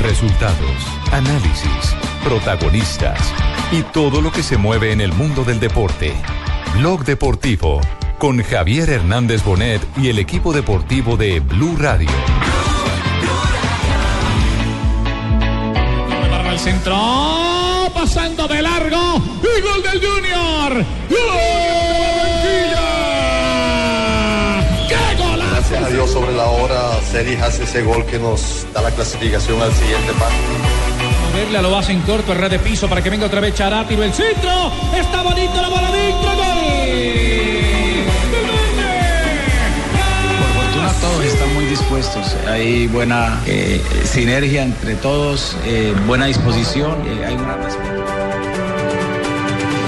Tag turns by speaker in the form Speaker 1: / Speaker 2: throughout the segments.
Speaker 1: Resultados, análisis, protagonistas y todo lo que se mueve en el mundo del deporte. Blog Deportivo con Javier Hernández Bonet y el equipo deportivo de Blue Radio.
Speaker 2: Para el centro, pasando de largo y gol del Junior. ¡Gol! ¡Qué golazo!
Speaker 3: Gracias a Dios sobre la hora, Celis hace ese gol que nos da la clasificación al siguiente paso.
Speaker 2: Moverla lo hace en corto, el red de piso para que venga otra vez Charati. El centro está bonito, la bola adentro, gol.
Speaker 4: Por fortuna todos están muy dispuestos. Hay buena eh, sinergia entre todos, eh, buena disposición, eh, hay gran respeto.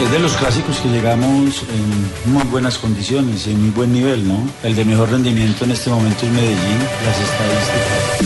Speaker 4: Es de los clásicos que llegamos en muy buenas condiciones, en muy buen nivel, ¿no? El de mejor rendimiento en este momento es Medellín, las estadísticas.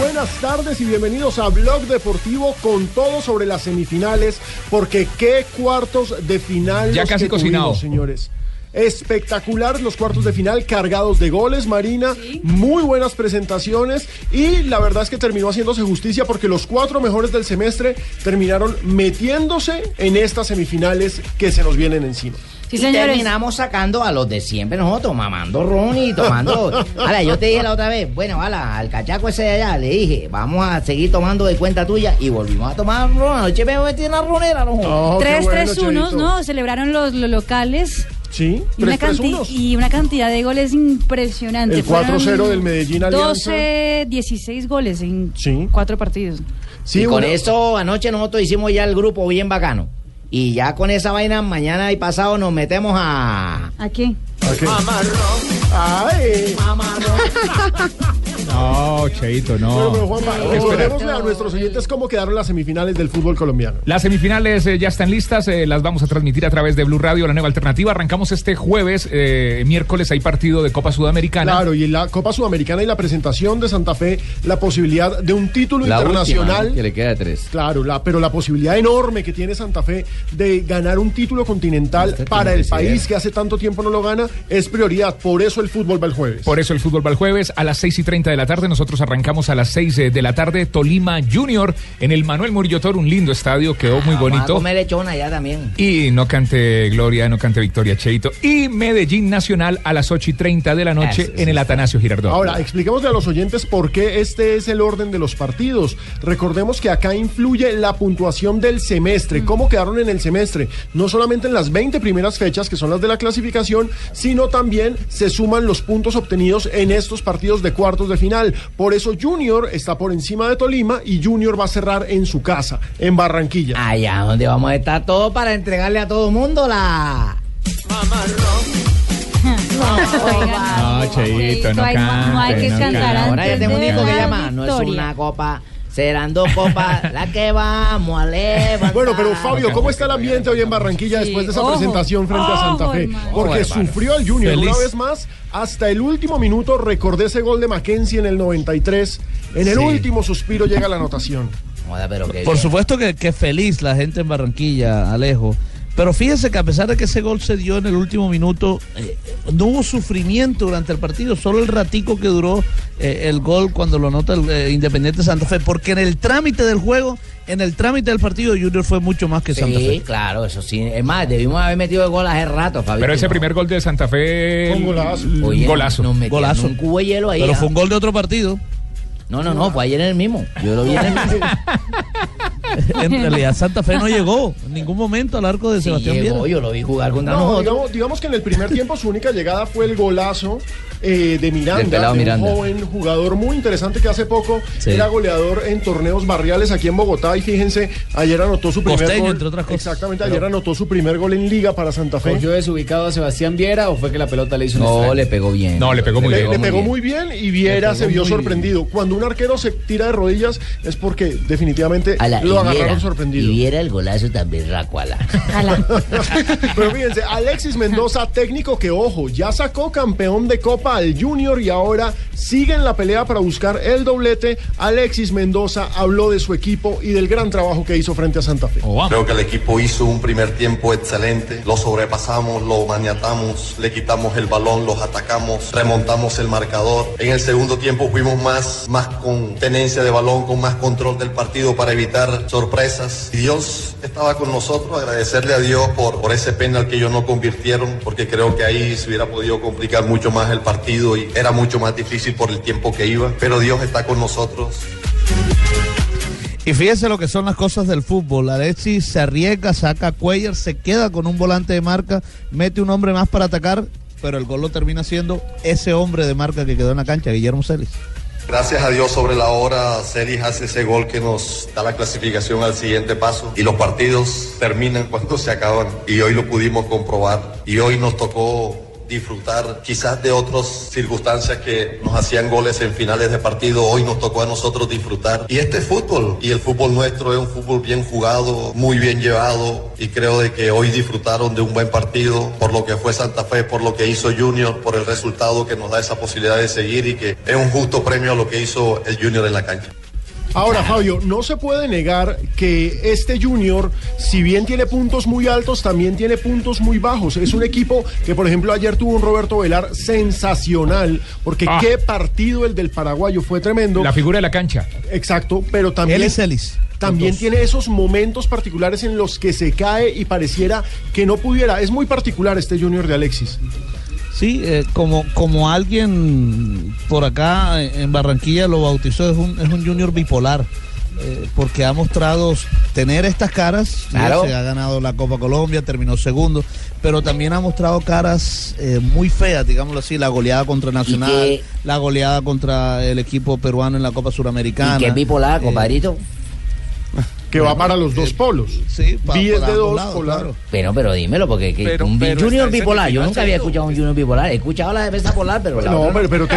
Speaker 5: buenas tardes y bienvenidos a Blog Deportivo con todo sobre las semifinales, porque qué cuartos de final
Speaker 2: Ya
Speaker 5: los
Speaker 2: casi
Speaker 5: que tuvimos,
Speaker 2: cocinado.
Speaker 5: señores. Espectaculares los cuartos de final, cargados de goles, Marina, muy buenas presentaciones y la verdad es que terminó haciéndose justicia porque los cuatro mejores del semestre terminaron metiéndose en estas semifinales que se nos vienen encima.
Speaker 6: y terminamos sacando a los de siempre nosotros, mamando ron y tomando. Ala, yo te dije la otra vez, bueno, ala, al cachaco ese de allá, le dije, vamos a seguir tomando de cuenta tuya y volvimos a tomar ron. Anoche me metí en la ronera, no jodas.
Speaker 5: Oh, qué
Speaker 7: Tres,
Speaker 5: bueno,
Speaker 7: tres, unos,
Speaker 5: Charito.
Speaker 7: ¿no? Celebraron los, los locales
Speaker 5: Sí,
Speaker 7: y una,
Speaker 5: 3-3-1.
Speaker 7: canti- y una cantidad de goles impresionante.
Speaker 5: El
Speaker 7: Fueron
Speaker 5: 4-0 del Medellín Alianza.
Speaker 7: 12, 16 goles en
Speaker 5: Sí.
Speaker 7: cuatro partidos.
Speaker 5: Sí,
Speaker 6: y con
Speaker 5: una-
Speaker 6: eso anoche nosotros hicimos ya el grupo bien bacano. Y ya con esa vaina, mañana y pasado nos metemos a.
Speaker 7: ¿A quién?
Speaker 5: Ok. Ay.
Speaker 2: No, Cheito,
Speaker 5: Bueno,
Speaker 2: no.
Speaker 5: pero Juanpa, recordémosle a nuestros oyentes cómo quedaron las semifinales del fútbol colombiano.
Speaker 2: Las semifinales eh, ya están listas, eh, las vamos a transmitir a través de Blue Radio, la nueva alternativa. Arrancamos este jueves, eh, miércoles hay partido de Copa Sudamericana.
Speaker 5: Claro, y en la Copa Sudamericana y la presentación de Santa Fe, la posibilidad de un título internacional.
Speaker 8: ¿eh?
Speaker 9: que le queda de tres.
Speaker 5: Claro, la, pero la posibilidad enorme que tiene Santa Fe de ganar un título continental
Speaker 9: Este
Speaker 5: para
Speaker 9: tiene
Speaker 5: el
Speaker 9: que
Speaker 5: país
Speaker 9: ser.
Speaker 5: que hace tanto tiempo no lo gana es prioridad. Por eso el fútbol va el jueves.
Speaker 2: Por eso el fútbol va el jueves a las 6 y 30 de la tarde. Nosotros arrancamos a las 6 de la tarde. Tolima Junior en el Manuel Murillo Toro, un lindo estadio, quedó muy
Speaker 6: Vamos a
Speaker 2: bonito.
Speaker 6: comer lechón allá también.
Speaker 2: Y no cante Gloria, no cante Victoria Cheito. Y Medellín Nacional a las 8 y 30 de la noche
Speaker 6: Eso,
Speaker 2: en el Atanasio Girardot.
Speaker 5: Ahora, expliquémosle a los oyentes por qué este es el orden de los partidos. Recordemos que acá influye la puntuación del semestre,
Speaker 6: Mm.
Speaker 5: cómo quedaron en el semestre, no solamente en las 20 primeras fechas, que son las de la clasificación, sino también se suman los puntos obtenidos en estos partidos de cuartos de final. Por eso Junior está por encima de Tolima y Junior va a cerrar en su casa, en Barranquilla.
Speaker 6: Allá donde vamos a estar todos para entregarle a todo mundo la.
Speaker 2: No, Cheito, no
Speaker 7: hay, no hay
Speaker 2: cante,
Speaker 7: que
Speaker 2: no
Speaker 7: cantar
Speaker 2: cante.
Speaker 7: antes
Speaker 6: Ahora yo tengo un
Speaker 7: de
Speaker 6: hijo que
Speaker 7: la
Speaker 6: llama, no es
Speaker 7: victoria.
Speaker 6: una copa, serán dos copas las que vamos a levantar.
Speaker 5: Bueno, pero Fabio, ¿cómo está el ambiente hoy en Barranquilla
Speaker 7: Sí,
Speaker 5: después de esa
Speaker 7: ojo,
Speaker 5: presentación frente a Santa
Speaker 7: ojo,
Speaker 5: Fe?
Speaker 7: hermano.
Speaker 5: Porque sufrió el Junior una vez más. Hasta el último minuto recordé ese gol de Mackenzie en el 93. En el
Speaker 9: Sí.
Speaker 5: último suspiro llega la anotación.
Speaker 6: Joda, pero qué
Speaker 9: Por
Speaker 6: bien.
Speaker 9: supuesto que, que feliz la gente en Barranquilla, Alejo. Pero fíjense que a pesar de que ese gol se dio en el último minuto, eh, no hubo sufrimiento durante el partido, solo el ratico que duró eh, el gol cuando lo anota el eh, Independiente Santa Fe, porque en el trámite del juego, en el trámite del partido, Junior fue mucho más que Santa
Speaker 6: Sí,
Speaker 9: Fe.
Speaker 6: claro, eso sí. Es más, debimos haber metido el gol hace rato, Fabio.
Speaker 2: Pero ese primer gol de Santa Fe.
Speaker 5: Fue un golazo.
Speaker 6: Oye,
Speaker 2: golazo.
Speaker 6: Nos metieron
Speaker 9: Golazo.
Speaker 6: un cubo de hielo ahí.
Speaker 9: Pero
Speaker 6: ¿ah?
Speaker 9: fue un gol de otro partido.
Speaker 6: No, no, no, fue ayer en el mismo. Yo lo vi en el mismo.
Speaker 9: en realidad Santa Fe no llegó en ningún momento al arco de
Speaker 6: Sí
Speaker 9: Sebastián
Speaker 6: llegó,
Speaker 9: Viera.
Speaker 6: yo lo vi jugar contra
Speaker 5: No,
Speaker 6: nosotros.
Speaker 5: digamos, digamos que en el primer tiempo su única llegada fue el golazo eh, de
Speaker 6: Del
Speaker 5: Miranda,
Speaker 6: pelado
Speaker 5: de
Speaker 6: Miranda.
Speaker 5: un joven jugador muy interesante que hace poco
Speaker 9: Sí.
Speaker 5: era goleador en torneos barriales aquí en Bogotá y fíjense, ayer anotó su primer
Speaker 9: Costeño,
Speaker 5: gol.
Speaker 9: entre otras cosas.
Speaker 5: Exactamente, ayer anotó su primer gol en liga para Santa Fe.
Speaker 10: Pues, ¿Cogió desubicado a Sebastián Viera o fue que la pelota le hizo un
Speaker 6: No,
Speaker 10: strike?
Speaker 6: le pegó bien.
Speaker 2: No, le pegó muy
Speaker 5: Le,
Speaker 2: bien.
Speaker 5: le pegó muy bien y Viera
Speaker 10: pegó
Speaker 5: se vio
Speaker 10: muy
Speaker 5: sorprendido. Cuando un arquero se tira de rodillas es porque definitivamente
Speaker 6: Ala,
Speaker 5: lo
Speaker 6: y
Speaker 5: agarraron
Speaker 6: viera-
Speaker 5: sorprendido.
Speaker 6: Y viera el golazo también, Racuala.
Speaker 5: Pero fíjense, Alexis Mendoza, técnico que, ojo, ya sacó campeón de Copa al Junior y ahora sigue en la pelea para buscar el doblete. Alexis Mendoza habló de su equipo y del gran trabajo que hizo frente a Santa Fe.
Speaker 3: Creo que el equipo hizo un primer tiempo excelente. Lo sobrepasamos, lo maniatamos, le quitamos el balón, los atacamos, remontamos el marcador. En el segundo tiempo fuimos más, más con tenencia de balón, con más control del partido para evitar sorpresas. Y Dios estaba con nosotros. Agradecerle a Dios por, por ese penal que ellos no convirtieron, porque creo que ahí se hubiera podido complicar mucho más el partido y era mucho más difícil por el tiempo que iba. Pero Dios está con nosotros.
Speaker 9: Y fíjese lo que son las cosas del fútbol. Alexis se arriesga, saca a Cuellar, se queda con un volante de marca, mete un hombre más para atacar, pero el gol lo termina siendo ese hombre de marca que quedó en la cancha, Guillermo Celis.
Speaker 3: Gracias a Dios sobre la hora, Celis hace ese gol que nos da la clasificación al siguiente paso y los partidos terminan cuando se acaban y hoy lo pudimos comprobar y hoy nos tocó disfrutar quizás de otras circunstancias que nos hacían goles en finales de partido, hoy nos tocó a nosotros disfrutar y este es fútbol y el fútbol nuestro es un fútbol bien jugado, muy bien llevado y creo de que hoy disfrutaron de un buen partido por lo que fue Santa Fe, por lo que hizo Junior, por el resultado que nos da esa posibilidad de seguir y que es un justo premio a lo que hizo el Junior en la cancha.
Speaker 5: Ahora, Fabio, no se puede negar que este Junior, si bien tiene puntos muy altos, también tiene puntos muy bajos. Es un equipo que, por ejemplo, ayer tuvo un Roberto Velar sensacional, porque
Speaker 2: Ah.
Speaker 5: qué partido el del paraguayo, fue tremendo.
Speaker 2: La figura de la cancha.
Speaker 5: Exacto, pero también.
Speaker 2: Él y Celis.
Speaker 5: También
Speaker 2: Los dos.
Speaker 5: tiene esos momentos particulares en los que se cae y pareciera que no pudiera. Es muy particular este Junior de Alexis.
Speaker 9: Sí, eh, como, como alguien por acá eh, en Barranquilla lo bautizó, es un, es un junior bipolar, eh, porque ha mostrado tener estas caras, ya
Speaker 6: Claro.
Speaker 9: se ha ganado la Copa Colombia, terminó segundo, pero también ha mostrado caras eh, muy feas, digámoslo así, la goleada contra Nacional,
Speaker 6: que-
Speaker 9: la goleada contra el equipo peruano en la Copa Suramericana. Eh,
Speaker 6: Y que es bipolar, compadrito.
Speaker 5: Que va para los dos polos.
Speaker 9: Sí, pa-
Speaker 5: Diez
Speaker 9: para
Speaker 5: de
Speaker 9: ambos
Speaker 5: dos
Speaker 9: lados,
Speaker 5: polar.
Speaker 9: claro.
Speaker 6: Pero, pero dímelo, porque que
Speaker 9: Pero-
Speaker 6: un bi-
Speaker 9: pero
Speaker 6: Junior
Speaker 9: está en
Speaker 6: bipolar, yo
Speaker 9: semifinal,
Speaker 6: nunca había
Speaker 9: Cheito.
Speaker 6: escuchado un Junior bipolar. He escuchado la defensa polar, pero la
Speaker 5: No,
Speaker 6: otra
Speaker 5: hombre, pero te.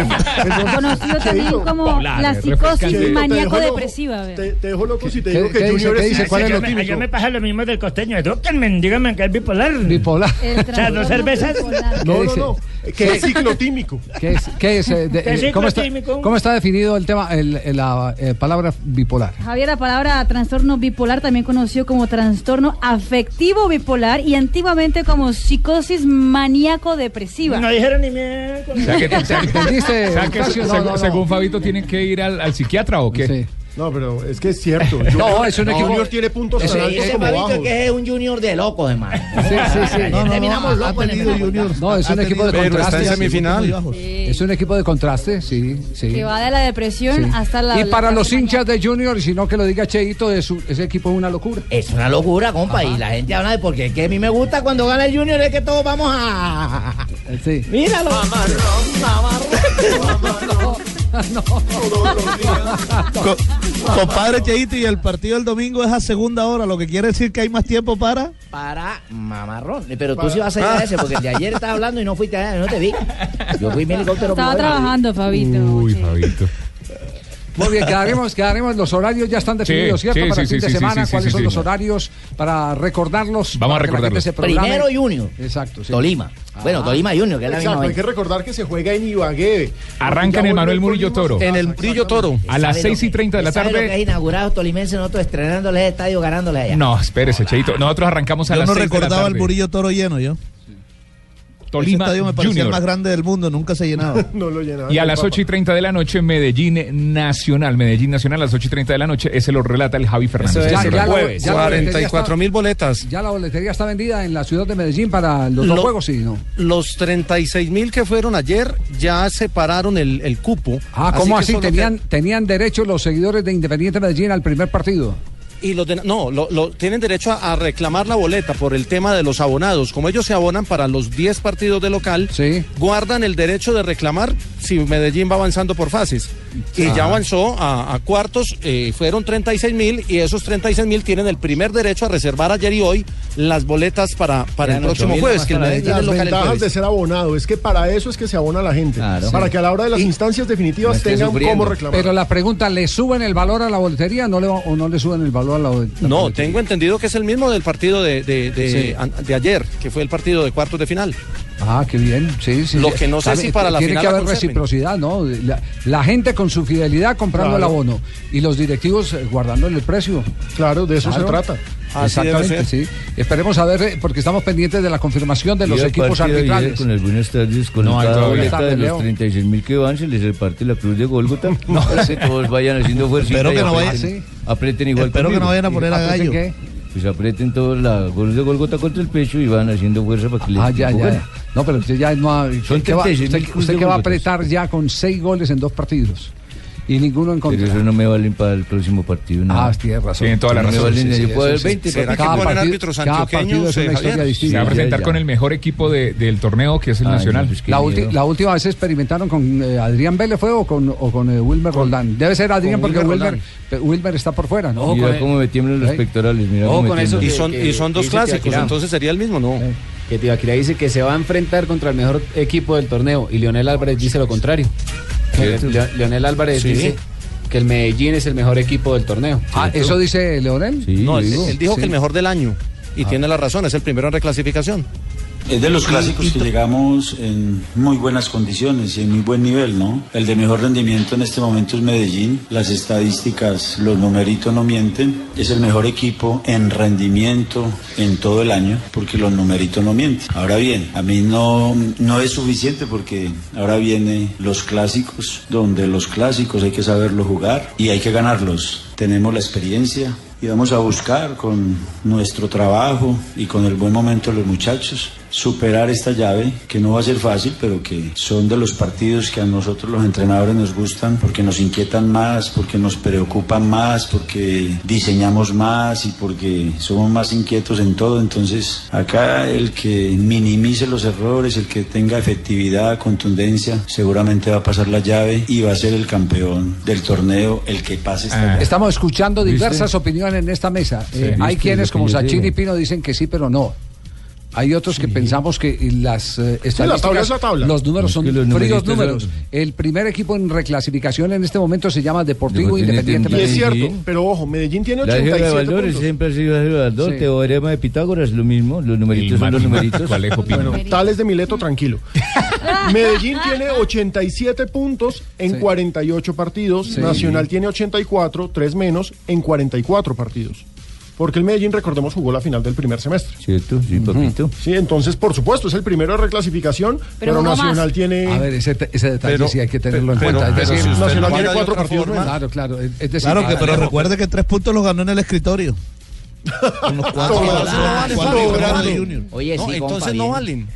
Speaker 7: Conocido también como
Speaker 2: Polar,
Speaker 7: la
Speaker 2: es
Speaker 7: psicosis
Speaker 2: refrescante.
Speaker 7: maníaco-depresiva. ve.
Speaker 5: Te, te dejo loco si te
Speaker 8: ¿Qué-
Speaker 5: digo que
Speaker 8: qué dice,
Speaker 5: Junior
Speaker 8: qué
Speaker 5: es
Speaker 8: dice? ¿Cuál es lo típico?
Speaker 11: Ayer me pasa lo mismo del costeño. Edúquenme, díganme que es bipolar.
Speaker 8: Bipolar.
Speaker 7: El
Speaker 11: O sea, dos
Speaker 7: trastorno
Speaker 11: cervezas.
Speaker 7: bipolar.
Speaker 5: No, no,
Speaker 8: dice?
Speaker 5: no. Que es ciclotímico.
Speaker 8: ¿Qué es? qué es, eh, de-
Speaker 11: ¿Qué
Speaker 8: eh,
Speaker 11: ciclo
Speaker 8: ¿cómo, está,
Speaker 11: químico?
Speaker 8: ¿Cómo está definido el tema, el- el- la eh, palabra bipolar?
Speaker 7: Javier, la palabra trastorno bipolar, también conocido como trastorno afectivo bipolar y antiguamente como psicosis maníaco-depresiva.
Speaker 11: No dijeron ni mierda.
Speaker 2: O sea, que- o sea,
Speaker 8: ¿Entendiste,
Speaker 2: o sea, que
Speaker 8: Octavio? No,
Speaker 2: según,
Speaker 8: no, no.
Speaker 2: según Fabito, tienen que ir al, al psiquiatra o qué?
Speaker 5: No, pero es que es cierto. Junior,
Speaker 8: No, es un equipo-
Speaker 5: Junior tiene puntos
Speaker 6: Ese,
Speaker 5: tan altos
Speaker 6: ese
Speaker 5: como
Speaker 6: Fabito es
Speaker 5: bajos.
Speaker 6: que es un Junior de locos, hermano.
Speaker 8: Sí, sí, sí.
Speaker 6: Ya
Speaker 8: No, no, no,
Speaker 6: terminamos
Speaker 9: ha
Speaker 6: locos en el
Speaker 9: tenido
Speaker 6: mismo
Speaker 9: Junior.
Speaker 6: punto.
Speaker 8: No, es
Speaker 5: Ah,
Speaker 9: Ha
Speaker 8: un equipo de
Speaker 9: tenido-
Speaker 8: contraste.
Speaker 9: Pero está en
Speaker 8: sí,
Speaker 9: semifinal.
Speaker 8: puntos muy bajos. Es un equipo de contraste, sí, sí.
Speaker 7: Que va de la depresión
Speaker 8: Sí.
Speaker 7: hasta la...
Speaker 8: y
Speaker 7: la-
Speaker 8: para los hinchas de Junior, y si no que lo diga Cheito, de su- ese equipo es una locura.
Speaker 6: Es una locura, compa, y la gente habla de porque es que a mí me gusta cuando gana el Junior, es que todos vamos a...
Speaker 8: Eh, Sí.
Speaker 6: Míralo.
Speaker 9: Co- compadre Cheito y el partido del domingo es a segunda hora, lo que quiere decir que hay más tiempo para...
Speaker 6: Para mamarrón. Pero tú sí vas a ir a ese, porque el de ayer estaba hablando y no fuiste allá, no te vi. Yo fui en mi helicóptero.
Speaker 7: Estaba
Speaker 6: pero bueno.
Speaker 7: trabajando, Fabito.
Speaker 2: Uy, Fabito.
Speaker 8: Muy bien, quedaremos, quedaremos. Los horarios ya están definidos,
Speaker 2: Sí,
Speaker 8: ¿cierto?
Speaker 2: sí,
Speaker 8: para el
Speaker 2: sí,
Speaker 8: fin
Speaker 2: sí,
Speaker 8: de
Speaker 2: sí,
Speaker 8: semana,
Speaker 2: sí,
Speaker 8: cuáles
Speaker 2: sí,
Speaker 8: son
Speaker 2: sí.
Speaker 8: los horarios para recordarlos.
Speaker 2: Vamos a
Speaker 8: para que la gente
Speaker 2: recordarlos.
Speaker 8: se programe.
Speaker 6: Primero Junior.
Speaker 8: Exacto, sí. Ah.
Speaker 6: Tolima. Bueno, Tolima Junior, que es la misma
Speaker 5: Ah. Exacto, hay
Speaker 6: vaina.
Speaker 5: que recordar que se juega en Ibagué.
Speaker 2: Arranca en el Manuel Murillo Toro.
Speaker 5: En el
Speaker 9: Brillo Toro.
Speaker 2: A las
Speaker 6: ¿Sabe lo
Speaker 2: 6 y
Speaker 6: que-
Speaker 2: 30 de la
Speaker 6: sabe lo que
Speaker 2: tarde.
Speaker 6: es inaugurado Tolimense, nosotros estrenándoles el estadio, ganándoles allá.
Speaker 2: No, espérese, Cheito. Nosotros arrancamos a
Speaker 9: Yo
Speaker 2: las
Speaker 9: no
Speaker 2: 6 de la
Speaker 9: recordaba el
Speaker 2: tarde.
Speaker 9: Murillo Toro lleno, yo.
Speaker 2: Tolima
Speaker 9: Ese estadio me parecía el más
Speaker 2: Junior.
Speaker 9: grande del mundo, nunca se llenaba.
Speaker 5: No lo llenaron.
Speaker 2: Y a las 8 y 30 de la noche, Medellín Nacional. Medellín Nacional a las 8 y 30 de la noche. Ese lo relata el Javi Fernández.
Speaker 8: es,
Speaker 2: Ese
Speaker 8: ya
Speaker 2: lo-
Speaker 8: lo- Jueves. ya lo- 44
Speaker 12: mil boletas.
Speaker 8: Ya la boletería está vendida en la ciudad de Medellín para los dos
Speaker 12: Lo-
Speaker 8: juegos, sí, ¿no?
Speaker 12: Los 36 mil que fueron ayer ya separaron el, el cupo.
Speaker 8: Ah, ¿cómo
Speaker 12: que
Speaker 8: así?
Speaker 12: solo
Speaker 8: ¿Tenían, tenían derecho los seguidores de Independiente Medellín al primer partido.
Speaker 12: queda- y los de- no, lo- lo- tienen derecho a, a reclamar la boleta por el tema de los abonados. Como ellos se abonan para los 10 partidos de local, guardan el derecho de reclamar si Medellín va avanzando por fases. Y
Speaker 13: Ah.
Speaker 12: ya avanzó a, a cuartos, eh, fueron 36 mil y esos 36 mil tienen el primer derecho a reservar ayer y hoy las boletas para, para el
Speaker 5: Eran
Speaker 12: próximo
Speaker 5: 8.000
Speaker 12: jueves, que el Medellín es
Speaker 5: Las
Speaker 12: local el
Speaker 5: ventajas
Speaker 12: jueves.
Speaker 5: de ser abonado es que para eso es que se abona la gente.
Speaker 12: Claro.
Speaker 5: para
Speaker 12: Sí.
Speaker 5: que a la hora de las instancias definitivas tengan cómo reclamar.
Speaker 8: Pero la pregunta, ¿le suben el valor a la boletería no le, va- o no le suben el valor a la boletería?
Speaker 12: No, tengo entendido que es el mismo del partido de, de- de-
Speaker 8: Sí.
Speaker 12: an- de ayer, que fue el partido de cuartos de final.
Speaker 8: Ah, qué bien, sí, sí.
Speaker 12: Lo que no sé
Speaker 8: Sabe,
Speaker 12: si para la
Speaker 8: Tiene
Speaker 12: final
Speaker 8: que
Speaker 12: la
Speaker 8: haber
Speaker 12: conserven.
Speaker 8: reciprocidad, ¿no? La, la gente con su fidelidad comprando
Speaker 5: Claro.
Speaker 8: el abono y los directivos eh, guardándole el precio.
Speaker 5: Claro, de eso se trata. Así debe
Speaker 8: Exactamente, sí. Esperemos a ver, eh, porque estamos pendientes de la confirmación de los
Speaker 14: Iba
Speaker 8: equipos
Speaker 14: partido ayer
Speaker 8: arbitrales.
Speaker 14: Con el buenas tardes, con
Speaker 8: No, hay
Speaker 14: cada
Speaker 8: todavía.
Speaker 14: boleta de
Speaker 8: Tarde,
Speaker 14: los
Speaker 8: Leo.
Speaker 14: 36 mil que van, se les reparte la cruz de Gólgota. No, que todos vayan haciendo fuerza.
Speaker 9: Espero que no vayan-
Speaker 14: Aprieten igual
Speaker 9: Espero que
Speaker 14: conmigo.
Speaker 9: no vayan a poner a ¿Aprieten Gallo. qué?
Speaker 14: Pues aprieten todos la cruz de Gólgota contra el pecho y van haciendo fuerza para que les
Speaker 8: Ah, ya, ya. No, pero usted ya no ha.
Speaker 14: Son
Speaker 8: ¿qué va-
Speaker 14: 36.000
Speaker 8: usted,
Speaker 14: cruz
Speaker 8: usted
Speaker 14: de
Speaker 8: que va a
Speaker 14: Bogotá.
Speaker 8: apretar ya con seis goles en dos partidos y ninguno en
Speaker 14: Pero
Speaker 8: contra.
Speaker 14: eso no me valen para el próximo partido. No.
Speaker 8: Ah, tiene razón. Tiene toda la
Speaker 14: No me
Speaker 8: razón,
Speaker 14: valen,
Speaker 8: sí, sí,
Speaker 14: yo
Speaker 8: eso
Speaker 14: puedo haber
Speaker 8: sí.
Speaker 14: 20.
Speaker 8: ¿Será que
Speaker 14: partidos.
Speaker 8: ponen Cada árbitros partido- cada antioqueños, partido es una eh, historia Javier? distinta.
Speaker 2: Se va a
Speaker 8: Ya,
Speaker 2: presentar
Speaker 8: ya.
Speaker 2: con el mejor equipo de- del torneo, que es el
Speaker 8: Ay,
Speaker 2: Nacional.
Speaker 8: no, pues, qué La, ulti- la última vez experimentaron con eh, Adrián Vélez fue o con, o con eh, Wilmer Roldán. Debe ser Adrián
Speaker 14: con
Speaker 8: porque
Speaker 14: Wilmer
Speaker 8: Wilmer, eh, Wilmer está por fuera, ¿no?
Speaker 14: mira cómo me tiemblan los
Speaker 8: ¿Eh?
Speaker 14: pectorales. Mira
Speaker 8: Ojo
Speaker 14: cómo me
Speaker 8: con eso
Speaker 14: tiemblan.
Speaker 10: que-
Speaker 12: Son- y son dos
Speaker 10: Dice que
Speaker 12: clásicos,
Speaker 10: Akira.
Speaker 12: entonces sería el mismo, ¿no?
Speaker 10: Que Tibaquirá dice que se va a enfrentar contra el mejor equipo del torneo y Leonel Álvarez dice lo contrario.
Speaker 12: ¿Cierto?
Speaker 10: Le- Leonel Álvarez
Speaker 12: Sí.
Speaker 10: dice que el Medellín es el mejor equipo del torneo.
Speaker 8: Ah, ¿eso dice Leonel?
Speaker 12: no, él, él dijo que el mejor del año. Y tiene la razón, es el primero en reclasificación.
Speaker 4: Es de los clásicos que llegamos en muy buenas condiciones y en muy buen nivel, ¿no? El de mejor rendimiento en este momento es Medellín. Las estadísticas, los numeritos no mienten. Es el mejor equipo en rendimiento en todo el año porque los numeritos no mienten. Ahora bien, a mí no, no es suficiente porque ahora vienen los clásicos, donde los clásicos hay que saberlo jugar y hay que ganarlos. Tenemos la experiencia, y vamos a buscar con nuestro trabajo y con el buen momento de los muchachos superar esta llave que no va a ser fácil pero que son de los partidos que a nosotros los entrenadores nos gustan porque nos inquietan más, porque nos preocupan más, porque diseñamos más y porque somos más inquietos en todo entonces acá el que minimice los errores, el que tenga efectividad, contundencia seguramente va a pasar la llave y va a ser el campeón del torneo el que
Speaker 8: Ah.
Speaker 4: pase esta
Speaker 5: Ah.
Speaker 4: llave.
Speaker 8: Estamos escuchando
Speaker 4: ¿Viste?
Speaker 8: diversas opiniones en esta mesa.
Speaker 4: Sí.
Speaker 8: Eh, hay
Speaker 4: ¿Viste
Speaker 8: quienes
Speaker 4: lo que
Speaker 8: como
Speaker 4: yo
Speaker 8: Sachin
Speaker 4: digo?
Speaker 8: y Pino dicen que sí, pero no. Hay otros que pensamos que las eh, estadísticas,
Speaker 5: tabla es la tabla.
Speaker 8: los números
Speaker 5: Es
Speaker 8: son
Speaker 5: que los
Speaker 8: fríos
Speaker 5: numeritos
Speaker 8: números. El primer equipo en reclasificación en este momento se llama Deportivo Independiente.
Speaker 5: Y es
Speaker 8: Medellín.
Speaker 5: cierto, pero ojo, Medellín tiene
Speaker 14: La álgebra de
Speaker 5: 87
Speaker 14: valores
Speaker 5: puntos.
Speaker 14: siempre ha sido álgebra de valor,
Speaker 5: Sí.
Speaker 14: teorema de Pitágoras, lo mismo, los numeritos son los numeritos.
Speaker 5: Bueno, tales de Mileto, tranquilo. Medellín tiene 87 puntos en 48 partidos.
Speaker 8: Sí.
Speaker 5: Nacional tiene 84, 3 menos, en 44 partidos. Porque el Medellín, recordemos, jugó la final del primer semestre.
Speaker 14: ¿Cierto? Sí, papito.
Speaker 5: Sí, entonces, por supuesto, es el primero de reclasificación, pero,
Speaker 8: uno más.
Speaker 5: Nacional tiene...
Speaker 8: A ver, ese, te- ese detalle
Speaker 5: Pero-
Speaker 8: sí hay que tenerlo en
Speaker 5: pero-
Speaker 8: cuenta.
Speaker 5: pero
Speaker 8: Es decir,
Speaker 5: si usted
Speaker 8: Nacional
Speaker 5: lo
Speaker 8: tiene
Speaker 5: mira de
Speaker 8: cuatro
Speaker 5: otra
Speaker 8: partidos.
Speaker 5: forma-
Speaker 8: Claro, claro. Es es decir,
Speaker 9: Claro,
Speaker 2: ah,
Speaker 9: que, pero
Speaker 2: eh,
Speaker 8: Alejo,
Speaker 9: recuerde que tres puntos los ganó en el escritorio.
Speaker 5: Cuatro,
Speaker 9: Todas
Speaker 5: cuatro,
Speaker 9: las
Speaker 5: cuatro,
Speaker 9: cuatro
Speaker 5: cuatro,
Speaker 9: ganaron
Speaker 5: cuatro.
Speaker 9: a Junior.
Speaker 6: Oye, sí, compa, bien.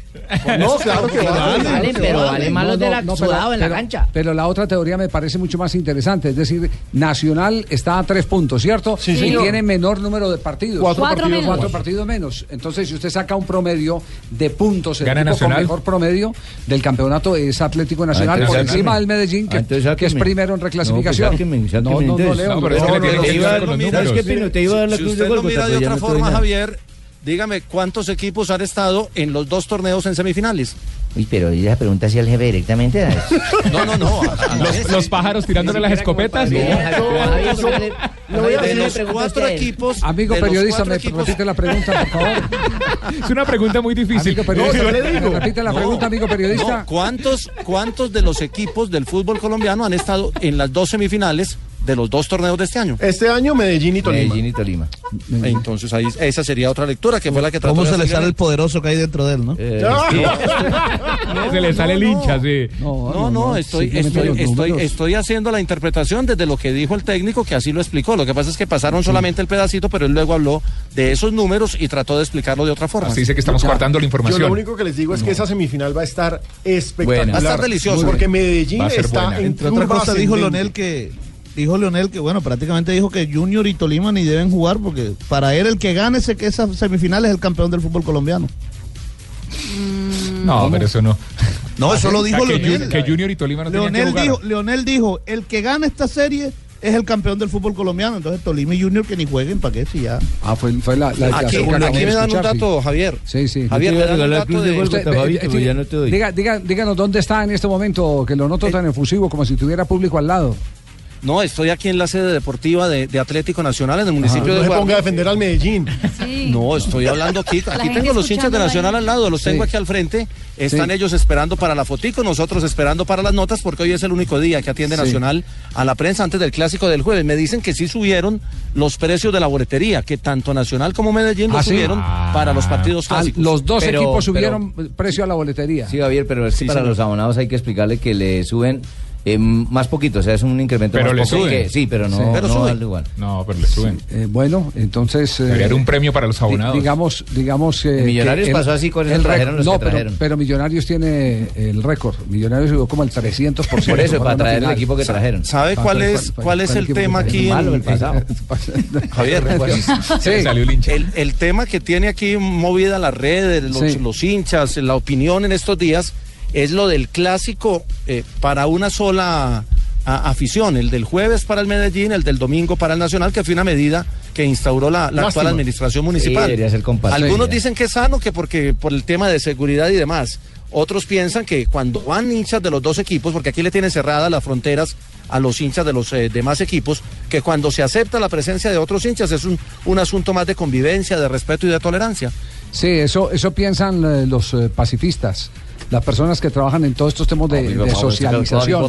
Speaker 5: No, claro que vale.
Speaker 6: Valen, pero valen más los de la sudado en la cancha.
Speaker 8: Pero la otra teoría me parece mucho más interesante. Es decir, Nacional está a tres puntos, ¿cierto? y
Speaker 5: señor.
Speaker 8: tiene menor número de partidos.
Speaker 5: Cuatro Cuatro partidos menos.
Speaker 8: Cuatro
Speaker 5: menos.
Speaker 8: partidos menos. Entonces, si usted saca un promedio de puntos, el
Speaker 2: Gana
Speaker 8: equipo
Speaker 2: Nacional.
Speaker 8: con mejor promedio del campeonato es Atlético
Speaker 14: Ah,
Speaker 8: Nacional
Speaker 14: entonces
Speaker 8: por
Speaker 14: sáquenme.
Speaker 8: encima del Medellín,
Speaker 14: Ah,
Speaker 8: que,
Speaker 14: entonces
Speaker 8: que es
Speaker 14: sáquenme.
Speaker 8: primero en
Speaker 14: No, pues
Speaker 8: reclasificación.
Speaker 14: sáquenme, sáquenme
Speaker 8: No, no, no,
Speaker 14: entonces.
Speaker 8: Leo,
Speaker 14: No, pero es
Speaker 8: no,
Speaker 14: que le
Speaker 8: no,
Speaker 14: tiene
Speaker 8: Leo.
Speaker 14: que llevar los números. ¿Sabes qué, Pino? Te iba a dar la
Speaker 12: Si
Speaker 14: cruz de
Speaker 12: usted lo
Speaker 14: Gólgota,
Speaker 12: mira de
Speaker 14: pero ya
Speaker 12: otra
Speaker 14: no te doy
Speaker 12: forma,
Speaker 14: nada.
Speaker 12: Javier, dígame cuántos equipos han estado en los dos torneos en semifinales.
Speaker 6: Uy, pero ella pregunta hacia el jefe directamente.
Speaker 12: No, no, no. a- a-
Speaker 2: Ah, Los, los pájaros tirándole las escopetas.
Speaker 6: De los
Speaker 12: cuatro equipos.
Speaker 8: Amigo
Speaker 12: de los
Speaker 8: periodista,
Speaker 12: cuatro
Speaker 8: me
Speaker 12: equipos-
Speaker 8: repite la pregunta, por favor.
Speaker 2: Es una pregunta muy difícil.
Speaker 8: Amigo periodista,
Speaker 12: yo le
Speaker 8: me
Speaker 12: digo.
Speaker 8: repite la
Speaker 12: No,
Speaker 8: pregunta, amigo periodista.
Speaker 12: no, ¿cuántos, ¿Cuántos de los equipos del fútbol colombiano han estado en las dos semifinales de los dos torneos de este año?
Speaker 5: Este año Medellín y Tolima.
Speaker 14: Medellín y Tolima.
Speaker 12: Entonces ahí esa sería otra lectura que fue la que Eh, trató.
Speaker 9: ¿Cómo
Speaker 12: de
Speaker 9: se le
Speaker 12: hacer
Speaker 9: sale el
Speaker 12: Lionel.
Speaker 9: poderoso que hay dentro de él, no?
Speaker 2: Se le sale el hincha, sí.
Speaker 12: No, no, estoy,
Speaker 2: simplemente
Speaker 12: estoy,
Speaker 2: los
Speaker 12: estoy,
Speaker 2: números.
Speaker 12: estoy haciendo la interpretación desde lo que dijo el técnico, que así lo explicó. Lo que pasa es que pasaron solamente el pedacito, pero él luego habló de esos números y trató de explicarlo de otra forma.
Speaker 2: Así dice que estamos
Speaker 5: Yo
Speaker 2: cortando la
Speaker 5: lo
Speaker 2: información.
Speaker 5: único que les digo es que esa semifinal va a estar espectacular.
Speaker 2: Buena. Va a estar deliciosa.
Speaker 5: Porque
Speaker 2: Muy buena.
Speaker 5: Medellín
Speaker 2: Va a ser
Speaker 5: está
Speaker 2: buena.
Speaker 5: en
Speaker 9: Entre otras
Speaker 5: curva
Speaker 9: cosas dijo
Speaker 5: ascendente.
Speaker 9: Lonel que dijo Leonel que, bueno, prácticamente dijo que Junior y Tolima ni deben jugar porque para él el que gane ese, que esa semifinal es el campeón del fútbol colombiano.
Speaker 2: No, pero eso no.
Speaker 9: No, eso lo dijo
Speaker 2: que, Jun-
Speaker 9: Leonel.
Speaker 2: que Junior y Tolima no tenían que
Speaker 9: Leonel
Speaker 2: jugar.
Speaker 9: dijo, Leonel dijo, el que gane esta serie es el campeón del fútbol colombiano. Entonces Tolima y Junior que ni jueguen, ¿para qué? Si ya.
Speaker 8: Ah, fue, fue la, la
Speaker 9: Aquí-
Speaker 8: declaración que
Speaker 9: aquí
Speaker 8: acabo de
Speaker 9: me dan un
Speaker 8: escuchar, sí.
Speaker 9: dato,
Speaker 12: Javier.
Speaker 8: Sí, sí.
Speaker 9: Javier, Yo te iba a me dan regalar un dato Cruz de de- Golgota,
Speaker 8: Usted, ve-
Speaker 9: Fabito,
Speaker 8: ve-
Speaker 9: ya no te doy.
Speaker 8: Diga, diga- díganos dónde está en este momento, que lo noto tan efusivo, como si tuviera público al lado.
Speaker 12: No, estoy aquí en la sede deportiva de, de Atlético Nacional en el municipio
Speaker 5: no
Speaker 12: de
Speaker 5: se ponga a
Speaker 12: Guardia.
Speaker 5: defender al Medellín.
Speaker 12: No, estoy hablando aquí.
Speaker 5: La
Speaker 12: Aquí
Speaker 5: gente
Speaker 12: tengo los hinchas
Speaker 5: escuchando
Speaker 12: de Nacional
Speaker 5: ahí.
Speaker 12: al lado, los tengo
Speaker 5: Sí.
Speaker 12: aquí al frente. Están ellos esperando para la fotico, nosotros esperando para las notas, porque hoy es el único día que atiende
Speaker 8: Sí.
Speaker 12: Nacional a la prensa antes del clásico del jueves. Me dicen que sí subieron los precios de la boletería, que tanto Nacional como Medellín
Speaker 8: Ah,
Speaker 12: los
Speaker 8: ¿sí?
Speaker 12: subieron para los partidos
Speaker 8: Ah,
Speaker 12: clásicos.
Speaker 8: los dos
Speaker 14: Pero-
Speaker 8: equipos subieron precio a la boletería.
Speaker 14: Sí, Javier, pero es que
Speaker 8: Sí,
Speaker 14: para
Speaker 8: señor.
Speaker 14: los abonados hay que explicarle que le suben eh, más poquito, o sea, es un incremento
Speaker 2: Pero le
Speaker 14: más poco
Speaker 2: suben.
Speaker 14: que- sí, pero no,
Speaker 2: Sí. Pero
Speaker 14: no
Speaker 2: suben.
Speaker 14: al igual.
Speaker 2: No, pero le suben.
Speaker 8: Eh, bueno, entonces. eh,
Speaker 2: Debería haber un premio para los
Speaker 8: di-
Speaker 2: abonados.
Speaker 14: Ah,
Speaker 8: Digamos, digamos. eh,
Speaker 14: Millonarios
Speaker 8: que
Speaker 14: pasó así con eso,
Speaker 8: el récord-
Speaker 14: trajeron los
Speaker 8: no,
Speaker 14: que
Speaker 8: pero,
Speaker 14: trajeron.
Speaker 8: pero Millonarios tiene el récord. Millonarios subió como el 300%.
Speaker 14: Por eso,
Speaker 8: para
Speaker 14: para
Speaker 8: una
Speaker 14: traer el
Speaker 8: final.
Speaker 14: equipo que
Speaker 8: Sa-
Speaker 14: trajeron.
Speaker 12: ¿Sabe
Speaker 8: Para
Speaker 12: cuál
Speaker 8: traer-
Speaker 12: es,
Speaker 8: para-
Speaker 12: cuál es
Speaker 8: para
Speaker 12: el
Speaker 8: equipo que
Speaker 12: tema
Speaker 8: trajeron.
Speaker 12: aquí? en-
Speaker 14: Malo el pasado.
Speaker 12: Javier,
Speaker 8: Sí.
Speaker 2: pues, Salió el hincha.
Speaker 12: El, el tema que tiene aquí movida las redes, los,
Speaker 8: Sí.
Speaker 12: los hinchas, la opinión en estos días, es lo del clásico eh, para una sola a- afición, el del jueves para el Medellín, el del domingo para el Nacional, que fue una medida que instauró la, la actual
Speaker 14: Lástima.
Speaker 12: administración municipal.
Speaker 14: Sí, debería ser compasiva.
Speaker 12: Algunos dicen que es sano, que porque por el tema de seguridad y demás. Otros piensan que cuando van hinchas de los dos equipos, porque aquí le tienen cerradas las fronteras a los hinchas de los eh, demás equipos, que cuando se acepta la presencia de otros hinchas es un, un asunto más de convivencia, de respeto y de tolerancia.
Speaker 8: Sí, eso, eso piensan eh, los eh, pacifistas, las personas que trabajan en todos estos temas de, de socialización.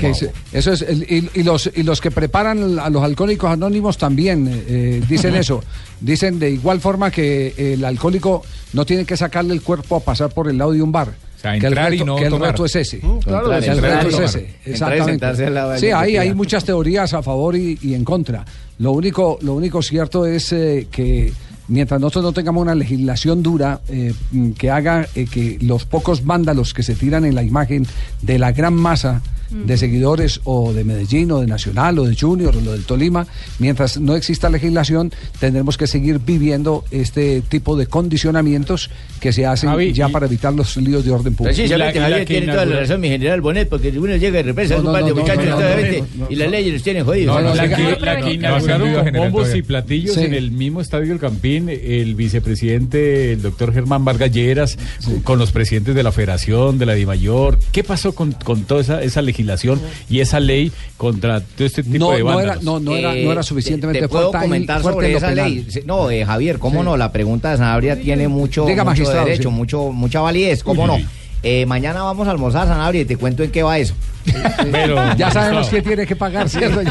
Speaker 8: Que se- eso es, el- y, y los, y los que preparan a los alcohólicos anónimos también eh, eh, dicen eso. Dicen de igual forma que el alcohólico no tiene que sacarle el cuerpo a pasar por el lado de un bar.
Speaker 2: sea,
Speaker 8: que el
Speaker 2: entrar y
Speaker 8: reto-
Speaker 2: no
Speaker 8: que el
Speaker 2: tomar.
Speaker 8: reto es ese.
Speaker 2: Mm, claro,
Speaker 8: Que Uh, el
Speaker 2: entrar y
Speaker 8: reto es
Speaker 2: tomar.
Speaker 8: ese.
Speaker 2: Entrar y sentarse al
Speaker 8: Exactamente.
Speaker 2: lado de
Speaker 8: Sí,
Speaker 2: alguien que
Speaker 8: hay, hay
Speaker 2: pida.
Speaker 8: muchas teorías a favor y, y en contra. Lo único, lo único cierto es eh, que mientras nosotros no tengamos una legislación dura eh, mm, que haga eh, que los pocos vándalos que se tiran en la imagen de la gran masa Mm. de seguidores o de Medellín o de Nacional o de Junior o lo del Tolima, mientras no exista legislación, tendremos que seguir viviendo este tipo de condicionamientos que se hacen
Speaker 14: Javi,
Speaker 8: ya
Speaker 14: y-
Speaker 8: para evitar los líos de orden público.
Speaker 14: Precisamente, Javier tiene toda la razón, mi general Bonet, porque uno llega y represa
Speaker 8: No,
Speaker 14: a un
Speaker 8: no,
Speaker 14: par de
Speaker 8: no, no,
Speaker 14: muchachos
Speaker 8: no, no,
Speaker 14: solamente,
Speaker 8: no, no,
Speaker 14: y las leyes los tienen jodidos.
Speaker 13: No, no, la,
Speaker 14: Sigan
Speaker 13: que, la que
Speaker 14: aprovechando.
Speaker 13: inauguraron con bombos y platillos
Speaker 14: Sí.
Speaker 13: en el mismo estadio El Campín, el vicepresidente, el doctor Germán Vargas Lleras, con los presidentes de la Federación, de la DIMAYOR. ¿Qué pasó con, con toda esa, esa legislación y esa ley contra todo este tipo
Speaker 8: No,
Speaker 13: de
Speaker 8: no era-
Speaker 13: bandas?
Speaker 8: no, no era-
Speaker 14: Eh, te-
Speaker 8: suficientemente
Speaker 14: te puedo
Speaker 8: fuerte ahí,
Speaker 14: comentar
Speaker 8: fuerte en
Speaker 14: sobre
Speaker 8: lo
Speaker 14: esa
Speaker 8: penal.
Speaker 14: ley. Sí, No, eh, Javier, cómo no, la pregunta de Sanabria tiene mucho,
Speaker 8: Diga,
Speaker 14: mucho
Speaker 8: magistrado,
Speaker 14: derecho,
Speaker 8: sí.
Speaker 14: mucho, mucha validez, cómo
Speaker 8: Uy,
Speaker 14: no.
Speaker 8: uy, uy.
Speaker 14: Eh, mañana vamos a almorzar, Sanabria, y te cuento en qué va eso.
Speaker 8: ya sabemos quién tiene que pagar, ¿cierto?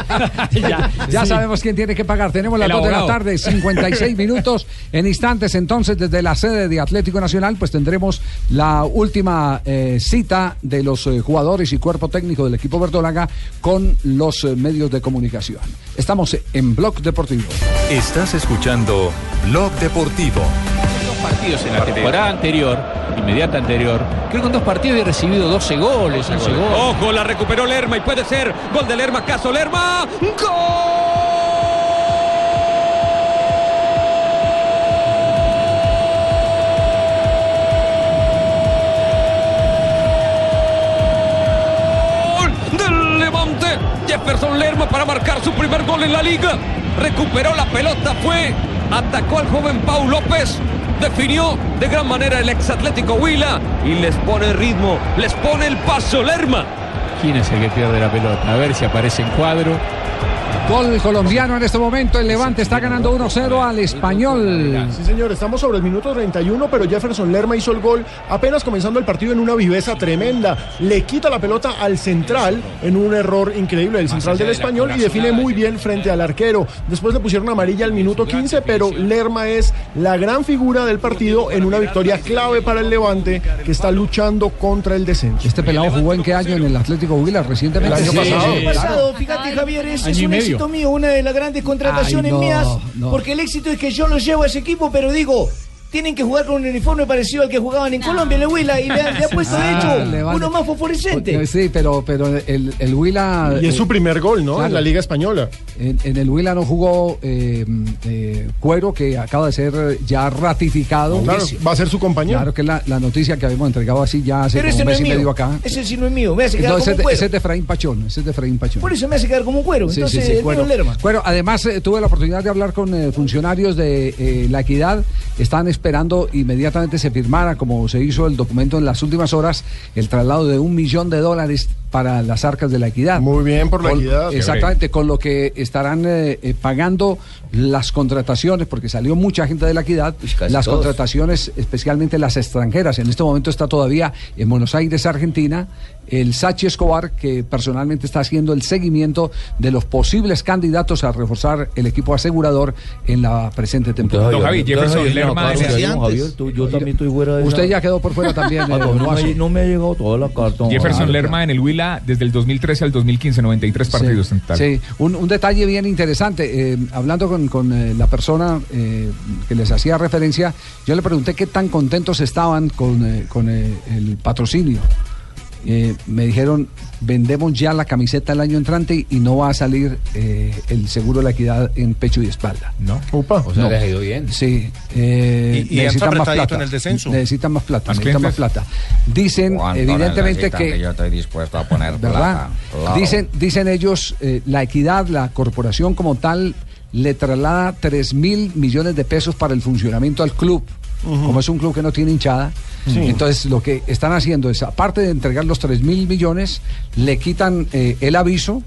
Speaker 8: Ya, ya
Speaker 14: sí.
Speaker 8: sabemos quién tiene que pagar. Tenemos las
Speaker 14: El
Speaker 8: 2 de la
Speaker 14: abogado.
Speaker 8: tarde, 56 minutos. En instantes, entonces, desde la sede de Atlético Nacional, pues tendremos la última eh, cita de los eh, jugadores y cuerpo técnico del equipo verdolaga con los eh, medios de comunicación. Estamos en Blog Deportivo.
Speaker 1: Estás escuchando Blog Deportivo.
Speaker 15: partidos en la temporada anterior, inmediata anterior. Creo que en dos partidos había recibido 12 goles, 11 goles.
Speaker 16: Ojo, la recuperó Lerma y puede ser gol de Lerma, caso Lerma. ¡Gol! del Levante. Jefferson Lerma para marcar su primer gol en la liga. Recuperó la pelota, fue, atacó al joven Pau López. Definió de gran manera el ex Atlético Huila y les pone ritmo, les pone el paso Lerma.
Speaker 15: ¿Quién es el que pierde la pelota? A ver si aparece en cuadro.
Speaker 8: Gol colombiano en este momento. El Levante está ganando 1-0 al español.
Speaker 5: Sí, señor, estamos sobre el minuto 31, pero Jefferson Lerma hizo el gol apenas comenzando el partido en una viveza tremenda. Le quita la pelota al central en un error increíble del central del español y define muy bien frente al arquero. Después le pusieron amarilla al minuto 15, pero Lerma es la gran figura del partido en una victoria clave para el Levante que está luchando contra el descenso.
Speaker 8: Este pelado jugó en qué año en el Atlético Huila recientemente.
Speaker 5: El año
Speaker 8: Sí,
Speaker 5: pasado.
Speaker 8: sí,
Speaker 5: El año
Speaker 8: claro.
Speaker 5: pasado.
Speaker 6: Fíjate, Javier, ese es
Speaker 8: Año y
Speaker 6: un
Speaker 8: medio.
Speaker 6: éxito mío, una de las grandes
Speaker 8: Ay,
Speaker 6: contrataciones
Speaker 8: no,
Speaker 6: mías,
Speaker 8: no.
Speaker 6: porque el éxito es que yo lo llevo a ese equipo, pero digo, tienen que jugar con un uniforme parecido al que jugaban en Colombia, en el Huila, y le han, le han puesto, de hecho,
Speaker 8: Ah, le van-
Speaker 6: uno más fosforescente.
Speaker 8: Porque- Sí, pero, pero el, el Huila. eh,
Speaker 5: Y es su primer gol, ¿no? En la Liga Española.
Speaker 8: En, en el Huila no jugó eh, eh, Cuero, que acaba de ser eh, ya ratificado.
Speaker 5: Claro, va a ser su compañero.
Speaker 8: Claro, que es la, la noticia que habíamos entregado así ya hace
Speaker 6: Pero
Speaker 8: como
Speaker 6: ese
Speaker 8: un
Speaker 6: no
Speaker 8: mes
Speaker 6: es
Speaker 8: y medio
Speaker 6: mío.
Speaker 8: acá.
Speaker 6: Ese sí no es mío. Me hace quedar
Speaker 8: No, ese, es
Speaker 6: como un
Speaker 8: de-
Speaker 6: cuero.
Speaker 8: ese es de Efraín Pachón, ese es de Efraín Pachón.
Speaker 6: Por eso me hace quedar como un cuero.
Speaker 8: Sí,
Speaker 6: Entonces,
Speaker 8: sí, sí,
Speaker 6: el mío
Speaker 8: cuero.
Speaker 6: es Lerma.
Speaker 8: Cuero, además eh, tuve la oportunidad de hablar con eh, funcionarios de eh, la equidad. Están esperando inmediatamente se firmara, como se hizo el documento en las últimas horas, el traslado de un millón de dólares para las arcas de la equidad. Muy bien
Speaker 5: por la equidad.
Speaker 8: Exactamente, con lo que estarán eh, eh, pagando las contrataciones, porque salió mucha gente de la equidad,
Speaker 14: casi
Speaker 8: las
Speaker 14: todos.
Speaker 8: contrataciones, especialmente las extranjeras. En este momento está todavía en Buenos Aires, Argentina, el Sachi Escobar, que personalmente está haciendo el seguimiento de los posibles candidatos a reforzar el equipo asegurador en la presente temporada.
Speaker 2: Don Javi, Jefferson Lerma es
Speaker 14: Javier, tú- yo también estoy fuera de
Speaker 8: Usted
Speaker 14: esa-
Speaker 8: ya quedó por fuera también.
Speaker 14: Ah,
Speaker 8: eh,
Speaker 14: no, no,
Speaker 8: Guaso.
Speaker 14: me, no me ha llegado toda la carta.
Speaker 2: Jefferson
Speaker 14: Ah,
Speaker 2: Lerma en el Huila desde el 2013 al 2015, 93 partidos en total.
Speaker 8: Sí, un, un detalle bien interesante. eh, hablando con, con, eh, la persona eh, que les hacía referencia, yo le pregunté qué tan contentos estaban con, eh, con, eh, el patrocinio. Eh, me dijeron, vendemos ya la camiseta el año entrante y no va a salir eh, el seguro de la equidad en pecho y espalda.
Speaker 2: No.
Speaker 8: O sea, les ha ido bien. Sí. eh,
Speaker 12: Y- y han
Speaker 8: necesitan más
Speaker 12: apretadito
Speaker 8: plata.
Speaker 12: en el descenso.
Speaker 8: Necesitan más plata.
Speaker 12: Más
Speaker 8: necesitan más
Speaker 12: clientes.
Speaker 8: plata. Dicen, evidentemente que
Speaker 17: yo estoy dispuesto a poner
Speaker 8: ¿verdad?
Speaker 17: plata. Claro.
Speaker 8: Dicen, dicen ellos, eh, la equidad, la corporación como tal, le traslada 3 mil millones de pesos para el funcionamiento al club. Como es un club que no tiene hinchada,
Speaker 5: Sí.
Speaker 8: entonces lo que están haciendo es, aparte de entregar los 3 mil millones, le quitan eh, el aviso,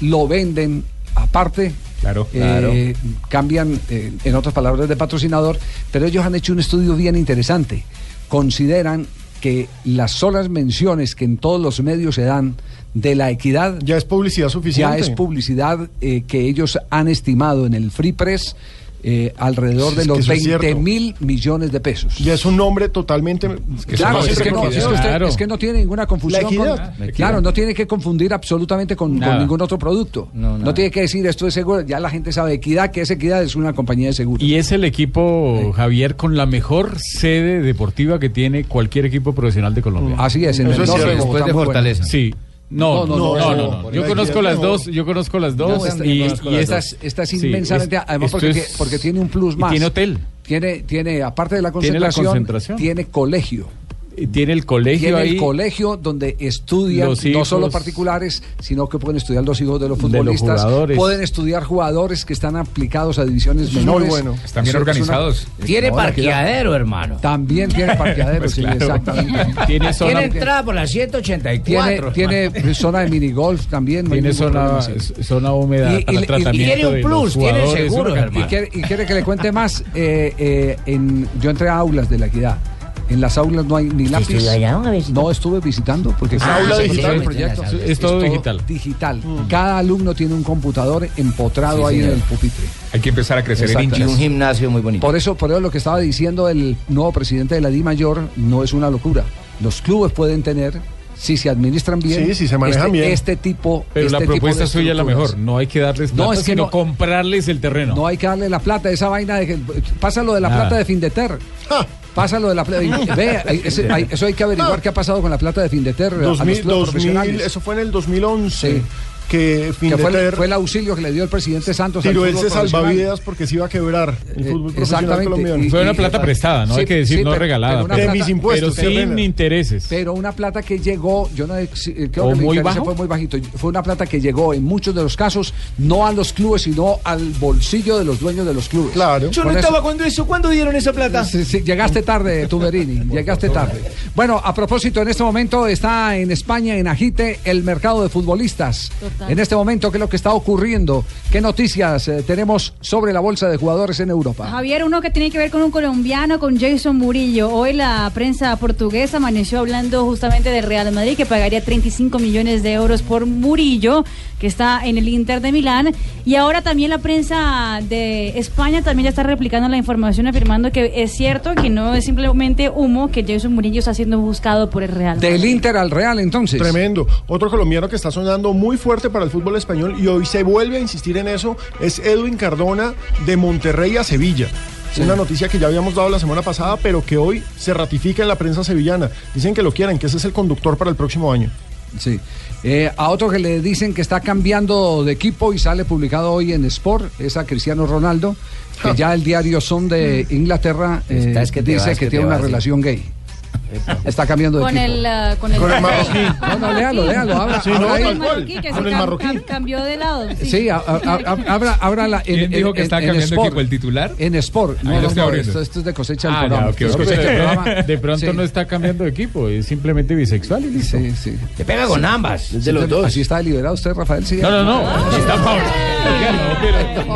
Speaker 8: lo venden aparte.
Speaker 2: Claro,
Speaker 8: eh, Cambian, eh, en otras palabras, de patrocinador, pero ellos han hecho un estudio bien interesante. Consideran que las solas menciones que en todos los medios se dan de la equidad.
Speaker 5: Ya es publicidad suficiente.
Speaker 8: Ya es publicidad eh, que ellos han estimado en el Free Press eh, alrededor
Speaker 5: Es
Speaker 8: de
Speaker 5: que
Speaker 8: los
Speaker 5: eso es
Speaker 8: 20
Speaker 5: cierto.
Speaker 8: mil millones de pesos.
Speaker 5: Ya es un nombre totalmente.
Speaker 8: Claro, es que, no, es, que usted-
Speaker 5: Claro.
Speaker 8: es que no tiene ninguna confusión.
Speaker 5: La
Speaker 8: con-
Speaker 5: equidad. La
Speaker 8: claro,
Speaker 5: equidad.
Speaker 8: no tiene que confundir absolutamente con, con
Speaker 5: Nada.
Speaker 8: ningún otro producto. No, tiene que decir esto es seguro. Ya la gente sabe equidad, que es equidad, es una compañía de seguros.
Speaker 13: Y es el equipo, Javier, con la mejor sede deportiva que tiene cualquier equipo profesional de Colombia.
Speaker 8: Mm, Así es, en Eso es Mendoza, cierto. en Bogotá, muy bueno.
Speaker 13: Sí. No, no, no, no, no. Yo conozco las dos, yo conozco las dos. y, y
Speaker 8: esta, es, esta es inmensamente. además, porque, tie- porque tiene un plus más.
Speaker 13: tiene hotel.
Speaker 8: Tiene, tiene, aparte de la
Speaker 13: Tiene la
Speaker 8: concentración,
Speaker 13: concentración.
Speaker 8: tiene colegio.
Speaker 13: Tiene el colegio
Speaker 8: tiene
Speaker 13: ahí.
Speaker 8: el colegio donde estudian
Speaker 13: Los
Speaker 8: no solo
Speaker 13: hijos.
Speaker 8: particulares, sino que pueden estudiar los hijos de los
Speaker 13: De los
Speaker 8: futbolistas,
Speaker 13: jugadores.
Speaker 8: pueden estudiar jugadores que están aplicados a divisiones
Speaker 13: Eso es muy
Speaker 8: menores.
Speaker 13: bueno. Están bien
Speaker 8: Eso es una- ¿eh?
Speaker 13: organizados.
Speaker 6: Tiene
Speaker 8: Ahora,
Speaker 6: parqueadero,
Speaker 8: claro.
Speaker 6: hermano.
Speaker 8: También tiene parqueadero,
Speaker 6: Pues
Speaker 8: sí,
Speaker 6: claro.
Speaker 8: exactamente.
Speaker 6: Tiene, entrada por la 184.
Speaker 8: Tiene, tiene zona de minigolf también. no hay
Speaker 13: Tiene
Speaker 8: ningún
Speaker 13: zona,
Speaker 8: problema, sí.
Speaker 13: zona húmeda para tratamiento de los jugadores, una
Speaker 8: Y
Speaker 13: cantidad.
Speaker 8: quiere, y quiere que le cuente más. eh, eh, en, yo entré a aulas de la equidad. En las aulas no hay ni lápiz.
Speaker 6: estuvo allá una
Speaker 8: No estuve visitando porque
Speaker 13: Ah, aula
Speaker 8: se
Speaker 13: digital.
Speaker 8: conoce el proyecto.
Speaker 13: Es todo digital.
Speaker 8: Digital. Cada alumno tiene un computador empotrado
Speaker 2: Sí,
Speaker 8: ahí
Speaker 2: señor.
Speaker 8: en el pupitre.
Speaker 2: Hay que empezar a crecer en
Speaker 8: Exacto.
Speaker 2: hinchas.
Speaker 8: Y un
Speaker 2: gimnasio muy bonito.
Speaker 8: Por eso, por eso lo que estaba diciendo el nuevo presidente de la Di Mayor no es una locura. Los clubes pueden tener, si se administran bien,
Speaker 5: Sí, si se manejan
Speaker 8: este,
Speaker 5: bien.
Speaker 8: este tipo.
Speaker 13: Pero la
Speaker 8: este tipo
Speaker 13: propuesta
Speaker 8: de
Speaker 13: suya es la
Speaker 8: estructuras.
Speaker 13: mejor. No hay que darles
Speaker 8: No,
Speaker 13: plata,
Speaker 8: es que
Speaker 13: sino
Speaker 8: no-
Speaker 13: comprarles el terreno.
Speaker 8: No hay que darle la plata, esa vaina de que pasa lo de la
Speaker 13: Nada.
Speaker 8: plata de Findeter. Pasa lo de la plata. Ve, hay- ese- hay- eso hay que averiguar qué ha pasado con la plata de Findeter. a los
Speaker 5: 2000,
Speaker 8: clubes
Speaker 5: 2000,
Speaker 8: profesionales.
Speaker 5: eso fue en el 2011
Speaker 8: Sí.
Speaker 5: que
Speaker 8: Que fue, el,
Speaker 5: Findeter
Speaker 8: fue el auxilio que le dio el presidente Santos. al
Speaker 5: tiró ese
Speaker 8: fútbol profesional.
Speaker 5: salvavidas porque se iba a quebrar el fútbol profesional
Speaker 8: Eh, exactamente.
Speaker 5: colombiano.
Speaker 8: Y-
Speaker 13: Fue una plata prestada, no hay que decir
Speaker 8: sí,
Speaker 13: no
Speaker 8: pero-
Speaker 13: regalada.
Speaker 8: pero una
Speaker 13: pero-
Speaker 8: plata-
Speaker 13: pero sin intereses.
Speaker 8: Pero una plata que llegó, yo no eh, sí, eh, creo
Speaker 13: ¿O
Speaker 8: que el
Speaker 13: muy
Speaker 8: interés
Speaker 13: bajo?
Speaker 8: fue muy bajito. Fue una plata que llegó en muchos de los casos no a los clubes, sino al bolsillo de los dueños de los clubes. Claro.
Speaker 6: Yo no estaba cuando eso. ¿Cuándo dieron esa plata?
Speaker 8: llegaste tarde, Tuberini. llegaste tarde. Bueno, a propósito, en este momento está en España, en Agite, el mercado de futbolistas.
Speaker 18: Total.
Speaker 8: En este momento, ¿qué es lo que está ocurriendo? ¿Qué noticias eh, tenemos sobre la bolsa de jugadores en Europa?
Speaker 7: Javier, uno que tiene que ver con un colombiano, con Jason Murillo. Hoy la prensa portuguesa amaneció hablando justamente del Real Madrid, que pagaría 35 millones de euros por Murillo, que está en el Inter de Milán. Y ahora también la prensa de España también ya está replicando la información, afirmando que es cierto, que no es simplemente humo, que Jason Murillo está siendo buscado por el Real Madrid.
Speaker 8: Del Inter al Real, entonces.
Speaker 5: Tremendo. Otro colombiano que está sonando muy fuerte para el fútbol español y hoy se vuelve a insistir en eso es Edwin Cardona de Monterrey a Sevilla. Una noticia que ya habíamos dado la semana pasada, pero que hoy se ratifica en la prensa sevillana. Dicen que lo quieren, que ese es el conductor para el próximo año.
Speaker 8: Sí. Eh, a otro que le dicen que está cambiando de equipo y sale publicado hoy en Sport es a Cristiano Ronaldo, que ya el diario Son de Inglaterra eh,
Speaker 6: Estás que te
Speaker 8: dice
Speaker 6: vas,
Speaker 8: que,
Speaker 6: que te
Speaker 8: tiene una
Speaker 6: vas, sí.
Speaker 8: relación gay. Está cambiando de
Speaker 7: Con
Speaker 8: equipo.
Speaker 7: el, ah, con el,
Speaker 8: Con el marroquí. No, no, léalo, léalo, habla-
Speaker 7: Sí,
Speaker 8: habla
Speaker 7: no,
Speaker 8: ahí.
Speaker 7: con el marroquí, que se
Speaker 8: Con el
Speaker 7: cam-
Speaker 8: marroquí.
Speaker 7: cam- cambió de lado. sí.
Speaker 8: Sí, a- a- a- abra, abra la.
Speaker 2: ¿Quién dijo que está cambiando de equipo, el
Speaker 8: titular? En Sport.
Speaker 2: Ahí
Speaker 8: No,
Speaker 2: lo
Speaker 8: no,
Speaker 2: estoy
Speaker 8: no,
Speaker 2: abriendo.
Speaker 8: esto, esto es de cosecha del
Speaker 13: Ah,
Speaker 8: programa.
Speaker 13: ya, ok,
Speaker 8: Esto es
Speaker 13: ok.
Speaker 8: cosecha del
Speaker 13: De
Speaker 8: programa.
Speaker 13: pronto- De pronto
Speaker 8: Sí.
Speaker 13: no está cambiando de equipo, es simplemente bisexual y listo. Sí,
Speaker 8: sí.
Speaker 13: Te
Speaker 8: pega con ambas, es de los dos. Así está deliberado usted, Rafael. Sí,
Speaker 13: No, no, no.
Speaker 8: Ah.
Speaker 13: Está Pablo.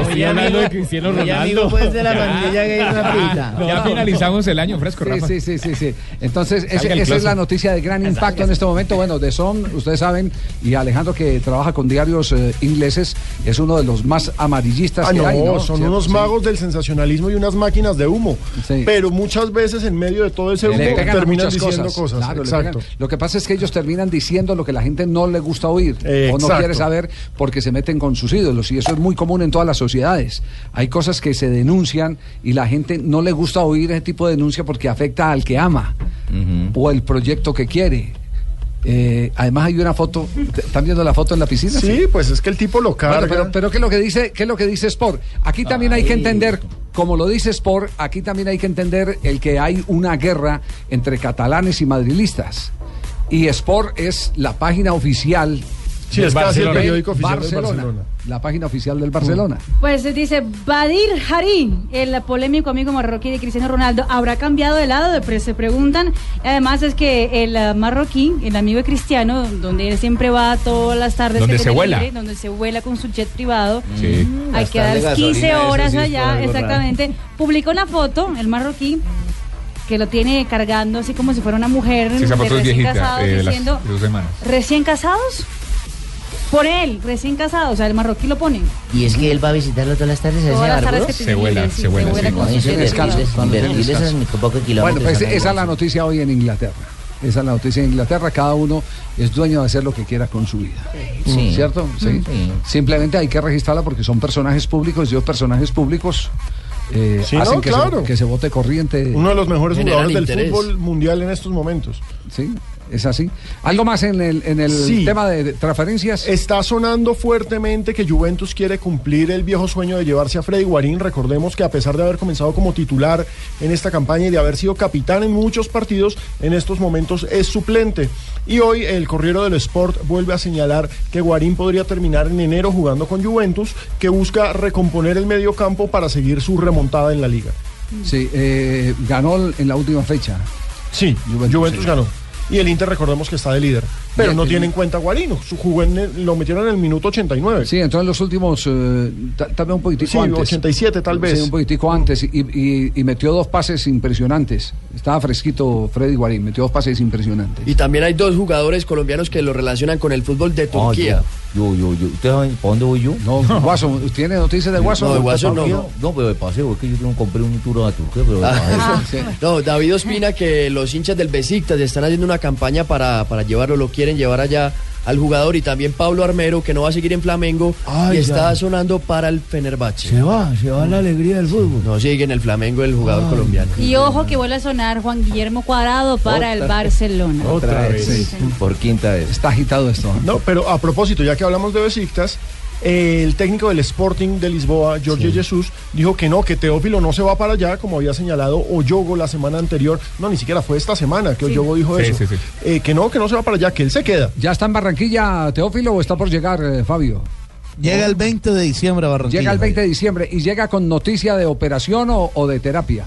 Speaker 2: Estoy hablando de Cristiano
Speaker 8: Oye, amigo,
Speaker 2: Ronaldo.
Speaker 8: pues, de la
Speaker 2: Ya. Ah,
Speaker 8: pandilla que es una pita.
Speaker 2: Ya
Speaker 8: No, no.
Speaker 2: finalizamos el año, fresco,
Speaker 8: Sí,
Speaker 2: Rafa.
Speaker 8: sí, sí, sí, sí. Entonces, ese-
Speaker 2: Salga el
Speaker 8: esa es
Speaker 2: closet.
Speaker 8: la noticia de gran impacto en este momento. Bueno, de Son, ustedes saben, y Alejandro que trabaja con diarios eh, ingleses, es uno de los más amarillistas
Speaker 5: Ah,
Speaker 8: que
Speaker 5: no,
Speaker 8: hay, ¿no?
Speaker 5: son
Speaker 8: ¿Cierto?
Speaker 5: unos
Speaker 8: Sí.
Speaker 5: magos del sensacionalismo y unas máquinas de humo. Pero muchas veces en medio de todo ese humo
Speaker 8: Le pegan a
Speaker 5: terminan
Speaker 8: muchas
Speaker 5: diciendo cosas.
Speaker 8: claro, le
Speaker 5: Exacto.
Speaker 8: pegan. Lo que pasa es que ellos terminan diciendo lo que la gente no le gusta oír o no
Speaker 5: Exacto.
Speaker 8: quiere saber porque se meten con sus ídolos y eso es muy común en todas las sociedades. Hay cosas que se denuncian y la gente no le gusta oír ese tipo de denuncia porque afecta al que ama o el proyecto que quiere. Eh, además hay una foto, ¿te- ¿están viendo la foto en la piscina?
Speaker 5: Sí, pues es que el tipo lo carga.
Speaker 8: Bueno, pero, pero ¿qué es lo que dice, qué es lo que dice Sport? Aquí también hay que
Speaker 5: Ay.
Speaker 8: entender, como lo dice Sport, aquí también hay que entender el que hay una guerra entre catalanes y madrilistas. Y Sport es la página oficial.
Speaker 5: Sí,
Speaker 8: del
Speaker 5: es casi el
Speaker 8: Barcelona.
Speaker 5: periódico oficial del
Speaker 8: Barcelona,
Speaker 5: Barcelona.
Speaker 8: La página oficial del Barcelona.
Speaker 7: Pues eh, dice Badir Harim, el polémico amigo marroquí de Cristiano Ronaldo, ¿habrá cambiado de lado? Pre- Se preguntan. Además es que el eh, marroquí, el amigo de Cristiano, donde él siempre va todas las tardes,
Speaker 2: Donde
Speaker 7: que
Speaker 2: se
Speaker 7: tiene
Speaker 2: vuela.
Speaker 7: libre, donde se vuela con su jet privado,
Speaker 2: Sí.
Speaker 7: hay que
Speaker 2: Gastarle
Speaker 7: dar 15
Speaker 2: gasolina, eso
Speaker 7: horas
Speaker 2: sí es por
Speaker 7: allá,
Speaker 2: algo raro.
Speaker 7: exactamente. Publicó una foto, el marroquí, que lo tiene cargando así como si fuera una mujer
Speaker 2: Sí, esa
Speaker 7: de
Speaker 2: foto es
Speaker 7: recién
Speaker 2: viejita,
Speaker 7: casado,
Speaker 2: eh, de las
Speaker 7: diciendo,
Speaker 2: de dos semanas.
Speaker 7: ¿recién casados? Por él, recién casados, o sea, el marroquí lo pone.
Speaker 6: Y es que él va a visitarlo todas las tardes. a ese
Speaker 7: Todas las tardes
Speaker 6: barbudo.
Speaker 7: que tiene Se vuela, libre, sí, se vuela, se vuela sí. con
Speaker 6: Ay,
Speaker 7: sus
Speaker 6: sí,
Speaker 7: seres
Speaker 6: invertirles-
Speaker 7: queridos.
Speaker 6: invertirles
Speaker 8: Descanso.
Speaker 6: esos pocos
Speaker 8: Bueno,
Speaker 6: kilómetros
Speaker 8: pues
Speaker 6: son
Speaker 8: esa es
Speaker 6: algo.
Speaker 8: la noticia hoy en Inglaterra. Esa es la noticia en Inglaterra. Cada uno es dueño de hacer lo que quiera con su vida.
Speaker 6: Sí.
Speaker 8: ¿Cierto?
Speaker 14: Mm.
Speaker 8: Sí.
Speaker 6: Sí.
Speaker 8: Simplemente hay que registrarla porque son personajes públicos. Yo, personajes públicos. eh,
Speaker 5: Sí,
Speaker 8: hacen
Speaker 5: no,
Speaker 8: que,
Speaker 5: claro.
Speaker 8: se, que se vote corriente.
Speaker 5: Uno de los mejores
Speaker 8: Generan
Speaker 5: jugadores del
Speaker 8: interés.
Speaker 5: fútbol mundial en estos momentos.
Speaker 8: Sí, es así. ¿Algo más en el, en el tema de transferencias?
Speaker 5: Está sonando fuertemente que Juventus quiere cumplir el viejo sueño de llevarse a Freddy Guarín. Recordemos que a pesar de haber comenzado como titular en esta campaña y de haber sido capitán en muchos partidos, en estos momentos es suplente. Y hoy el Corriero del Sport vuelve a señalar que Guarín podría terminar en enero jugando con Juventus, que busca recomponer el medio campo para seguir su remontada en la liga.
Speaker 8: Sí, eh, ganó en la última fecha.
Speaker 5: Sí, Juventus, ganó. Y el Inter recordemos que está de líder. Pero
Speaker 8: Ya
Speaker 5: no
Speaker 8: que-
Speaker 5: tiene en cuenta a Guarino. Su jugó en el- lo metieron en el minuto 89.
Speaker 8: Sí, entonces los últimos, eh, ta- tal vez un poquitico
Speaker 5: Sí,
Speaker 8: antes.
Speaker 5: 87 tal vez.
Speaker 8: Sí, un poquitico antes. Y, y- y metió dos pases impresionantes. Estaba fresquito Freddy Guarín, metió dos pases impresionantes.
Speaker 19: Y también hay dos jugadores colombianos que lo relacionan con el fútbol de
Speaker 8: Ah,
Speaker 19: Turquía.
Speaker 14: Yo, yo, yo. ¿Usted sabe para dónde voy yo?
Speaker 8: No, Guaso, ¿tiene noticias de Guaso?
Speaker 14: No, de Guaso no,
Speaker 8: Turquía.
Speaker 14: no. No, pero de paseo, es que yo no compré un tour a Turquía, pero
Speaker 8: Ah.
Speaker 14: de paseo.
Speaker 19: Ah, No, David Ospina, que los hinchas del Besiktas están haciendo una campaña para, para llevarlo, lo quieren llevar allá al jugador. Y también Pablo Armero, que no va a seguir en Flamengo
Speaker 14: Ay,
Speaker 19: y está
Speaker 14: ya.
Speaker 19: sonando para el Fenerbahce.
Speaker 14: Se va, se va la alegría del fútbol.
Speaker 19: No sigue en el Flamengo el jugador
Speaker 14: Ay.
Speaker 19: colombiano.
Speaker 7: Y ojo que vuelve a sonar Juan Guillermo Cuadrado para el Barcelona.
Speaker 5: Otra vez.
Speaker 14: Por quinta vez.
Speaker 8: Está agitado esto. ¿eh?
Speaker 5: No, pero a propósito, ya que hablamos de Besiktas, eh, el técnico del Sporting de Lisboa, Jorge Jesús, dijo que no, que Teófilo no se va para allá, como había señalado Oyogo la semana anterior. No, ni siquiera fue esta semana que
Speaker 8: Sí.
Speaker 5: Oyogo dijo
Speaker 8: Sí,
Speaker 5: eso.
Speaker 8: sí, sí.
Speaker 5: Eh, que no, que no se va para allá, que él se queda.
Speaker 8: ¿Ya está en Barranquilla, Teófilo, o está por llegar, eh, Fabio?
Speaker 9: Llega el 20 de diciembre a Barranquilla.
Speaker 8: Llega el 20 de diciembre y llega con noticia de operación o, o de terapia.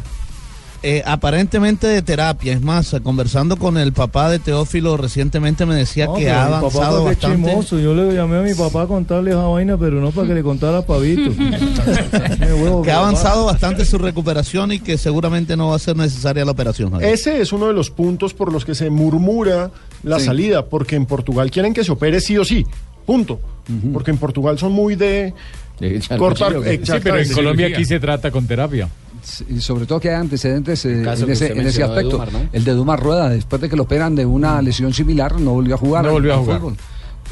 Speaker 9: eh, aparentemente de terapia. Es más, conversando con el papá de Teófilo recientemente me decía
Speaker 18: No,
Speaker 9: que
Speaker 18: pero
Speaker 9: ha
Speaker 18: mi papá
Speaker 9: avanzado
Speaker 18: fue que es
Speaker 9: bastante.
Speaker 18: chismoso. Yo le llamé a mi papá a contarle esa vaina, pero no para que le contara a Pavito.
Speaker 9: que ha avanzado bastante su recuperación y que seguramente no va a ser necesaria la operación. Javier.
Speaker 5: Ese es uno de los puntos por los que se murmura la
Speaker 9: Sí.
Speaker 5: salida, porque en Portugal quieren que se opere sí o sí. Punto. Porque en Portugal son muy de cortar.
Speaker 13: Sí, pero en
Speaker 5: exactamente.
Speaker 13: Colombia aquí se trata con terapia.
Speaker 8: Y sobre todo que hay antecedentes eh,
Speaker 13: caso
Speaker 8: en
Speaker 13: que
Speaker 8: ese,
Speaker 13: usted
Speaker 8: en ese
Speaker 13: mencionó de
Speaker 8: aspecto.
Speaker 13: Dumar, ¿no?
Speaker 8: El de Dumar Rueda, después de que lo operan de una lesión similar, no volvió a jugar.
Speaker 13: No
Speaker 8: al-
Speaker 13: volvió a
Speaker 8: al
Speaker 13: jugar.
Speaker 8: fútbol.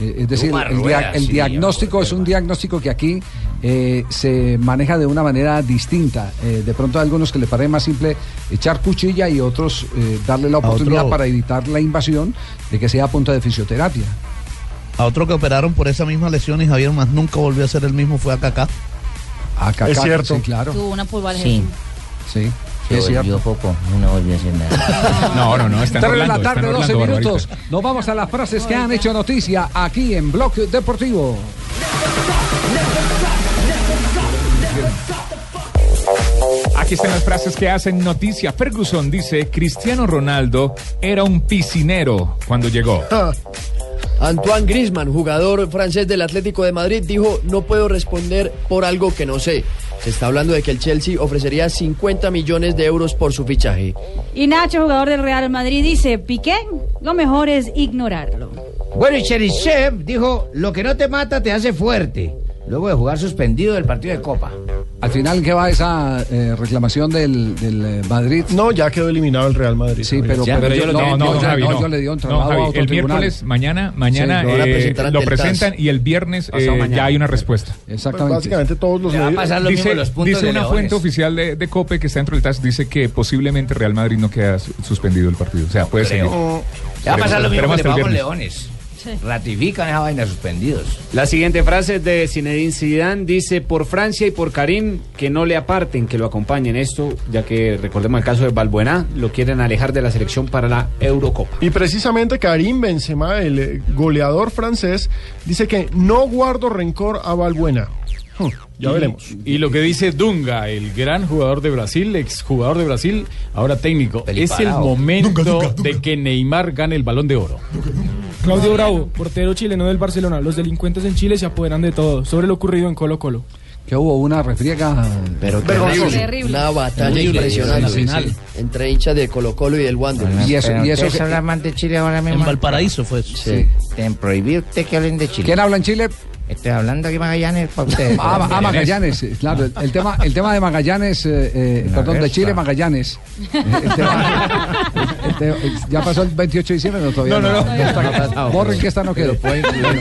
Speaker 8: Eh, Es decir,
Speaker 20: Pluma
Speaker 8: el, dia-
Speaker 20: rueda,
Speaker 8: el
Speaker 20: sí,
Speaker 8: diagnóstico es un diagnóstico que aquí eh, se maneja de una manera distinta. Eh, de pronto a algunos que le parece más simple echar cuchilla y otros eh, darle la
Speaker 9: otro-
Speaker 8: oportunidad para evitar la invasión de que sea a punta de fisioterapia.
Speaker 9: A otro que operaron por esa misma lesión y Javier más nunca volvió a ser el mismo fue a Kaká.
Speaker 8: A
Speaker 9: Kaká,
Speaker 8: Es cierto. sí,
Speaker 9: claro.
Speaker 7: Tuvo una pulvar
Speaker 9: Sí.
Speaker 8: Sí.
Speaker 6: Se volvió poco, no volvió a hacer nada.
Speaker 2: No, no, no, está en
Speaker 8: Tres de la
Speaker 2: Orlando, está en
Speaker 8: tarde, 12
Speaker 2: Orlando, Barbarita.
Speaker 8: minutos. Nos vamos a las frases que han hecho noticia aquí en Bloque Deportivo.
Speaker 2: Aquí están las frases que hacen noticia. Ferguson dice, Cristiano Ronaldo era un piscinero cuando llegó.
Speaker 19: Antoine Griezmann, jugador francés del Atlético de Madrid, dijo, no puedo responder por algo que no sé. Se está hablando de que el Chelsea ofrecería 50 millones de euros por su fichaje.
Speaker 7: Y Nacho, jugador del Real Madrid, dice, Piqué, lo mejor es ignorarlo.
Speaker 6: Bueno, y Cherisev dijo, lo que no te mata te hace fuerte. Luego de jugar suspendido del partido de Copa.
Speaker 8: Al final, ¿qué va esa eh, reclamación del, del, eh, Madrid? No, ya quedó eliminado el Real Madrid. Sí, pero,
Speaker 2: Ya,
Speaker 8: pero
Speaker 2: pero yo
Speaker 8: yo-
Speaker 2: lo-
Speaker 8: no,
Speaker 2: no, no,
Speaker 8: yo-
Speaker 2: Javi,
Speaker 8: no,
Speaker 2: no.
Speaker 8: yo le di un
Speaker 2: No,
Speaker 8: traslado
Speaker 2: Javi,
Speaker 8: a otro
Speaker 2: el
Speaker 8: tribunal.
Speaker 2: miércoles, mañana, mañana
Speaker 8: Sí, lo van a
Speaker 2: eh,
Speaker 8: presentar ante
Speaker 2: lo
Speaker 8: el TAS.
Speaker 2: presentan y el viernes
Speaker 8: Pasado
Speaker 2: eh,
Speaker 8: mañana.
Speaker 2: ya hay una respuesta.
Speaker 8: Exactamente.
Speaker 5: Básicamente todos los
Speaker 8: Le va a
Speaker 5: medios-
Speaker 8: pasar lo mismo
Speaker 2: Dice,
Speaker 8: en los puntos
Speaker 2: dice
Speaker 8: de
Speaker 2: una
Speaker 8: Leones.
Speaker 2: fuente oficial de, de COPE que está dentro del TAS, dice que posiblemente Real Madrid no queda su- suspendido el partido. O sea, puede
Speaker 16: creo.
Speaker 2: seguir.
Speaker 6: Ya va a pasar lo mismo
Speaker 2: Esperemos
Speaker 6: que le
Speaker 2: hasta el
Speaker 6: pasó con
Speaker 2: viernes.
Speaker 6: Leones. Ratifican esa vaina suspendidos.
Speaker 10: La siguiente frase de Zinedine Zidane dice por Francia y por Karim que no le aparten, que lo acompañen esto, ya que recordemos el caso de Balbuena, lo quieren alejar de la selección para la Eurocopa.
Speaker 5: Y precisamente Karim Benzema, el eh, goleador francés, dice que no guardo rencor a Valbuena. Huh, ya
Speaker 13: Y-
Speaker 5: veremos.
Speaker 13: Y lo que dice Dunga, el gran jugador de Brasil, exjugador de Brasil, ahora técnico. Es el
Speaker 21: Peliparao.
Speaker 13: momento de que Neymar gane el balón de oro.
Speaker 21: Claudio Bravo, portero chileno del Barcelona. Los delincuentes en Chile se apoderan de todo. Sobre lo ocurrido en Colo Colo.
Speaker 8: Que hubo una refriega. Pero
Speaker 19: Una batalla
Speaker 8: Terrible,
Speaker 19: impresionante
Speaker 8: terrible,
Speaker 19: sí,
Speaker 8: sí.
Speaker 19: sí, entre hinchas de Colo Colo y el Wanderers.
Speaker 8: Y eso- y eso que-
Speaker 6: hablan de Chile ahora mismo?
Speaker 19: En Valparaíso
Speaker 6: fue.
Speaker 19: Sí.
Speaker 6: Sí. Te prohibido usted que hablen de Chile.
Speaker 8: ¿Quién habla en Chile?
Speaker 6: Estoy hablando aquí Magallanes para ustedes.
Speaker 8: Ah, Ma- ah, Magallanes, eh, claro. El, el tema, el tema de Magallanes, eh, eh, perdón, de
Speaker 6: resta.
Speaker 8: Chile, Magallanes. Eh, el tema- el tema- eh, ya pasó el 28 de diciembre, no todavía.
Speaker 10: No, no, no.
Speaker 8: está-
Speaker 10: No ha pasado,
Speaker 8: borren
Speaker 10: pero-
Speaker 8: que esta no quedó.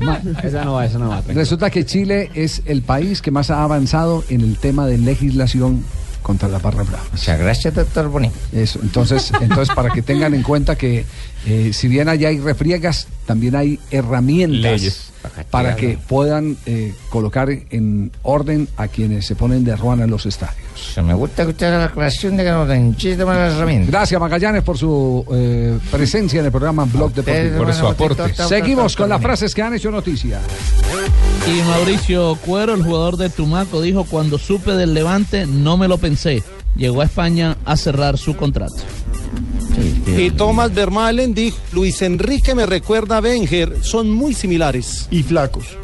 Speaker 8: Ma-
Speaker 10: Esa no va, esa no va.
Speaker 8: Resulta que Chile es el país que más ha avanzado en el tema de legislación contra la barra brava.
Speaker 6: Muchas gracias, doctor Boni.
Speaker 8: Eso, entonces, entonces para que tengan en cuenta que eh, si bien allá hay refriegas, también hay herramientas
Speaker 13: Leyes.
Speaker 8: para que puedan eh, colocar en orden a quienes se ponen de ruana en los estadios.
Speaker 6: Me gusta que usted haga la creación de que nos den chiste para las herramientas.
Speaker 8: Gracias Magallanes por su eh, presencia en el programa Blog Deportivo.
Speaker 6: Por su aporte.
Speaker 8: Seguimos con las frases que han hecho noticia.
Speaker 9: Y Mauricio Cuero, el jugador de Tumaco, dijo, cuando supe del Levante no me lo pensé. Llegó a España a cerrar su contrato.
Speaker 12: Y Thomas Vermaelen dijo, Luis Enrique me recuerda a Wenger, son muy similares.
Speaker 5: Y flacos.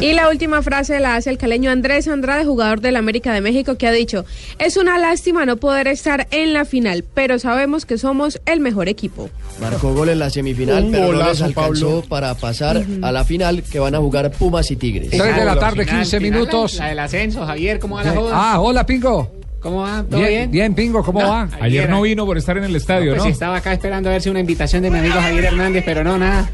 Speaker 22: Y la última frase la hace el caleño Andrés Andrade, jugador del América de México, que ha dicho, es una lástima no poder estar en la final, pero sabemos que somos el mejor equipo.
Speaker 19: Marcó gol en la semifinal,
Speaker 8: Un
Speaker 19: pero no les
Speaker 8: golazo,
Speaker 19: alcanzó
Speaker 8: Pablo.
Speaker 19: para pasar a la final que van a jugar Pumas y Tigres.
Speaker 8: 3 de la tarde, 15 minutos.
Speaker 10: La del ascenso, Javier, ¿cómo va la joda?
Speaker 8: Ah, hola Pingo.
Speaker 10: ¿Cómo va? ¿Todo
Speaker 8: Bien, bien,
Speaker 10: bien?
Speaker 8: Pingo, ¿cómo
Speaker 10: No,
Speaker 8: va?
Speaker 2: Ayer no vino por estar en el estadio,
Speaker 10: Pues
Speaker 2: ¿no?
Speaker 10: sí, estaba acá esperando a ver si una invitación de mi amigo Javier Hernández, pero no, nada.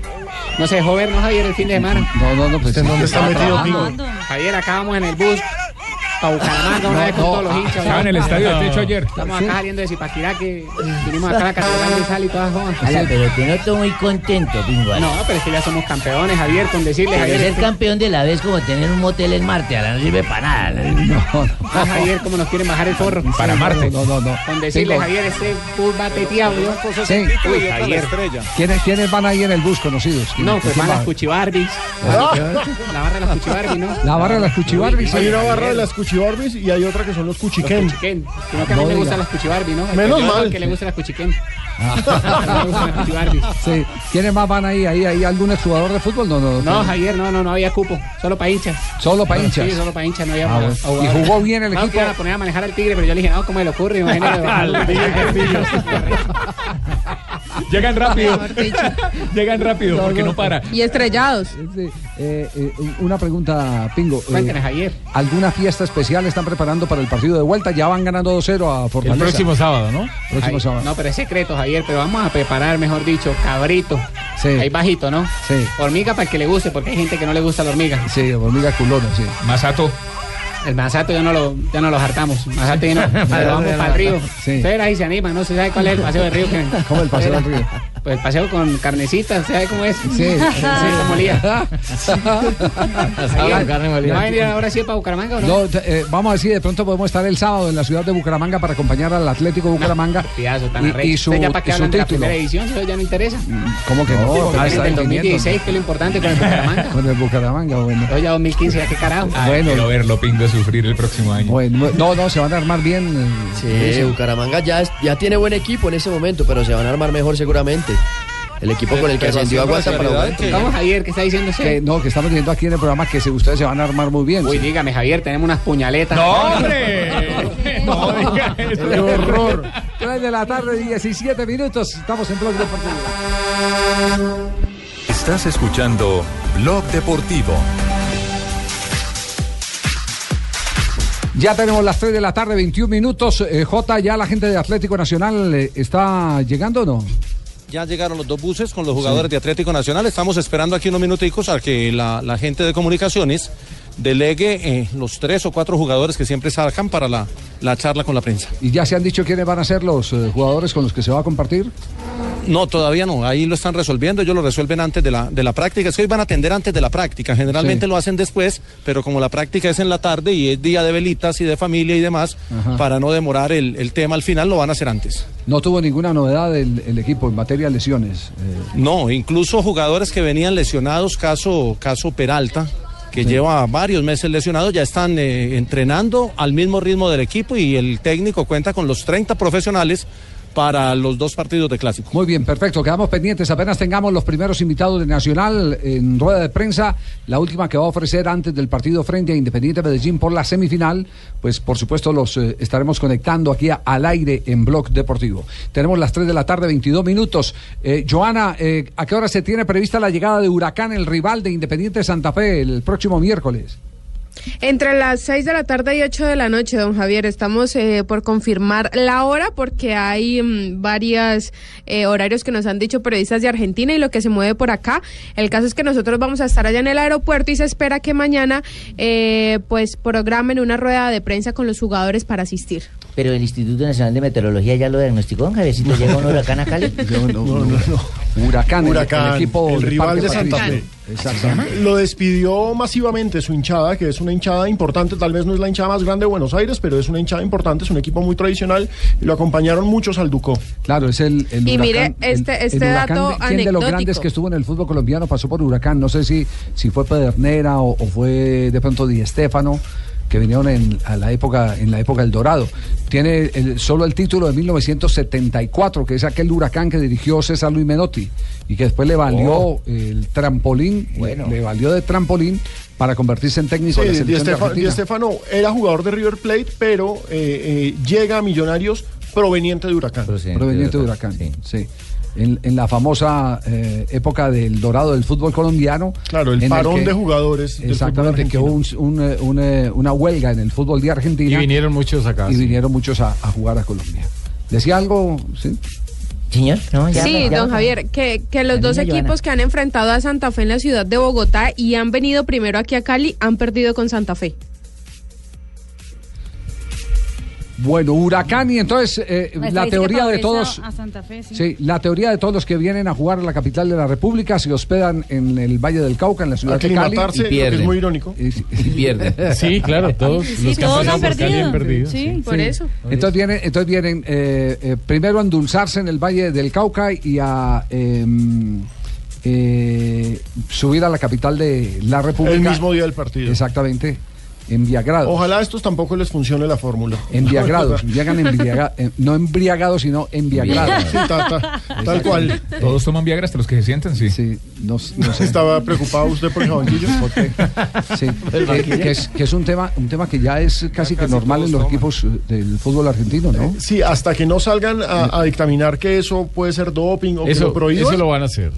Speaker 10: No se dejó ver, ¿no, Javier, el fin de semana?
Speaker 8: No, no, no, pues,
Speaker 10: ¿En dónde
Speaker 8: está metido,
Speaker 10: Javier, acabamos en el bus para Bucaramanga una
Speaker 8: No,
Speaker 10: vez con
Speaker 8: no,
Speaker 10: todos los
Speaker 8: ah,
Speaker 10: hinchas.
Speaker 8: estaba en el estadio de techo ayer.
Speaker 10: Estamos
Speaker 8: Sí.
Speaker 10: acá saliendo de Zipaquirá, que vinimos acá a la Catedral de
Speaker 8: Ah,
Speaker 10: Sal y todas las
Speaker 6: Ala,
Speaker 10: cosas.
Speaker 6: pero te noto muy contento, Pinguas.
Speaker 10: No, pero es que ya somos campeones, Javier, con decirle,
Speaker 6: Pero
Speaker 10: Javier...
Speaker 6: ser
Speaker 10: este-
Speaker 6: campeón de la vez como tener un motel en Marte, ahora no sirve para nada.
Speaker 10: Ah, Javier, cómo nos quieren bajar el forro.
Speaker 6: Para Marte.
Speaker 8: No, no, no.
Speaker 10: Con decirle,
Speaker 8: Tengo-
Speaker 10: Javier, ese bus va teteado. ¿no?
Speaker 8: Sí.
Speaker 10: Uy, Javier.
Speaker 8: ¿Quiénes, quiénes van ahí en el bus conocidos? ¿Quiénes-
Speaker 10: No, pues
Speaker 8: quién
Speaker 10: van las
Speaker 8: va?
Speaker 10: cuchibarbis. La barra de las cuchibarbis, ¿no?
Speaker 8: Ah. La barra de las cuchibarbis.
Speaker 5: Hay una barra de las cuchibarbis y hay otra que son los cuchiquén.
Speaker 10: Sino que a mí
Speaker 5: No
Speaker 10: me
Speaker 5: diga.
Speaker 10: gustan las cuchibarbis, ¿no?
Speaker 5: Menos
Speaker 10: Yo
Speaker 5: mal.
Speaker 10: Que le gustan las cuchiquén. No me gustan las cuchibarbis.
Speaker 8: Sí. ¿Quiénes más van ahí? ¿Ahí hay algún jugador de fútbol? No, no,
Speaker 10: No, Javier, no, no, no había cupo. Solo para hinchas.
Speaker 8: Solo pa' hinchas.
Speaker 10: Sí, solo para hinchas, no había
Speaker 8: Ah,
Speaker 10: para-
Speaker 8: bueno.
Speaker 10: para
Speaker 8: ¿Y
Speaker 10: jugadores.
Speaker 8: jugó bien el
Speaker 10: No, que
Speaker 8: equipo?
Speaker 10: iban a poner a manejar al tigre, pero yo le dije, no, ¿cómo me lo ocurre?
Speaker 13: Al tigre Llegan rápido. Llegan rápido porque no para.
Speaker 22: Y estrellados.
Speaker 8: Eh, eh, una pregunta, Pingo. eh,
Speaker 22: Cuéntame,
Speaker 10: Javier.
Speaker 8: ¿Alguna fiesta especial están preparando para el partido de vuelta? Ya van ganando 2-0 a Fortaleza.
Speaker 13: próximo sábado, ¿no?
Speaker 8: Próximo
Speaker 10: Ay,
Speaker 8: sábado.
Speaker 10: No, pero es secreto, Javier, pero vamos a preparar, mejor dicho, cabrito. Ahí bajito, ¿no?
Speaker 8: Sí.
Speaker 10: Hormiga para el que le guste, porque hay gente que no le gusta la hormiga.
Speaker 8: Sí, hormiga culona, sí.
Speaker 2: Masato.
Speaker 10: El masato ya no lo, ya no lo hartamos. Masato ya no, nos vamos para el río.
Speaker 8: Sí.
Speaker 10: Ustedes ahí se anima, ¿no? ¿Se sabe cuál es el paseo del río? que-
Speaker 8: ¿Cómo el paseo del río?
Speaker 10: Pues el paseo con carnecita, ¿se sabe cómo es?
Speaker 8: Sí.
Speaker 10: como lía.
Speaker 8: Ahora-
Speaker 10: ¿No va a venir ahora sí para Bucaramanga o no?
Speaker 8: No, te- eh, vamos a decir, de pronto podemos estar el sábado en la ciudad de Bucaramanga para acompañar al Atlético Bucaramanga.
Speaker 10: Pidazo tan
Speaker 8: Y-
Speaker 10: arrecho.
Speaker 8: y su-
Speaker 10: Ustedes ya para qué
Speaker 8: y su
Speaker 10: hablan de la
Speaker 8: título. Mm,
Speaker 10: primera edición, eso ya no interesa.
Speaker 8: ¿Cómo que no?
Speaker 10: Porque
Speaker 8: Ah,
Speaker 10: es
Speaker 8: está
Speaker 10: del
Speaker 8: en
Speaker 10: 2016, que es lo importante con el Bucaramanga.
Speaker 8: 500. Con el Bucaramanga, bueno.
Speaker 10: Hoy ya 2015, ya qué carajo.
Speaker 2: bueno. Ah, Quiero verlo, Pingo, sufrir el próximo año.
Speaker 8: Bueno, no, no, se van a armar bien. eh,
Speaker 19: Sí, Bucaramanga ya, es- ya tiene buen equipo en ese momento, pero se van a armar mejor seguramente. El equipo con el que
Speaker 8: Pero
Speaker 19: ascendió
Speaker 8: haciendo
Speaker 19: aguanta
Speaker 8: la
Speaker 19: para
Speaker 8: realidad
Speaker 19: aguantar.
Speaker 10: Vamos, Javier, ¿qué está diciendo
Speaker 8: que
Speaker 10: usted?
Speaker 8: no, que estamos diciendo aquí en el programa que se- ustedes se van a armar muy bien.
Speaker 10: Uy,
Speaker 8: sí.
Speaker 10: dígame, Javier, tenemos unas puñaletas.
Speaker 8: ¡No,
Speaker 10: hombre!
Speaker 8: ¡Qué horror! 3 de la tarde, 17 minutos. Estamos en Blog Deportivo.
Speaker 1: Estás escuchando Blog Deportivo.
Speaker 8: Ya tenemos las 3 de la tarde, 21 minutos. Eh, J, ya la gente de Atlético Nacional eh, está llegando o no?
Speaker 12: Ya llegaron los dos buses con los jugadores de Atlético Nacional. Estamos esperando aquí unos minuticos a que la, la gente de comunicaciones delegue eh, los tres o cuatro jugadores que siempre sacan para la, la charla con la prensa.
Speaker 8: ¿Y ya se han dicho quiénes van a ser los eh, jugadores con los que se va a compartir?
Speaker 12: No, todavía no. Ahí lo están resolviendo. Ellos lo resuelven antes de la, de la práctica. Es que hoy van a atender antes de la práctica. Generalmente
Speaker 8: Sí.
Speaker 12: lo hacen después, pero como la práctica es en la tarde y es día de velitas y de familia y demás,
Speaker 8: Ajá.
Speaker 12: para no demorar el, el tema al final, lo van a hacer antes.
Speaker 8: No tuvo ninguna novedad el, el equipo en materia de lesiones. Eh,
Speaker 12: No, incluso jugadores que venían lesionados, caso, caso Peralta, que lleva varios meses lesionado, ya están eh, entrenando al mismo ritmo del equipo y el técnico cuenta con los 30 profesionales para los dos partidos de clásico.
Speaker 8: Muy bien, perfecto. Quedamos pendientes. Apenas tengamos los primeros invitados de Nacional en rueda de prensa. La última que va a ofrecer antes del partido frente a Independiente Medellín por la semifinal. Pues por supuesto los eh, estaremos conectando aquí a- al aire en Blog Deportivo. Tenemos las 3 de la tarde, 22 minutos. Eh, Joana, eh, ¿a qué hora se tiene prevista la llegada de Huracán, el rival de Independiente Santa Fe, el próximo miércoles?
Speaker 22: Entre las 6 de la tarde y 8 de la noche, don Javier, estamos eh, por confirmar la hora porque hay mm, varias eh, horarios que nos han dicho periodistas de Argentina y lo que se mueve por acá. El caso es que nosotros vamos a estar allá en el aeropuerto y se espera que mañana eh, pues programen una rueda de prensa con los jugadores para asistir.
Speaker 6: Pero el Instituto Nacional de Meteorología ya lo diagnosticó, Javiercito. Llega un huracán a Cali.
Speaker 8: No, no, no. Huracán, el-
Speaker 5: Huracán,
Speaker 8: el, equipo
Speaker 5: el
Speaker 8: de
Speaker 5: rival
Speaker 8: Parque
Speaker 5: de Santa
Speaker 8: Patricio.
Speaker 5: Fe. Lo despidió masivamente su hinchada, que es una hinchada importante, tal vez no es la hinchada más grande de Buenos Aires, pero es una hinchada importante, es un equipo muy tradicional y lo acompañaron muchos al Ducó.
Speaker 8: Claro, es el, el
Speaker 22: Y mire
Speaker 8: Huracán, el-
Speaker 22: este- este
Speaker 8: Huracán, ¿quién
Speaker 22: dato
Speaker 8: de los
Speaker 22: anecdótico?
Speaker 8: grandes que estuvo en el fútbol colombiano pasó por Huracán? No sé si, si fue Pedernera o, o fue de pronto Di Estefano, que vinieron en, a la época, en la época del Dorado. Tiene el- solo el título de 1974, que es aquel Huracán que dirigió César Luis Menotti y que después le valió
Speaker 5: Oh.
Speaker 8: el trampolín, le valió de trampolín para convertirse en técnico de la
Speaker 5: Sí, Di
Speaker 8: selección de
Speaker 5: Estefano,
Speaker 8: Argentina.
Speaker 5: era jugador de River Plate, pero eh, eh, llega a Millonarios proveniente de Huracán.
Speaker 8: proveniente de Huracán. Sí. En, en la famosa eh, época del dorado del fútbol colombiano.
Speaker 5: Claro, el
Speaker 8: en
Speaker 5: parón
Speaker 8: que-
Speaker 5: de jugadores del
Speaker 8: Exactamente,
Speaker 5: fútbol
Speaker 8: que hubo un- un, eh, un, eh, una huelga en el fútbol de Argentina.
Speaker 13: Y vinieron muchos acá.
Speaker 8: y
Speaker 13: sí.
Speaker 8: vinieron muchos a, a jugar a Colombia. ¿Decía algo? ¿Sí?
Speaker 6: Señor, no,
Speaker 22: Sí, don Javier, que, que los dos
Speaker 6: niña Joana.
Speaker 22: equipos que han enfrentado a Santa Fe en la ciudad de Bogotá y han venido primero aquí a Cali han perdido con Santa Fe.
Speaker 8: Bueno, huracán y entonces eh, la teoría de todos...
Speaker 7: A Santa Fe, sí.
Speaker 8: Sí, la teoría de todos los que vienen a jugar a la capital de la República se hospedan en el Valle del Cauca, en la ciudad de Cali.
Speaker 5: Aclimatarse, lo que es muy irónico.
Speaker 8: y pierden.
Speaker 13: Sí, claro, todos
Speaker 5: Sí, los que todos han han pasado por Cali han perdido. perdido, Sí, sí. por eso.
Speaker 8: Entonces vienen, entonces vienen eh, eh, primero a endulzarse en el Valle del Cauca y a em, eh, subir a la capital de la República.
Speaker 5: El mismo día del partido.
Speaker 8: Exactamente, enviagrados.
Speaker 5: Ojalá a estos tampoco les funcione la fórmula.
Speaker 8: Embriagados, llegan embriagados, no embriagados, sino embriagados.
Speaker 5: Sí, ta- ta- tal cual.
Speaker 2: Todos toman Viagra hasta los que se sientan, sí.
Speaker 8: Sí, no,
Speaker 5: ¿Estaba preocupado usted por el jabalquillo?
Speaker 8: Sí,
Speaker 5: El
Speaker 8: que,
Speaker 5: banquillo.
Speaker 8: que es, que es un tema un tema que ya es casi, que normal en los equipos eh, del fútbol argentino, ¿no?
Speaker 5: Sí, hasta que no salgan a, a dictaminar que eso puede ser doping o que
Speaker 13: Eso,
Speaker 5: lo prohíban.
Speaker 13: eso lo van a hacer.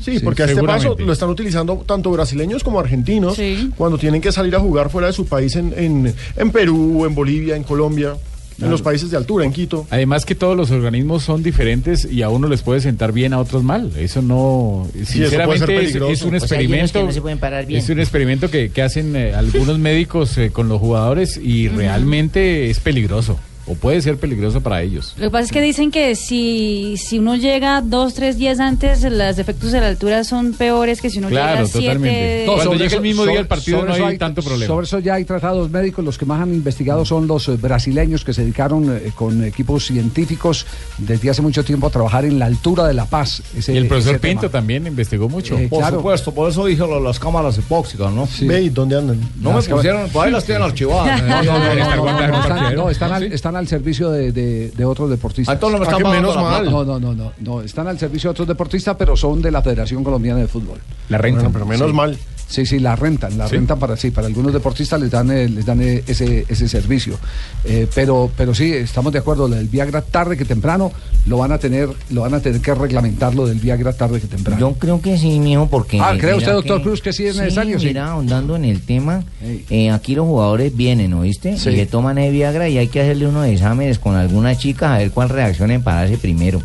Speaker 5: Sí, porque a este paso lo están utilizando tanto brasileños como argentinos cuando tienen que salir a jugar fuera de su país en, en, en Perú, en Bolivia, en Colombia. en los países de altura, en Quito.
Speaker 13: Además que todos los organismos son diferentes y a uno les puede sentar bien, a otros mal. Eso no,
Speaker 5: Sí, eso puede ser
Speaker 13: sinceramente es- es,
Speaker 5: peligroso.
Speaker 13: un
Speaker 5: O sea, hay
Speaker 13: experimento.
Speaker 5: unos que no se pueden parar bien.
Speaker 13: Es un experimento que, que hacen eh, algunos médicos eh, con los jugadores y realmente es peligroso o puede ser peligroso para ellos.
Speaker 7: Lo que pasa es que dicen que si, si uno llega dos, tres días antes, los efectos de la altura son peores que si uno llega
Speaker 13: Claro,
Speaker 7: siete...
Speaker 13: totalmente. Cuando
Speaker 8: sobre
Speaker 13: llega el mismo día del partido
Speaker 8: sobre
Speaker 13: no
Speaker 8: eso
Speaker 13: hay tanto problema.
Speaker 8: Sobre eso ya hay tratados médicos. Los que más han investigado son los eh, brasileños que se dedicaron eh, con equipos científicos desde hace mucho tiempo a trabajar en la altura de la paz. Ese-
Speaker 13: y el profesor
Speaker 8: ese tema.
Speaker 13: Pinto también investigó mucho.
Speaker 8: Eh,
Speaker 13: Por
Speaker 8: claro.
Speaker 13: supuesto.
Speaker 23: supuesto, por eso dije lo de las cámaras hipóxitas, ¿no?
Speaker 5: Ve, ¿y dónde andan?
Speaker 23: No me pusieron, por ahí las tienen archivadas. ¿eh?
Speaker 8: No, no, no, no,
Speaker 23: guardando
Speaker 8: no, están-
Speaker 23: parqueadero.
Speaker 8: no, están al, están al servicio de, de- de otros deportistas.
Speaker 23: A todos los que Ah, están que pagando menos la mal. plata.
Speaker 8: No, no, no, no, no, están al servicio de otros deportistas, pero son de la Federación Colombiana de Fútbol.
Speaker 13: La
Speaker 5: Bueno,
Speaker 13: rentan.
Speaker 5: pero menos
Speaker 8: Sí.
Speaker 5: mal.
Speaker 8: Sí, sí, la rentan, la
Speaker 5: Sí.
Speaker 8: rentan para sí, para algunos deportistas les dan, eh, les dan eh, ese, ese servicio. Eh, pero, pero sí, estamos de acuerdo, lo del Viagra tarde que temprano lo van a tener, lo van a tener que reglamentar lo del Viagra tarde que temprano.
Speaker 6: Yo creo que sí, mijo, porque.
Speaker 8: Ah, ¿cree
Speaker 6: mira
Speaker 8: usted, doctor
Speaker 6: que-
Speaker 8: Cruz, que sí es necesario? Sí.
Speaker 6: Mira, ahondando en el tema, eh, aquí los jugadores vienen, ¿oíste?
Speaker 8: Sí.
Speaker 6: Y le toman el Viagra y hay que hacerle unos exámenes con algunas chicas a ver cuál reacciona en pararse primero.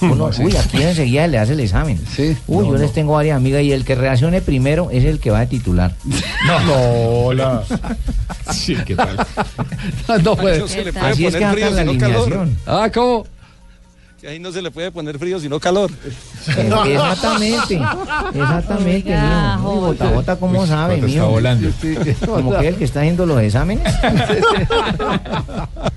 Speaker 6: Uno,
Speaker 8: Sí.
Speaker 6: uy, aquí enseguida le hace el examen. Uy, yo
Speaker 8: No,
Speaker 6: les tengo varias amigas y el que reaccione primero es el que va de titular.
Speaker 5: No, hola.
Speaker 13: Sí, ¿qué tal?
Speaker 8: no
Speaker 12: puede.
Speaker 6: Así es que anda la alineación.
Speaker 8: Ah, ¿cómo?
Speaker 12: Que ahí no se le puede poner frío, sino calor.
Speaker 6: Exactamente, exactamente,
Speaker 12: Oiga,
Speaker 6: mijo. Uy, bota,
Speaker 12: Jorge.
Speaker 6: bota, ¿cómo
Speaker 12: Uy,
Speaker 6: sabe,
Speaker 12: bota
Speaker 6: mijo?
Speaker 12: está volando.
Speaker 6: Como que el que está haciendo los exámenes.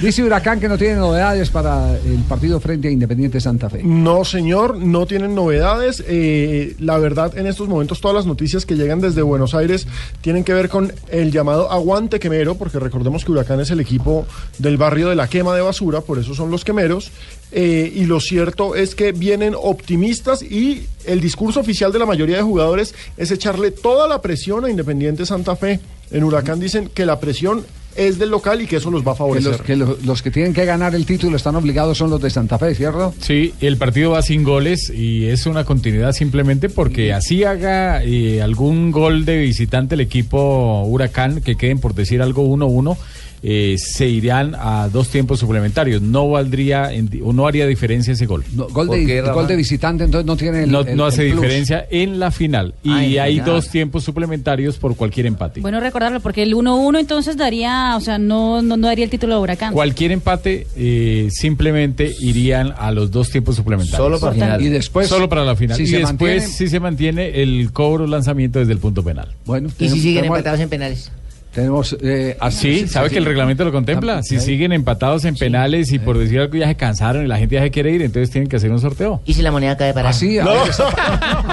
Speaker 8: Dice Huracán que no tiene novedades para el partido frente a Independiente Santa Fe.
Speaker 5: No, señor, no tienen novedades. Eh, la verdad, en estos momentos todas las noticias que llegan desde Buenos Aires tienen que ver con el llamado aguante quemero, porque recordemos que Huracán es el equipo del barrio de la quema de basura, por eso son los quemeros. Eh, y lo cierto es que vienen optimistas y el discurso oficial de la mayoría de jugadores es echarle toda la presión a Independiente Santa Fe. En Huracán dicen que la presión es del local y que eso los va a
Speaker 8: Que
Speaker 5: favorecer.
Speaker 8: los, que lo- los que tienen que ganar el título están obligados son los de Santa Fe, ¿cierto?
Speaker 13: Sí, el partido va sin goles y es una continuidad simplemente porque así haga eh, algún gol de visitante el equipo Huracán, que queden por decir algo 1-1, eh, se irán a dos tiempos suplementarios. No valdría, en di- o no haría diferencia ese gol.
Speaker 8: Gol de, gol de visitante, entonces no tiene el,
Speaker 13: no,
Speaker 8: el-
Speaker 13: no hace
Speaker 8: el plus.
Speaker 13: diferencia en la final.
Speaker 8: Ah, en
Speaker 13: y
Speaker 8: la
Speaker 13: hay
Speaker 8: final.
Speaker 13: dos tiempos suplementarios por cualquier empate.
Speaker 7: Bueno, recordarlo, porque el 1-1 entonces daría, o sea, no, no, no daría el título de Huracán.
Speaker 13: Cualquier empate eh, simplemente irían a los dos tiempos suplementarios.
Speaker 8: Solo para la final. Y después,
Speaker 13: Solo para la final.
Speaker 8: si
Speaker 13: y
Speaker 8: se
Speaker 13: después,
Speaker 8: mantienen-
Speaker 13: si se mantiene el cobro lanzamiento desde el punto penal.
Speaker 8: Bueno,
Speaker 6: Y si
Speaker 8: tenemos-
Speaker 6: siguen
Speaker 8: tenemos-
Speaker 6: empatados en penales.
Speaker 8: Tenemos. Eh,
Speaker 13: Así,
Speaker 8: así-
Speaker 13: Ah, ¿sabe
Speaker 8: así-
Speaker 13: que el reglamento lo contempla? Si siguen empatados en penales y por decir algo ya se cansaron y la gente ya se quiere ir, entonces tienen que hacer un sorteo.
Speaker 6: ¿Y si la moneda cae para
Speaker 8: Así, Ah, a ver, esa-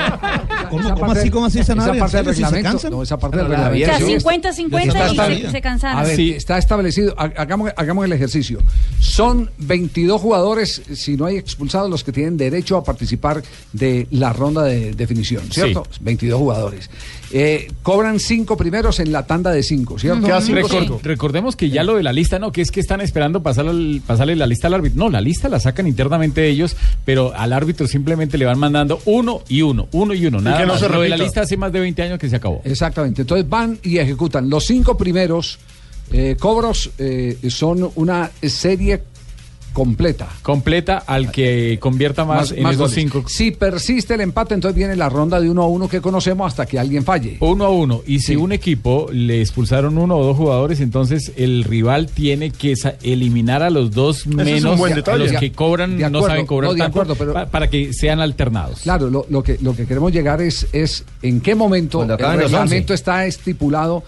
Speaker 13: ¿Cómo,
Speaker 8: parte del- Esa parte del reglamento. no, esa parte del reglamento.
Speaker 7: O sea,
Speaker 8: sí,
Speaker 7: 50-50
Speaker 8: está
Speaker 7: y
Speaker 8: establecido.
Speaker 7: se- se cansaron.
Speaker 8: A ver,
Speaker 7: Sí.
Speaker 8: está establecido. ha- Hagamos, hagamos el ejercicio. Son 22 jugadores, si no hay expulsados, los que tienen derecho a participar de la ronda de definición, ¿cierto? 22 jugadores. Eh, cobran 5 primeros en la tanda de 5, ¿cierto?
Speaker 13: Recor- Recordemos que ya lo de la lista, no, que es que están esperando pasar al- pasarle la lista al árbitro. No, la lista la sacan internamente ellos, pero al árbitro simplemente le van mandando uno y uno, uno y uno.
Speaker 8: Y
Speaker 13: Nada
Speaker 8: que no
Speaker 13: más.
Speaker 8: se
Speaker 13: lo de la
Speaker 8: repita.
Speaker 13: lista hace más de 20 años que se acabó.
Speaker 8: Exactamente. Entonces van y ejecutan. Los cinco primeros eh, cobros eh, son una serie completa.
Speaker 13: Completa al que convierta más, en esos
Speaker 8: goles.
Speaker 13: cinco.
Speaker 8: Si persiste el empate, entonces viene la ronda de uno a uno que conocemos hasta que alguien falle.
Speaker 13: Uno a uno. Y si un equipo le expulsaron uno o dos jugadores, entonces el rival tiene que sa- eliminar a los dos
Speaker 8: es
Speaker 13: menos
Speaker 8: un buen
Speaker 13: a
Speaker 8: detalle.
Speaker 13: los
Speaker 8: De
Speaker 13: que
Speaker 8: ac-
Speaker 13: cobran,
Speaker 8: de
Speaker 13: no
Speaker 8: acuerdo,
Speaker 13: saben cobrar
Speaker 8: no, de
Speaker 13: tanto,
Speaker 8: acuerdo, pero-
Speaker 13: pa- para que sean alternados.
Speaker 8: Claro, lo, lo que, lo que queremos llegar es, es en qué momento el
Speaker 13: acaben los
Speaker 8: reglamento está estipulado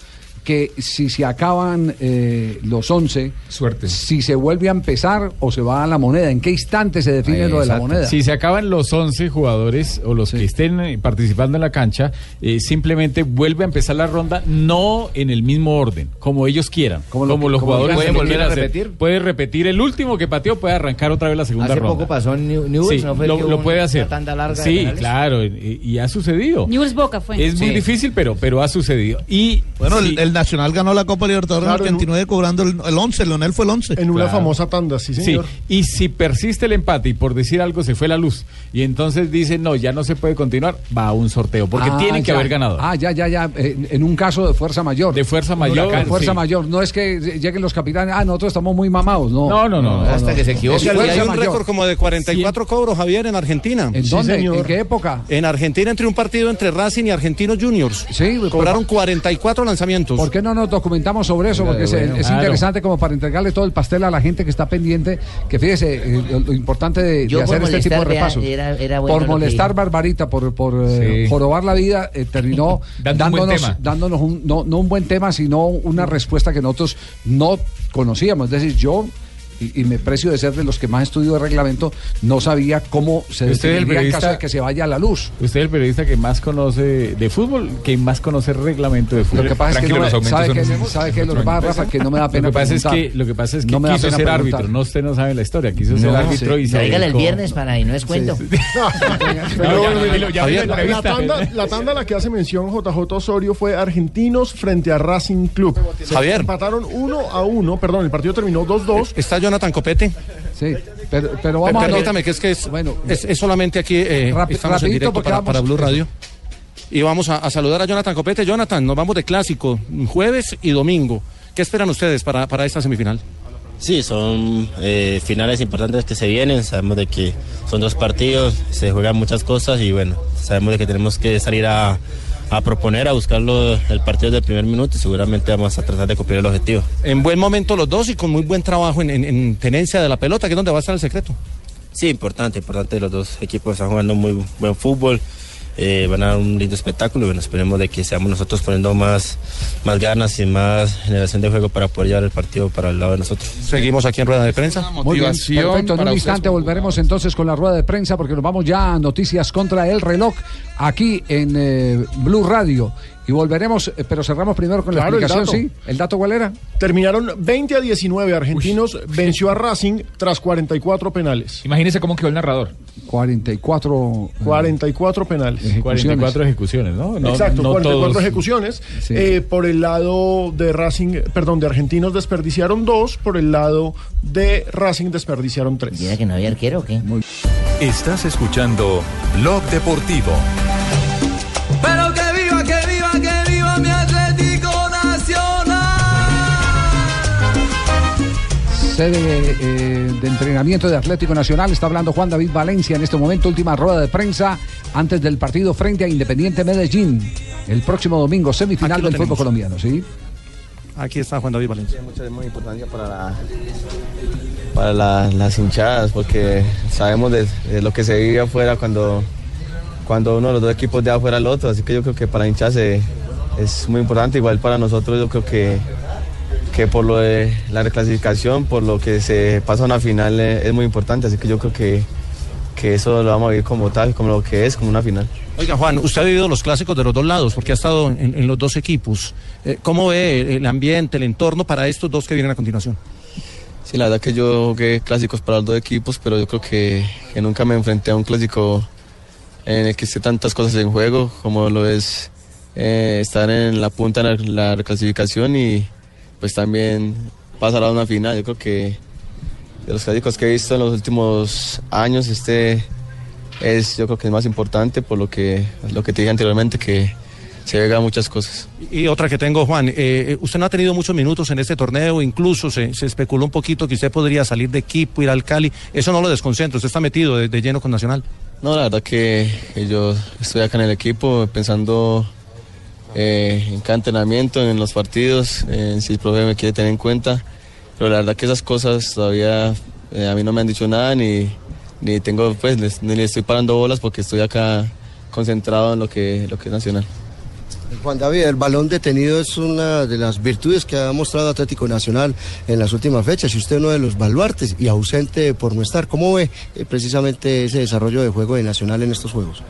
Speaker 8: que si se acaban eh, los 11,
Speaker 2: Suerte.
Speaker 8: si se vuelve a empezar o se va a la moneda, en qué instante se define lo de la
Speaker 13: Exacto.
Speaker 8: moneda.
Speaker 13: Si se acaban los 11 jugadores o los que estén eh, participando en la cancha, eh, simplemente vuelve a empezar la ronda no en el mismo orden, como ellos quieran. Como,
Speaker 14: lo que-
Speaker 13: los
Speaker 14: como
Speaker 13: jugadores pueden
Speaker 14: digan, ¿se
Speaker 13: volver a
Speaker 14: quiere
Speaker 13: hacer.
Speaker 14: repetir?
Speaker 13: Puede repetir el último que pateó, puede arrancar otra vez la segunda
Speaker 14: Hace
Speaker 13: ronda.
Speaker 14: poco pasó en New- Newell's,
Speaker 13: Sí,
Speaker 14: ¿no fue
Speaker 13: lo,
Speaker 14: que hubo
Speaker 13: lo
Speaker 14: un-
Speaker 13: puede
Speaker 14: una
Speaker 13: hacer.
Speaker 14: tanda larga de
Speaker 13: sí,
Speaker 14: penales?
Speaker 13: claro, y, y ha sucedido.
Speaker 7: News Boca fue.
Speaker 13: Es muy difícil, pero, pero ha sucedido. Y
Speaker 14: Bueno,
Speaker 13: si-
Speaker 14: el, el
Speaker 9: el Nacional ganó la Copa Libertadores
Speaker 5: Claro, en
Speaker 9: en el 29 cobrando el, el 11, Leonel fue el 11.
Speaker 5: En una famosa tanda, sí, señor.
Speaker 13: Y si persiste el empate y por decir algo se fue la luz y entonces dicen no, ya no se puede continuar, va a un sorteo porque
Speaker 8: Ah,
Speaker 13: tienen que
Speaker 8: ya.
Speaker 13: haber ganado.
Speaker 8: Ah, ya, ya, ya. En, en un caso de fuerza mayor. De fuerza
Speaker 13: mayor,
Speaker 8: De fuerza
Speaker 13: sí.
Speaker 8: mayor. No es que lleguen los capitanes. Ah, nosotros estamos muy mamados. No,
Speaker 13: No, no, no. Hasta que se equivoque.
Speaker 8: Es
Speaker 12: Y
Speaker 8: fuerza
Speaker 12: hay un
Speaker 8: mayor.
Speaker 12: récord como de 44 cobros, Javier, en Argentina.
Speaker 8: ¿En
Speaker 12: Sí,
Speaker 8: dónde?
Speaker 12: señor.
Speaker 8: ¿En qué época?
Speaker 12: En Argentina entre un partido entre Racing y Argentinos Juniors.
Speaker 8: Sí, pues,
Speaker 12: cobraron 44 lanzamientos.
Speaker 8: ¿Por qué no nos documentamos sobre eso? Porque es,
Speaker 12: bueno,
Speaker 8: es
Speaker 12: claro.
Speaker 8: interesante como para entregarle todo el pastel a la gente que está pendiente, que fíjese eh, lo, lo importante de, de
Speaker 6: Yo por
Speaker 8: hacer este tipo de
Speaker 6: molestar, vea,
Speaker 8: repasos.
Speaker 6: era- era bueno
Speaker 8: por
Speaker 6: lo que
Speaker 8: molestar
Speaker 6: dijo.
Speaker 8: Barbarita, por, por eh,
Speaker 2: Sí.
Speaker 8: jorobar la vida, eh, terminó
Speaker 2: Dando un buen
Speaker 8: dándonos,
Speaker 2: tema.
Speaker 8: dándonos un- no, no un buen tema, sino una respuesta que nosotros no conocíamos. Es decir, yo... Y, y me precio de ser de los que más estudio de reglamento, no sabía cómo se
Speaker 13: Usted es el
Speaker 8: definiría en caso
Speaker 13: periodista-
Speaker 8: de que se vaya a la luz.
Speaker 13: Usted es el periodista que más conoce de fútbol, que más conoce reglamento de fútbol.
Speaker 8: Lo que pasa es que,
Speaker 13: Tranquilo,
Speaker 8: no me-
Speaker 13: los aumentos
Speaker 8: ¿sabe
Speaker 13: son-
Speaker 8: qué, ¿sabe qué? Lo que pasa, Rafa, que no me da pena
Speaker 13: Lo que pasa es
Speaker 8: preguntar.
Speaker 13: que, lo que, pasa es que
Speaker 8: No me da
Speaker 13: quiso
Speaker 8: pena
Speaker 13: ser
Speaker 8: preguntar.
Speaker 13: árbitro. No, usted no sabe la historia. Quiso
Speaker 8: No,
Speaker 13: ser
Speaker 8: sí.
Speaker 13: árbitro y se
Speaker 6: Dígale el
Speaker 13: dedicó-
Speaker 6: viernes para ahí, no es cuento.
Speaker 13: No, ya, ya, ya,
Speaker 5: Javier,
Speaker 13: ya, ya,
Speaker 5: la, la
Speaker 13: entrevista.
Speaker 5: tanda, la tanda a la que hace mención JJ Osorio fue Argentinos frente a Racing Club. Se
Speaker 12: Javier. Eh,
Speaker 5: Empataron 1 a 1, perdón, el partido terminó 2-2.
Speaker 12: Está Jonathan Copete.
Speaker 8: Sí, pero, pero
Speaker 5: vamos a-
Speaker 12: Permítame, que es que es, es, es solamente aquí. eh,
Speaker 5: Rapi-
Speaker 12: estamos en
Speaker 5: rapidito,
Speaker 12: directo
Speaker 5: porque
Speaker 12: para,
Speaker 5: vamos-
Speaker 12: para Blue Radio. Y vamos a, a saludar a Jonathan Copete. Jonathan, nos vamos de clásico, jueves y domingo. ¿Qué esperan ustedes para, para esta semifinal?
Speaker 20: Sí, son eh, finales importantes que se vienen. Sabemos de que son dos partidos, se juegan muchas cosas y bueno, sabemos de que tenemos que salir a, a proponer, a buscar lo- el partido del primer minuto y seguramente vamos a tratar de cumplir el objetivo.
Speaker 12: En buen momento los dos y con muy buen trabajo en, en- en tenencia de la pelota, que es donde va a estar el secreto.
Speaker 20: Sí, importante, importante. Los dos equipos están jugando muy buen fútbol. eh, van a dar un lindo espectáculo. y Bueno, esperemos de que seamos nosotros poniendo más, más ganas y más generación de juego para poder llevar el partido para el lado de nosotros.
Speaker 12: Seguimos aquí en rueda de prensa.
Speaker 8: Muy bien, perfecto. En un instante volveremos entonces con la rueda de prensa porque nos vamos ya a noticias contra el reloj aquí en eh, Blue Radio. Y volveremos, eh, pero cerramos primero con
Speaker 5: Claro,
Speaker 8: la
Speaker 5: el
Speaker 8: explicación,
Speaker 5: dato.
Speaker 8: ¿sí? ¿El dato cuál era?
Speaker 5: Terminaron 20 a 19 argentinos, venció a Racing tras 44 penales.
Speaker 2: Imagínese cómo quedó el narrador.
Speaker 8: 44.
Speaker 5: 44 penales.
Speaker 13: 44 ejecuciones, ¿no? No-
Speaker 5: Exacto,
Speaker 13: no
Speaker 5: 44
Speaker 13: todos.
Speaker 5: ejecuciones.
Speaker 13: Sí.
Speaker 5: Eh, por el lado de Racing, perdón, de Argentinos desperdiciaron dos, por el lado de Racing desperdiciaron tres. ¿Ya
Speaker 6: que no había arquero o qué?
Speaker 1: Estás escuchando Blog Deportivo.
Speaker 3: Pero que viva, que viva, que viva mi Atlético Nacional.
Speaker 8: Sede eh, de entrenamiento de Atlético Nacional. Está hablando Juan David Valencia en este momento. Última rueda de prensa antes del partido frente a Independiente Medellín. El próximo domingo, semifinal
Speaker 12: Aquí lo
Speaker 8: del
Speaker 12: tenemos.
Speaker 8: fútbol colombiano, ¿sí?
Speaker 12: Aquí está Juan David Valencia.
Speaker 11: Mucha importancia para la- para la- las hinchadas, porque sabemos de, de lo que se vive afuera cuando, cuando uno de los dos equipos deja afuera al otro, así que yo creo que para hinchas eh, es muy importante, igual para nosotros yo creo que, que por lo de la reclasificación, por lo que se pasa a una final eh, es muy importante, así que yo creo que, que eso lo vamos a vivir como tal, como lo que es, como una final.
Speaker 12: Oiga, Juan, usted ha vivido los clásicos de los dos lados, porque ha estado en, en los dos equipos. Eh, ¿Cómo ve el ambiente, el entorno para estos dos que vienen a continuación?
Speaker 11: Sí, la verdad que yo jugué clásicos para los dos equipos, pero yo creo que, que nunca me enfrenté a un clásico en el que esté tantas cosas en juego, como lo es eh, estar en la punta en la, la reclasificación y pues también pasar a una final. Yo creo que de los clásicos que he visto en los últimos años, este es yo creo que es más importante por lo que, lo que te dije anteriormente, que se llega a muchas cosas.
Speaker 12: Y otra que tengo, Juan, eh, eh, usted no ha tenido muchos minutos en este torneo, incluso se, se especuló un poquito que usted podría salir de equipo, ir al Cali. Eso no lo desconcentra, usted está metido de, de lleno con Nacional.
Speaker 11: No, la verdad que que yo estoy acá en el equipo pensando eh, en cada entrenamiento, en los partidos, en si el profe me quiere tener en cuenta. Pero la verdad que esas cosas todavía eh, a mí no me han dicho nada ni, ni tengo pues les- ni le estoy parando bolas porque estoy acá concentrado en lo que, lo que es nacional.
Speaker 24: Juan David, el balón detenido es una de las virtudes que ha mostrado Atlético Nacional en las últimas fechas y usted uno de los baluartes y ausente por no estar. ¿Cómo ve eh, precisamente ese desarrollo de juego de Nacional en estos juegos?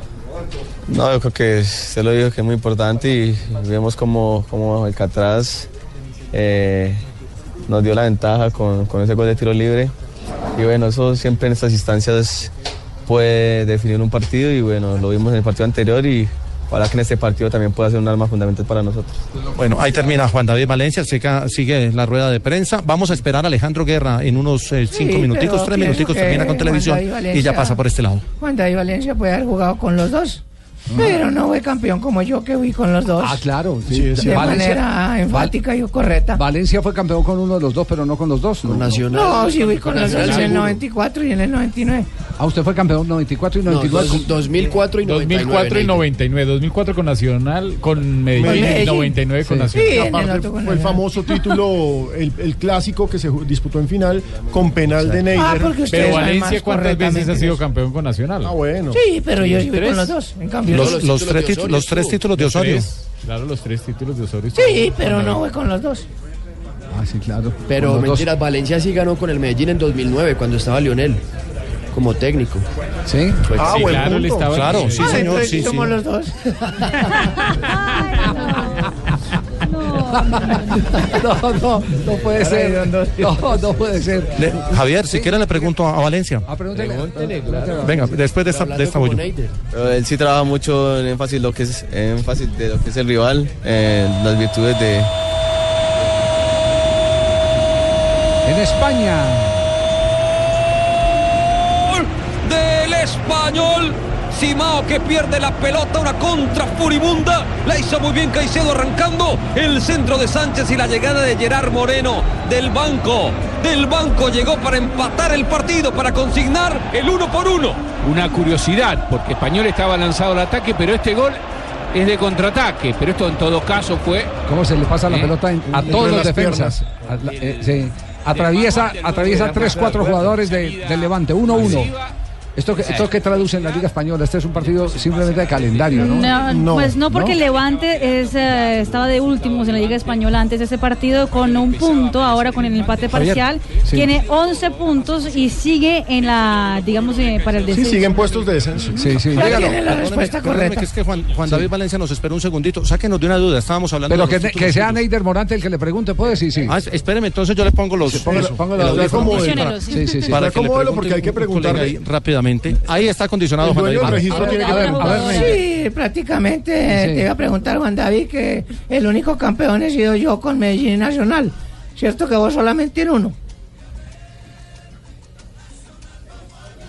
Speaker 11: No, yo creo que se lo digo que es muy importante y vemos como, como Alcatraz eh, nos dio la ventaja con, con ese gol de tiro libre. Y bueno, eso siempre en estas instancias puede definir un partido y bueno, lo vimos en el partido anterior y Ojalá que en este partido también pueda ser un arma fundamental para nosotros.
Speaker 12: Bueno, ahí termina Juan David Valencia, se ca- sigue la rueda de prensa. Vamos a esperar a Alejandro Guerra en unos eh, cinco
Speaker 6: pero
Speaker 12: minuticos, tres
Speaker 6: pienso
Speaker 12: minuticos,
Speaker 6: que
Speaker 12: termina con
Speaker 6: Juan
Speaker 12: televisión
Speaker 6: David
Speaker 12: y
Speaker 6: Valencia-
Speaker 12: ya pasa por este lado.
Speaker 6: Juan David Valencia puede haber jugado con los dos. Pero no fue campeón como yo que fui con los dos.
Speaker 8: Ah, claro. sí.
Speaker 6: de manera enfática y correcta.
Speaker 8: Valencia fue campeón con uno de los dos, pero no con los dos. Con
Speaker 6: Nacional. No, sí fui con los dos en el 94 y en el 99.
Speaker 8: Ah, usted fue campeón 94 y 99.
Speaker 6: dos- 2004 y
Speaker 13: 2004 y 99, 2004 con Nacional, con Medellín, y
Speaker 5: Medellín.
Speaker 13: 99 con
Speaker 5: Sí.
Speaker 13: Nacional.
Speaker 5: Y aparte fue el famoso título, el, el clásico que se ju- disputó en final con
Speaker 8: Ah,
Speaker 5: penal de Neyder.
Speaker 6: Ah,
Speaker 13: Pero Valencia, ¿cuántas veces ha sido campeón con Nacional?
Speaker 5: Ah, bueno.
Speaker 6: Sí, pero yo sí fui con los
Speaker 14: Pues,
Speaker 6: dos. En cambio,
Speaker 12: Los- los tres títulos- los tres títulos de
Speaker 13: Los
Speaker 12: Osorio.
Speaker 13: tres, Claro, los tres títulos de Osorio.
Speaker 6: Sí, pero no fue con los dos.
Speaker 8: Ah, sí, claro.
Speaker 19: Pero
Speaker 8: Con los
Speaker 19: mentiras, Valencia sí ganó con el Medellín en 2009 cuando estaba Lionel como técnico.
Speaker 8: Sí.
Speaker 12: Ah, sí, buen claro, él punto. estaba- Claro, sí,
Speaker 6: Ah,
Speaker 12: señor,
Speaker 6: entonces
Speaker 12: sí,
Speaker 6: somos
Speaker 12: sí.
Speaker 6: los dos.
Speaker 8: No, no, no puede ser. No, no puede ser.
Speaker 12: Le- Javier, si quiere le pregunto a, a Valencia.
Speaker 8: Ah, pregúntele.
Speaker 12: Venga, después de esta, de esta bolla.
Speaker 11: Pero él sí trabaja mucho en énfasis, lo que es, en énfasis de lo que es el rival, eh, las virtudes de,
Speaker 8: En España.
Speaker 25: gol del español. Simao que pierde la pelota, una contra furibunda. La hizo muy bien Caicedo arrancando el centro de Sánchez y la llegada de Gerard Moreno del banco. Del banco llegó para empatar el partido, para consignar el uno por uno.
Speaker 2: Una curiosidad, porque Español estaba lanzado al ataque, pero este gol es de contraataque. Pero esto en todo caso fue.
Speaker 8: ¿Cómo se le pasa la
Speaker 2: ¿Eh?
Speaker 8: pelota en- a
Speaker 2: Entre
Speaker 8: todos los
Speaker 2: las
Speaker 8: defensas? A la- eh, sí. Atraviesa, atraviesa tres, cuatro jugadores de- del Levante, 1-1. Esto que, esto que traduce en la Liga Española, este es un partido simplemente de calendario, ¿no?
Speaker 7: No, pues no porque Levante es, eh, estaba de últimos en la Liga Española antes de ese partido con un punto, ahora con el empate
Speaker 5: Javier,
Speaker 7: parcial,
Speaker 5: sí.
Speaker 7: tiene 11 puntos y sigue en la, digamos, eh, para el
Speaker 5: Sí,
Speaker 7: descenso.
Speaker 5: siguen puestos de descenso.
Speaker 8: Sí, sí.
Speaker 12: Perdóneme, perdóneme, que es que Juan, Juan David Valencia nos espera un segundito. Sáquenos de una duda. Estábamos hablando
Speaker 8: Pero
Speaker 12: de
Speaker 8: que,
Speaker 12: los títulos
Speaker 8: que sea
Speaker 12: juntos.
Speaker 8: Neider Morante el que le pregunte, puede, sí, sí.
Speaker 12: Ah, es- espéreme, entonces yo le pongo los.
Speaker 8: ponga-
Speaker 12: eso,
Speaker 8: ponga
Speaker 12: el
Speaker 8: la-
Speaker 12: audífono
Speaker 8: la acomode.
Speaker 12: para-
Speaker 8: Para- sí, sí, sí.
Speaker 12: Para
Speaker 8: La
Speaker 12: que le
Speaker 8: acomódelo
Speaker 12: pregunte
Speaker 8: porque hay que
Speaker 12: un colega
Speaker 8: preguntarle.
Speaker 12: ahí rápidamente. Ahí está condicionado
Speaker 5: El
Speaker 12: Juan
Speaker 5: dueño
Speaker 12: David
Speaker 5: del
Speaker 12: Valencia.
Speaker 6: Sí, prácticamente eh,
Speaker 12: Sí.
Speaker 6: te iba a preguntar, Juan David, que el único campeón he sido yo con Medellín Nacional. ¿Cierto que vos solamente en uno?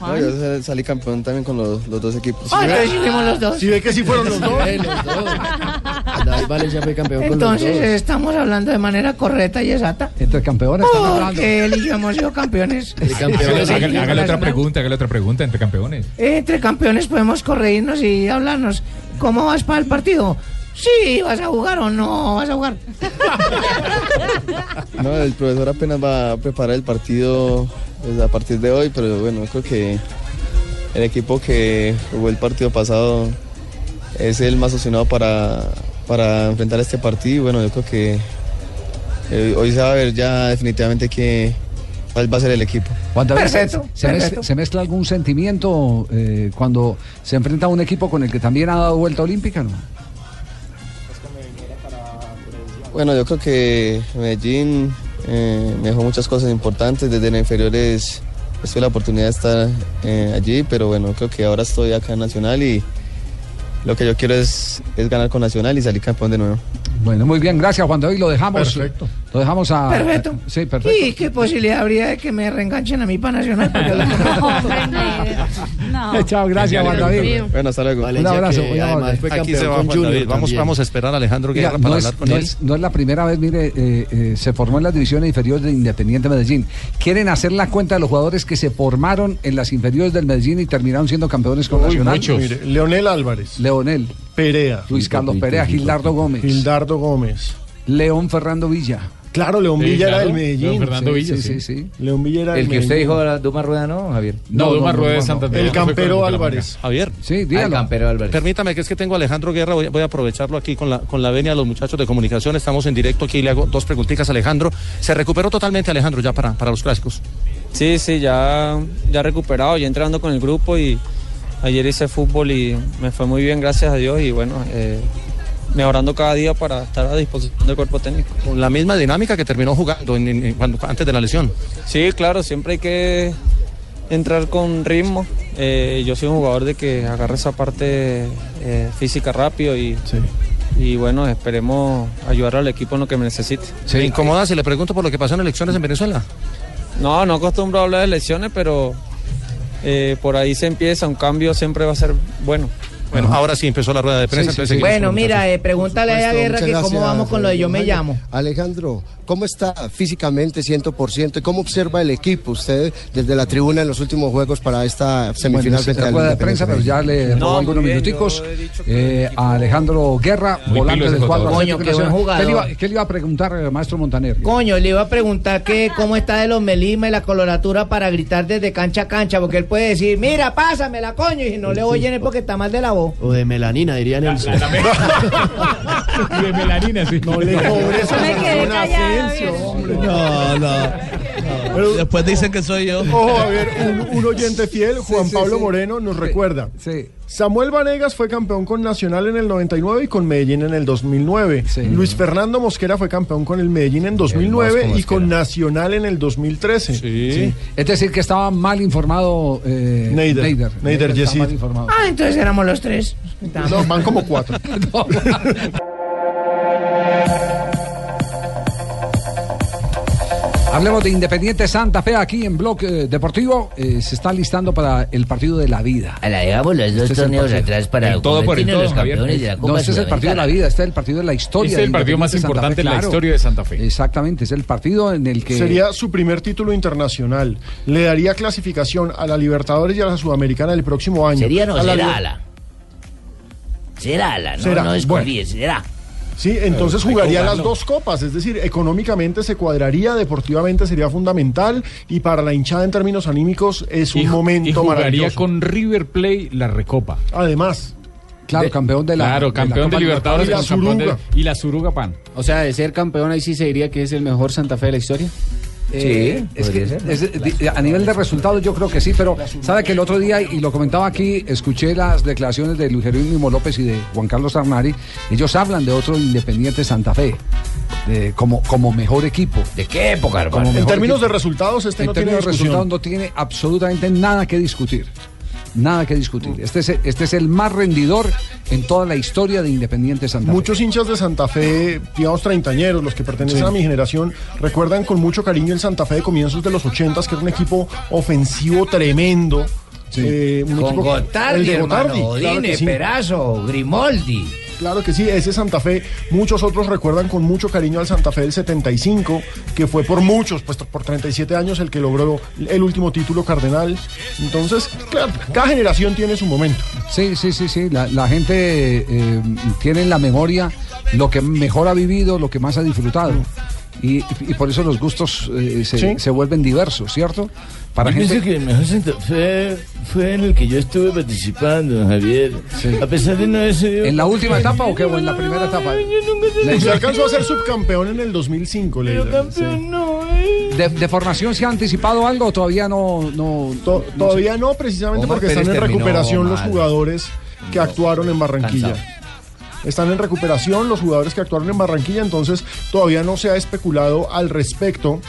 Speaker 11: No, yo sal- salí campeón también con los, los dos equipos.
Speaker 6: Ah, entonces sí fuimos los dos. Sí ve que sí fueron los dos. Sí, los
Speaker 19: David Valencia fue campeón con los
Speaker 6: Entonces
Speaker 19: dos.
Speaker 6: eh, estamos hablando de manera correcta y exacta.
Speaker 8: Entre campeones
Speaker 6: Porque
Speaker 8: están hablando.
Speaker 6: él y yo hemos sido campeones.
Speaker 26: Hágale hágale otra pregunta, hágale otra pregunta entre campeones.
Speaker 6: Eh, Entre campeones podemos corregirnos y hablarnos. ¿Cómo vas para el partido? Sí, vas a jugar o no vas a jugar.
Speaker 11: No, el profesor apenas va a preparar el partido pues, a partir de hoy, pero bueno, creo que el equipo que jugó el partido pasado es el más opcionado para, para enfrentar este partido. Y bueno, yo creo que eh, hoy se va a ver ya definitivamente que cuál va a ser el equipo.
Speaker 8: Cuando a veces
Speaker 11: Perfecto,
Speaker 8: se, mez-
Speaker 11: perfecto.
Speaker 8: se mezcla algún sentimiento eh, cuando se enfrenta a un equipo con el que también ha dado vuelta olímpica, ¿no?
Speaker 11: Bueno, yo creo que Medellín eh, me dejó muchas cosas importantes. Desde las inferiores tuve la oportunidad de estar eh, allí, pero bueno, creo que ahora estoy acá en Nacional y lo que yo quiero es, es ganar con Nacional y salir campeón de nuevo.
Speaker 8: Bueno, muy bien, gracias Juan David, lo dejamos. Lo dejamos a...
Speaker 2: Perfecto.
Speaker 8: Sí, perfecto.
Speaker 6: ¿Y qué posibilidad habría de que me reenganchen a mí para Nacional? Porque lo-
Speaker 8: Chao, gracias Juan David.
Speaker 11: Bueno, hasta luego.
Speaker 8: Un abrazo. muy amable.
Speaker 12: Aquí se va Juan David. Vamos, vamos a esperar a Alejandro
Speaker 8: Mira,
Speaker 12: Guerra para
Speaker 8: no,
Speaker 12: hablar
Speaker 8: es,
Speaker 12: con
Speaker 8: no
Speaker 12: él.
Speaker 8: es- no es la primera vez, mire, eh, eh, se formó en las divisiones inferiores de Independiente Medellín. Quieren hacer la cuenta de los jugadores que se formaron en las inferiores del Medellín y terminaron siendo campeones con Nacional.
Speaker 5: Mire, Leonel Álvarez.
Speaker 8: Leonel.
Speaker 5: Perea.
Speaker 8: Luis Carlos Perea, Gildardo Gómez.
Speaker 5: Gildardo Gómez.
Speaker 8: León Fernando Villa.
Speaker 5: Claro, León
Speaker 8: Sí,
Speaker 5: Villa
Speaker 8: claro.
Speaker 5: era del Medellín.
Speaker 8: León Fernando
Speaker 5: Sí,
Speaker 8: Villa,
Speaker 5: sí, sí,
Speaker 8: sí.
Speaker 5: sí. León Villa era del
Speaker 27: El que usted
Speaker 5: Medellín.
Speaker 27: dijo ahora, Duma Rueda, ¿no, Javier?
Speaker 5: No, No, Duma no, Rueda no, es no. Santander. El
Speaker 27: No fue con
Speaker 5: campero
Speaker 27: Bucaramanga.
Speaker 5: Álvarez.
Speaker 12: Javier.
Speaker 8: Sí,
Speaker 27: dígalo. El campero Álvarez.
Speaker 12: Permítame que es que tengo a Alejandro Guerra, voy, voy a aprovecharlo aquí con la, con la venia de los muchachos de comunicación, estamos en directo aquí, le hago dos preguntitas a Alejandro. ¿Se recuperó totalmente Alejandro ya para, para los clásicos?
Speaker 15: Sí, sí, ya, ya recuperado, ya entrando con el grupo y ayer hice fútbol y me fue muy bien, gracias a Dios y bueno, eh, mejorando cada día para estar a disposición del cuerpo técnico.
Speaker 12: Con la misma dinámica que terminó jugando en- en- en- cuando- antes de la lesión.
Speaker 15: Sí, claro, siempre hay que entrar con ritmo. Eh, yo soy un jugador de que agarre esa parte eh, física rápido y, y bueno, esperemos ayudar al equipo en lo que me necesite.
Speaker 12: ¿Se incomoda si le pregunto por lo que pasó en elecciones en Venezuela?
Speaker 15: No, no acostumbro a hablar de lesiones, pero eh, por ahí se empieza, un cambio siempre va a ser bueno.
Speaker 12: Bueno, ahora sí empezó la rueda de prensa. entonces seguimos
Speaker 6: Bueno,
Speaker 12: con
Speaker 6: mira, eh, pregúntale a Guerra
Speaker 24: Muchas
Speaker 6: que cómo
Speaker 24: gracias,
Speaker 6: vamos con lo de yo me
Speaker 24: Alejandro.
Speaker 6: llamo.
Speaker 24: Alejandro, ¿cómo está físicamente 100%? ¿Y ¿Cómo observa el equipo usted desde la tribuna en los últimos juegos para esta
Speaker 8: Bueno,
Speaker 24: semifinal
Speaker 8: sí,
Speaker 24: frente
Speaker 8: la
Speaker 24: al
Speaker 8: rueda de prensa,
Speaker 24: Independiente
Speaker 8: pero ya le
Speaker 24: Medellín?
Speaker 8: robó algunos minuticos eh, a Alejandro Guerra,
Speaker 24: Muy pilo
Speaker 8: volante
Speaker 24: ese
Speaker 8: del cuadro
Speaker 24: jugador.
Speaker 8: Atlético
Speaker 6: Coño, qué buen
Speaker 8: Nacional.
Speaker 6: jugador.
Speaker 8: ¿Qué le, iba, qué le iba a preguntar eh, maestro Montaner?
Speaker 6: Coño, le iba a preguntar que cómo está de los melismas y la coloratura para gritar desde cancha a cancha, porque él puede decir, mira, pásamela, coño, y no le oyen es porque está mal de la voz.
Speaker 19: O de melanina, diría Nelson.
Speaker 2: de melanina, sí.
Speaker 5: No le cobres
Speaker 6: Yo me quedé
Speaker 5: a Asensio, hombre.
Speaker 9: No, no. Después dicen que soy yo.
Speaker 5: Ojo, a ver, un, un oyente fiel, Juan
Speaker 8: sí,
Speaker 5: Pablo
Speaker 8: sí.
Speaker 5: Moreno, nos recuerda.
Speaker 8: Sí.
Speaker 5: Samuel Vanegas fue campeón con Nacional en el 99 y con Medellín en el 2009. Luis Fernando Mosquera fue campeón con el Medellín en 2009 y con Nacional en el 2013.
Speaker 8: Sí. Es decir, que estaba mal informado eh,
Speaker 5: Neider. Neider
Speaker 8: está
Speaker 5: Yesid.
Speaker 8: mal informado.
Speaker 17: Ah, entonces éramos los tres.
Speaker 5: No, van como cuatro.
Speaker 8: Hablemos de Independiente Santa Fe aquí en Blog eh, Deportivo. Eh, se está listando para el partido de la vida.
Speaker 21: A la dejamos los dos
Speaker 8: Este es el
Speaker 21: torneos
Speaker 8: partido.
Speaker 21: atrás para
Speaker 8: El todo por el
Speaker 21: convertirnos
Speaker 8: todo,
Speaker 21: los
Speaker 8: Javier.
Speaker 21: campeones de la Copa
Speaker 8: No, este es el partido de la
Speaker 21: Sudamericana.
Speaker 8: vida, este es el partido de la historia.
Speaker 21: Este es el
Speaker 8: de
Speaker 21: partido más
Speaker 8: Independiente Santa
Speaker 21: importante
Speaker 8: Fe,
Speaker 21: en la
Speaker 8: claro.
Speaker 21: historia
Speaker 2: de Santa Fe.
Speaker 8: Exactamente, es el partido en el que...
Speaker 5: Sería su primer título internacional. Le daría clasificación a la Libertadores y a la Sudamericana el próximo año.
Speaker 21: Sería no,
Speaker 5: A la
Speaker 21: será
Speaker 5: Liber-
Speaker 21: ala. Será ala, no,
Speaker 5: Será,
Speaker 21: no desconfíes, será.
Speaker 5: Sí,
Speaker 21: Eh,
Speaker 5: entonces
Speaker 21: Hay que
Speaker 5: jugaría las
Speaker 21: jugarlo.
Speaker 5: dos copas, es decir, económicamente se cuadraría, deportivamente sería fundamental y para la hinchada en términos anímicos es un
Speaker 13: Y-
Speaker 5: momento
Speaker 13: y jugaría
Speaker 5: maravilloso.
Speaker 13: con River Plate la recopa.
Speaker 5: Además.
Speaker 13: Claro, campeón
Speaker 5: de la- de
Speaker 13: Claro,
Speaker 5: la
Speaker 13: campeón de,
Speaker 5: Copa
Speaker 13: Libertadores
Speaker 5: Libertadores
Speaker 13: con
Speaker 5: y la
Speaker 13: campeón de-
Speaker 5: Suruga.
Speaker 13: y la Suruga Pan.
Speaker 10: O sea, de ser campeón ahí sí se diría que es el mejor Santa Fe de la historia.
Speaker 8: Eh, es que, es- di- a nivel de resultados yo creo que sí, pero sabe que el otro día, y lo comentaba aquí, escuché las declaraciones de Luis Jerónimo López y de Juan Carlos Arnari, ellos hablan de otro Independiente Santa Fe, de- como, como mejor equipo.
Speaker 21: ¿De qué época, hermano?
Speaker 5: En términos de resultados, este
Speaker 8: en
Speaker 5: no tiene
Speaker 8: términos de resultados
Speaker 5: discusión.
Speaker 8: no tiene absolutamente nada que discutir. Nada que discutir.
Speaker 5: Mm.
Speaker 8: Este es, este es el más rendidor en toda la historia de Independiente Santa Fe.
Speaker 5: Muchos hinchas de Santa Fe, digamos treintañeros, los que pertenecen
Speaker 8: Sí.
Speaker 5: a mi generación, recuerdan con mucho cariño el Santa Fe de comienzos de los ochentas, que era un equipo ofensivo tremendo. Eh, un
Speaker 6: Con
Speaker 5: equipo- el
Speaker 6: Gotardi,
Speaker 5: de Gotardi,
Speaker 6: hermano,
Speaker 5: claro
Speaker 6: Odine,
Speaker 5: que sí.
Speaker 6: Perazo, Grimoldi.
Speaker 5: Claro que sí, ese Santa Fe, muchos otros recuerdan con mucho cariño al Santa Fe del 75, que fue por muchos, pues por 37 años el que logró el último título cardenal. Entonces, claro, cada generación tiene su momento.
Speaker 8: Sí, sí, sí, sí. La, la gente eh, tiene en la memoria lo que mejor ha vivido, lo que más ha disfrutado. Y, y por eso los gustos eh, se,
Speaker 14: Sí.
Speaker 8: se vuelven diversos, ¿cierto? Para
Speaker 14: Yo
Speaker 8: gente
Speaker 14: pienso que el mejor Santa Fe fue en el que yo estuve participando, don Javier. A pesar de no haber sido-
Speaker 8: ¿En la última etapa o qué? ¿O en la primera etapa?
Speaker 5: Se alcanzó a ser subcampeón en el 2005, Leila. Sí.
Speaker 18: eh.
Speaker 8: de, de formación se ha anticipado algo o todavía no... no, no se-
Speaker 5: Todavía no, precisamente
Speaker 8: Omar
Speaker 5: porque
Speaker 8: Pérez
Speaker 5: están en
Speaker 8: terminó
Speaker 5: recuperación los
Speaker 8: mal.
Speaker 5: jugadores que actuaron en Barranquilla. Están en recuperación los jugadores que actuaron en Barranquilla, entonces todavía no se ha especulado al respecto.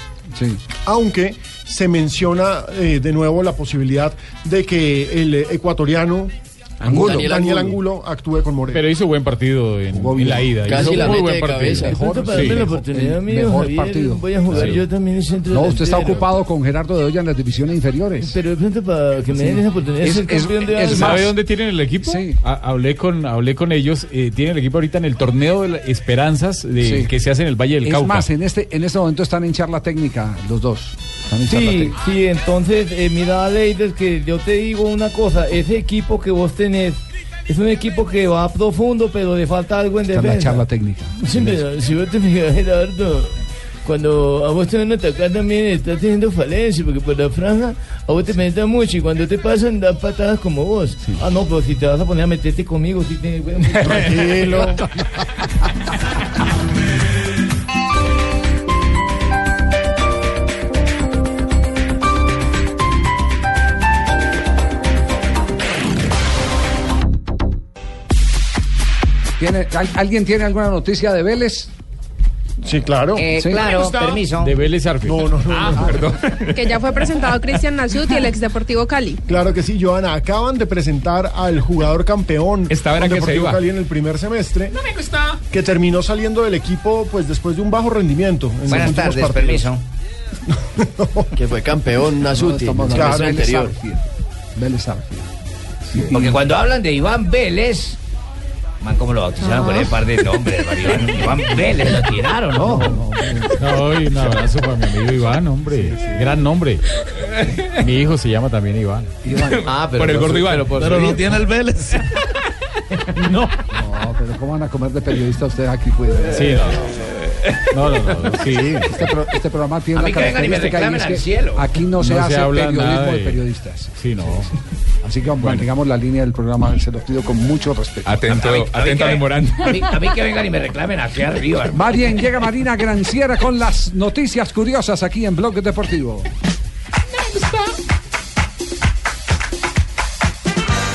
Speaker 5: Aunque se menciona eh, de nuevo la posibilidad de que el eh, ecuatoriano
Speaker 13: Angulo.
Speaker 5: Daniel,
Speaker 13: Daniel
Speaker 5: Angulo actúe con Moreno.
Speaker 13: Pero hizo buen partido en, en la ida.
Speaker 5: Casi
Speaker 13: hizo
Speaker 5: la mete
Speaker 13: muy buen
Speaker 5: de
Speaker 13: partido.
Speaker 5: cabeza.
Speaker 14: Pronto para
Speaker 13: Sí.
Speaker 14: darme la oportunidad,
Speaker 8: el
Speaker 14: amigo
Speaker 8: mejor
Speaker 14: Javier,
Speaker 8: partido.
Speaker 14: Voy a jugar
Speaker 8: Sí.
Speaker 14: yo también en centro
Speaker 8: No, usted está
Speaker 14: delantero.
Speaker 8: ocupado con Gerardo de Olla en las divisiones inferiores.
Speaker 14: Pero de pronto para que me den esa oportunidad de ser campeón de algo.
Speaker 13: ¿Sabe dónde tienen el equipo? Ha- hablé, con, hablé con ellos. eh, tienen el equipo ahorita en el torneo de la- Esperanzas de-
Speaker 8: Sí.
Speaker 13: que se hace en el Valle del
Speaker 8: es
Speaker 13: Cauca.
Speaker 8: más, en este, en este momento están en charla técnica los dos. Están en charla
Speaker 14: Sí,
Speaker 8: técnica.
Speaker 14: sí, entonces, eh, mira, Leider, que yo te digo una cosa, ese equipo que vos tenés es un equipo que va profundo, pero le falta algo en
Speaker 8: Está en la
Speaker 14: defensa.
Speaker 8: charla técnica.
Speaker 14: Sí, pero si vos te fijas, Gerardo, cuando a vos te van a atacar también estás teniendo falencia, porque por la franja a vos te penetran mucho y cuando te pasan dan patadas como vos. Ah, no, pero si te vas a poner a meterte conmigo, si te...
Speaker 5: Tranquilo.
Speaker 8: ¿Tiene- al- ¿Alguien tiene alguna noticia de Vélez?
Speaker 5: Sí, claro.
Speaker 23: Eh, claro, permiso.
Speaker 13: De Vélez Arfield.
Speaker 5: No, no, no.
Speaker 13: Ah, perdón.
Speaker 23: que ya fue presentado Cristian Nasuti, el ex Deportivo Cali.
Speaker 5: Claro que sí, Joana. Acaban de presentar al jugador campeón
Speaker 13: Esta
Speaker 5: con
Speaker 13: era que se
Speaker 5: Deportivo
Speaker 13: iba.
Speaker 5: Cali en el primer semestre,
Speaker 13: No me gusta.
Speaker 5: que terminó saliendo del equipo pues después de un bajo rendimiento. En
Speaker 6: Buenas
Speaker 5: los últimos
Speaker 6: tardes,
Speaker 5: partidos.
Speaker 19: que fue campeón Nasuti en el
Speaker 5: hablando de
Speaker 19: semestre
Speaker 5: Vélez
Speaker 19: anterior.
Speaker 8: Vélez Arfield.
Speaker 21: Porque cuando hablan de Iván Vélez, man, ¿cómo lo bautizaron
Speaker 8: Ah.
Speaker 21: con el par de nombres? hermano? Iván, Iván Vélez lo tiraron, ¿no?
Speaker 13: No, y un abrazo para mi amigo Iván, hombre. Gran nombre. Mi hijo se llama también Iván.
Speaker 8: Ah,
Speaker 13: pero Por el no gordo soy- Iván. pero por
Speaker 9: Pero
Speaker 13: su-
Speaker 9: no tiene el Vélez.
Speaker 13: no.
Speaker 8: No, pero ¿cómo van a comer de periodista ustedes aquí? Pues?
Speaker 13: Sí, no. No, no, no. Sí.
Speaker 8: Este, pro- este programa tiene
Speaker 13: A
Speaker 8: una
Speaker 13: mí que vengan y me
Speaker 8: característica y
Speaker 13: reclamen
Speaker 8: es
Speaker 13: al
Speaker 8: que
Speaker 13: cielo.
Speaker 8: aquí no, se
Speaker 13: No se
Speaker 8: hace
Speaker 13: habla
Speaker 8: periodismo
Speaker 13: nada
Speaker 8: de...
Speaker 13: de-
Speaker 8: periodistas.
Speaker 13: Sí, no.
Speaker 8: Así que mantengamos la línea del programa, se los pido con mucho respeto.
Speaker 2: Atento, atento a mi morante.
Speaker 21: A mí, a mí que vengan y me reclamen aquí arriba. hermano.
Speaker 8: Marien, llega Marina Granciera con las noticias curiosas aquí en Blog Deportivo.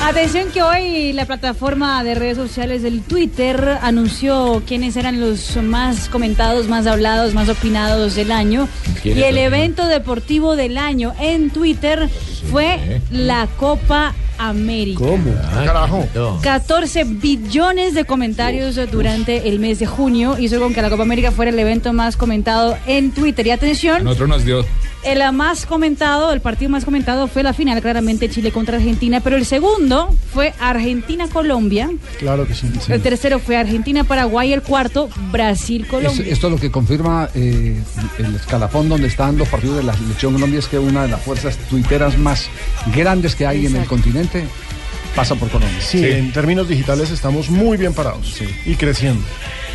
Speaker 7: Atención que hoy la plataforma de redes sociales del Twitter anunció quiénes eran los más comentados, más hablados, más opinados del año. Y
Speaker 20: ¿Quiénes
Speaker 7: el
Speaker 20: opinan?
Speaker 7: evento deportivo del año en Twitter fue la Copa América.
Speaker 5: Ah, Carajo.
Speaker 7: 14 billones de comentarios durante el mes de junio hizo con que la Copa América fuera el evento más comentado en Twitter. Y
Speaker 2: A
Speaker 7: atención,
Speaker 2: nosotros nos dio.
Speaker 7: el ah, más comentado, el partido más comentado fue la final, claramente Chile contra Argentina, pero el segundo fue Argentina-Colombia,
Speaker 5: Claro que sí.
Speaker 7: el tercero fue Argentina-Paraguay, el cuarto
Speaker 8: Es-
Speaker 7: Brasil-Colombia.
Speaker 8: esto es lo que confirma eh, el escalafón donde están los partidos de la selección Colombia es que una de las fuerzas tuiteras más grandes que hay en el
Speaker 5: Exacto.
Speaker 8: continente pasa por Colombia.
Speaker 5: Sí, en términos digitales estamos muy bien parados y creciendo.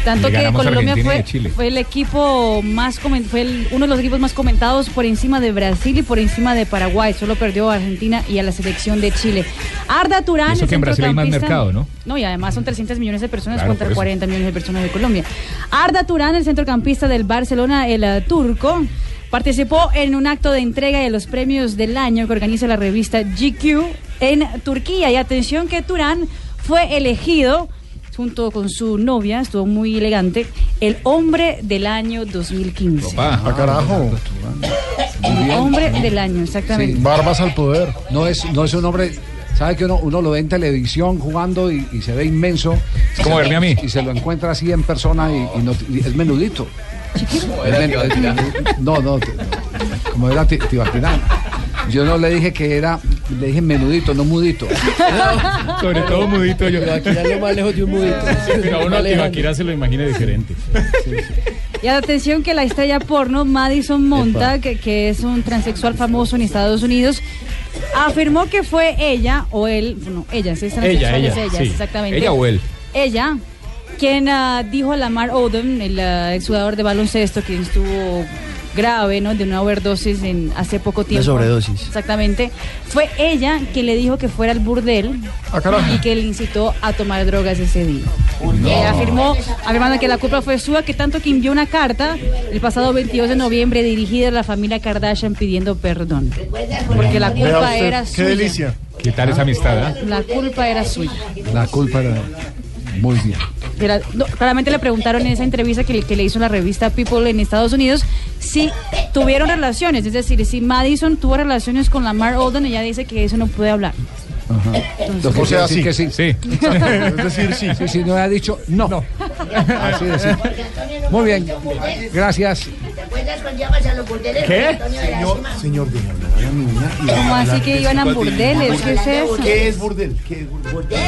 Speaker 7: Tanto
Speaker 5: le
Speaker 7: que
Speaker 5: ganamos a
Speaker 7: Colombia
Speaker 5: Argentina y
Speaker 7: fue,
Speaker 5: a Chile.
Speaker 7: fue el equipo más comen- fue el- uno de los equipos más comentados por encima de Brasil y por encima de Paraguay. Solo perdió a Argentina y a la selección de Chile. Arda Turán.
Speaker 2: Y eso
Speaker 7: el
Speaker 2: que en Brasil hay más
Speaker 7: centrocampista-
Speaker 2: mercado, ¿no?
Speaker 7: No, y además son 300 millones de personas
Speaker 2: Claro, por
Speaker 7: contra
Speaker 2: eso.
Speaker 7: 40 millones de personas de Colombia. Arda Turán, el centrocampista del Barcelona, el eh, turco. Participó en un acto de entrega de los premios del año que organiza la revista GQ en Turquía. Y atención que Turán fue elegido junto con su novia, estuvo muy elegante, el hombre del año 2015.
Speaker 5: Ah, carajo.
Speaker 2: pues,
Speaker 7: El hombre del año, exactamente.
Speaker 5: Barbas al poder.
Speaker 8: No es, no es un hombre. ¿Sabe que uno, uno lo ve en televisión jugando y, y se ve inmenso? Es
Speaker 2: como verme a mí.
Speaker 8: Y se lo encuentra así en persona y, y no- y es menudito. Es men- es- no, no, te- no. Como era Ti- Tibaquirá. Yo no le dije que era, le dije menudito, no mudito.
Speaker 13: Sobre todo mudito yo.
Speaker 19: Tibaquirá es lo más lejos de un mudito.
Speaker 13: Pero a uno a Tibaquirá se lo imagina diferente.
Speaker 7: Y atención que la estrella porno Madison Montag, que, que es un transexual famoso en Estados Unidos, afirmó que fue ella o él, bueno, ella, si es transexual
Speaker 2: ella,
Speaker 7: es ella,
Speaker 2: sí.
Speaker 7: exactamente.
Speaker 2: Ella o él.
Speaker 7: Ella, quien ah, dijo a Lamar Odom, el ah, exjugador de baloncesto, quien estuvo grave, ¿no? De una overdosis en hace poco tiempo.
Speaker 19: sobredosis.
Speaker 7: Exactamente. Fue ella quien le dijo que fuera al burdel
Speaker 5: Ah,
Speaker 7: y que le incitó a tomar drogas ese día. Eh, afirmó, afirmando que la culpa fue suya, que tanto que envió una carta el pasado 22 de noviembre dirigida a la familia Kardashian pidiendo perdón. Porque la
Speaker 5: Vea
Speaker 7: culpa
Speaker 5: usted,
Speaker 7: era
Speaker 5: qué
Speaker 7: suya.
Speaker 5: delicia.
Speaker 2: ¿Qué tal esa amistad? ah?
Speaker 7: La culpa era suya.
Speaker 8: La culpa era muy bien.
Speaker 7: Era- no, claramente le preguntaron en esa entrevista que, le- que le hizo la revista People en Estados Unidos si tuvieron relaciones, es decir, si Madison tuvo relaciones con Lamar Odom, ella dice que eso no puede hablar.
Speaker 8: Lo que
Speaker 5: O sea, sí.
Speaker 8: quiere decir que sí.
Speaker 5: Exacto, es decir, sí.
Speaker 8: Sí, sí, no ha dicho no. Así de simple. Muy bien, gracias.
Speaker 5: ¿Qué? Señor, señor, de
Speaker 7: Como así que iban a burdeles, ¿qué es eso?
Speaker 5: ¿Qué es burdel? ¿Qué es burdel?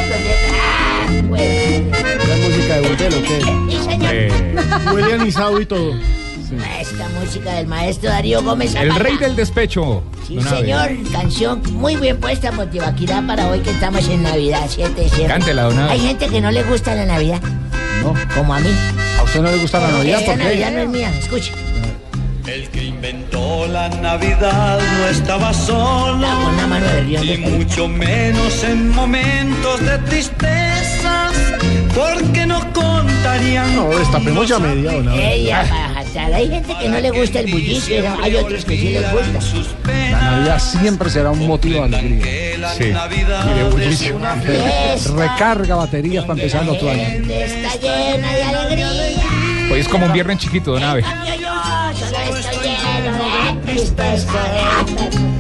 Speaker 5: ¿La música de burdel o qué? Huele anisado y todo.
Speaker 18: Esta música del maestro Darío Gómez
Speaker 2: El
Speaker 18: Zapata.
Speaker 2: rey del despecho.
Speaker 18: Sí,
Speaker 2: Don Abe.
Speaker 18: señor, canción muy bien puesta por Tibaquirá para hoy que estamos en Navidad, 7 7.
Speaker 2: Cántela, don Abe.
Speaker 18: Hay gente que no le gusta la Navidad.
Speaker 8: No,
Speaker 18: como a mí.
Speaker 8: ¿A usted no le gusta la
Speaker 18: Pero
Speaker 8: Navidad?
Speaker 18: esta
Speaker 8: ¿Por
Speaker 18: Navidad no
Speaker 8: qué?
Speaker 18: es mía, escuche.
Speaker 22: El que inventó la Navidad no estaba solo. Y mucho menos en momentos de tristezas. Porque no contarían.
Speaker 5: No, destapemos ya media o nada.
Speaker 18: Ella, pajatada. Hay gente que no le gusta el bullicio, pero hay otros que sí les gusta.
Speaker 8: La Navidad siempre será un motivo de alegría. Sí. Recarga baterías para empezar otro año.
Speaker 18: Está llena de alegría.
Speaker 2: Hoy es como un viernes chiquito, don Ave.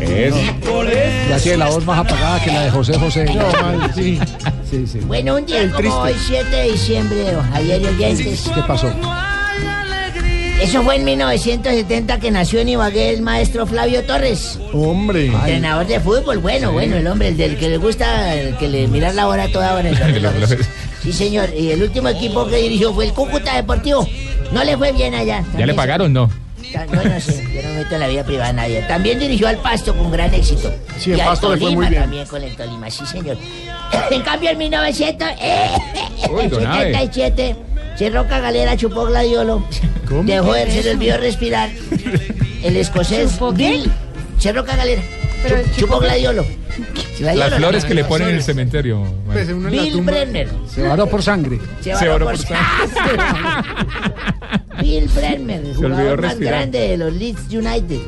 Speaker 8: Eso. Ya tiene la voz más apagada que la de José José. sí. Sí, sí.
Speaker 18: Bueno, un día como hoy, 7 de diciembre, don Javier y oyentes.
Speaker 8: ¿Qué pasó?
Speaker 18: Eso fue en 1970 que nació en Ibagué el maestro Flavio Torres.
Speaker 5: Hombre.
Speaker 18: Entrenador de fútbol, bueno, bueno, el hombre, el del que le gusta, el que le mira la hora a toda hora. el hombre Torres. Sí, señor. Y el último equipo que dirigió fue el Cúcuta Deportivo. No le fue bien
Speaker 2: ¿Ya
Speaker 18: allá.
Speaker 2: le
Speaker 18: También-
Speaker 2: pagaron? No.
Speaker 18: Ta- No, no sé, yo no me meto en la vida privada de nadie. También dirigió al Pasto con gran éxito.
Speaker 5: Sí, el
Speaker 18: Y al
Speaker 5: Pasto le fue
Speaker 18: Tolima
Speaker 5: muy bien.
Speaker 18: También con el Tolima, sí, señor. En cambio, en 1977, Cerroca Galera chupó gladiolo. Dejó de se le olvidó respirar. El escocés Bill Cerroca Galera
Speaker 23: Pero
Speaker 18: chu- chupó gladiolo.
Speaker 2: Las
Speaker 18: Gladiolo,
Speaker 2: flores
Speaker 18: no,
Speaker 2: que le ponen en el cementerio. Mario.
Speaker 18: Bill Brenner.
Speaker 8: Se varó por sangre.
Speaker 18: Se varó por Bill Brenner, el
Speaker 8: Se olvidó
Speaker 18: jugador más
Speaker 8: respirar.
Speaker 18: grande de los Leeds United.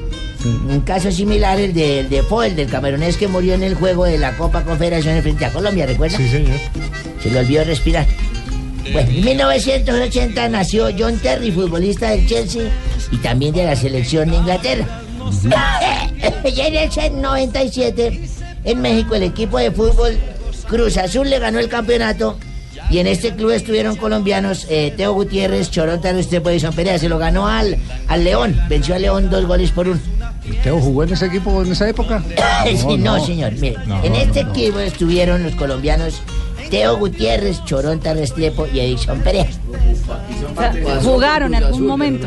Speaker 18: Un caso similar el de, el de Paul, del camerunés que murió en el juego de la Copa Confederaciones frente a Colombia, ¿recuerda? Sí, señor. Se le olvidó respirar. Bueno, en 1980 nació John Terry, futbolista del Chelsea y también de la selección de Inglaterra. y en el 97, en México, el equipo de fútbol Cruz Azul le ganó el campeonato. Y en este club estuvieron colombianos eh, Teo Gutiérrez, Choronta, Restrepo y Son Perea. Se lo ganó al, al León. Venció al León dos goles por uno.
Speaker 8: ¿Teo jugó en ese equipo en esa época?
Speaker 18: Sí, no, señor. Mire,
Speaker 8: No,
Speaker 18: en
Speaker 8: no,
Speaker 18: este
Speaker 8: no.
Speaker 18: equipo estuvieron los colombianos Teo Gutiérrez, Choronta, Restrepo y Edison Perea.
Speaker 7: Jugaron en algún momento.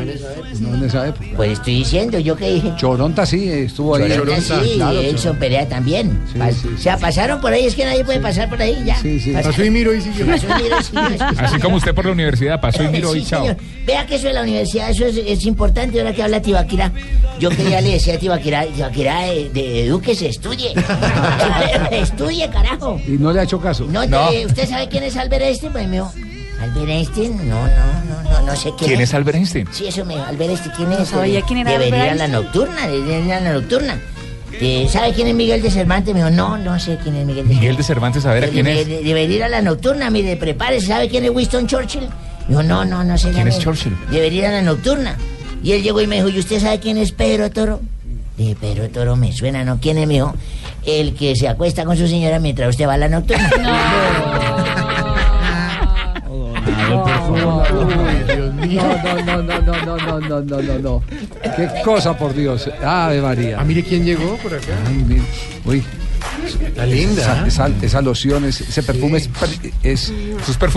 Speaker 8: No en esa época.
Speaker 18: Pues estoy diciendo, ¿yo qué dije?
Speaker 8: Choronta sí, estuvo ahí.
Speaker 18: Choronta sí,
Speaker 8: claro,
Speaker 18: y Edison Perea también. Pas- O sea, pasaron por ahí, es que nadie puede pasar por ahí ya.
Speaker 8: Sí, sí.
Speaker 18: Pas-
Speaker 8: Pasó y miró y siguió.
Speaker 18: Pasó y miró y siguió, sí,
Speaker 2: Así como usted por la universidad pasó y miró y
Speaker 18: Sí,
Speaker 2: chao.
Speaker 18: señor. Vea que eso de la universidad, eso es, es importante ahora que habla Tibaquirá. Yo que ya le decía a Tibaquirá, Tibaquirá, eh, de, eduquese, estudie. estudie, carajo.
Speaker 8: Y no le ha hecho caso.
Speaker 18: No, te- ¿Usted sabe quién es Albert Einstein? Pues me dijo, ¿Albert Einstein? No, no, no, no, no sé quién,
Speaker 2: ¿Quién es Albert Einstein?
Speaker 18: Sí, eso me dijo, Albert Einstein, ¿quién es?
Speaker 7: No sabía
Speaker 18: Eh,
Speaker 7: quién era
Speaker 18: Debería
Speaker 7: Albert
Speaker 18: la
Speaker 7: Einstein.
Speaker 18: nocturna, debería la nocturna. Eh, ¿Sabe quién es Miguel de Cervantes? Me dijo, no, no sé quién es Miguel de Cervantes.
Speaker 2: Miguel de Cervantes, a ver a quién
Speaker 18: Debe-
Speaker 2: es.
Speaker 18: de- Debería ir a la nocturna, mire, prepárese. ¿Sabe quién es Winston Churchill? Yo, no, no, no sé.
Speaker 2: ¿Quién
Speaker 18: llama
Speaker 2: es
Speaker 18: él.
Speaker 2: Churchill?
Speaker 18: Debería ir a la nocturna. Y él llegó y me dijo, ¿y usted sabe quién es Pedro Toro? Dije, Pedro Toro me suena, ¿no? ¿Quién es, mijo? El que se acuesta con su señora mientras usted va a la nocturna.
Speaker 8: No, no, no, no, no, no, no, no, no, no. Qué cosa, por Dios. Ave María. Ah, mire quién llegó por acá. Ay, mire. Uy. Está
Speaker 5: linda, ¿eh?
Speaker 8: Esa, esa loción, es- ese perfume es, per- es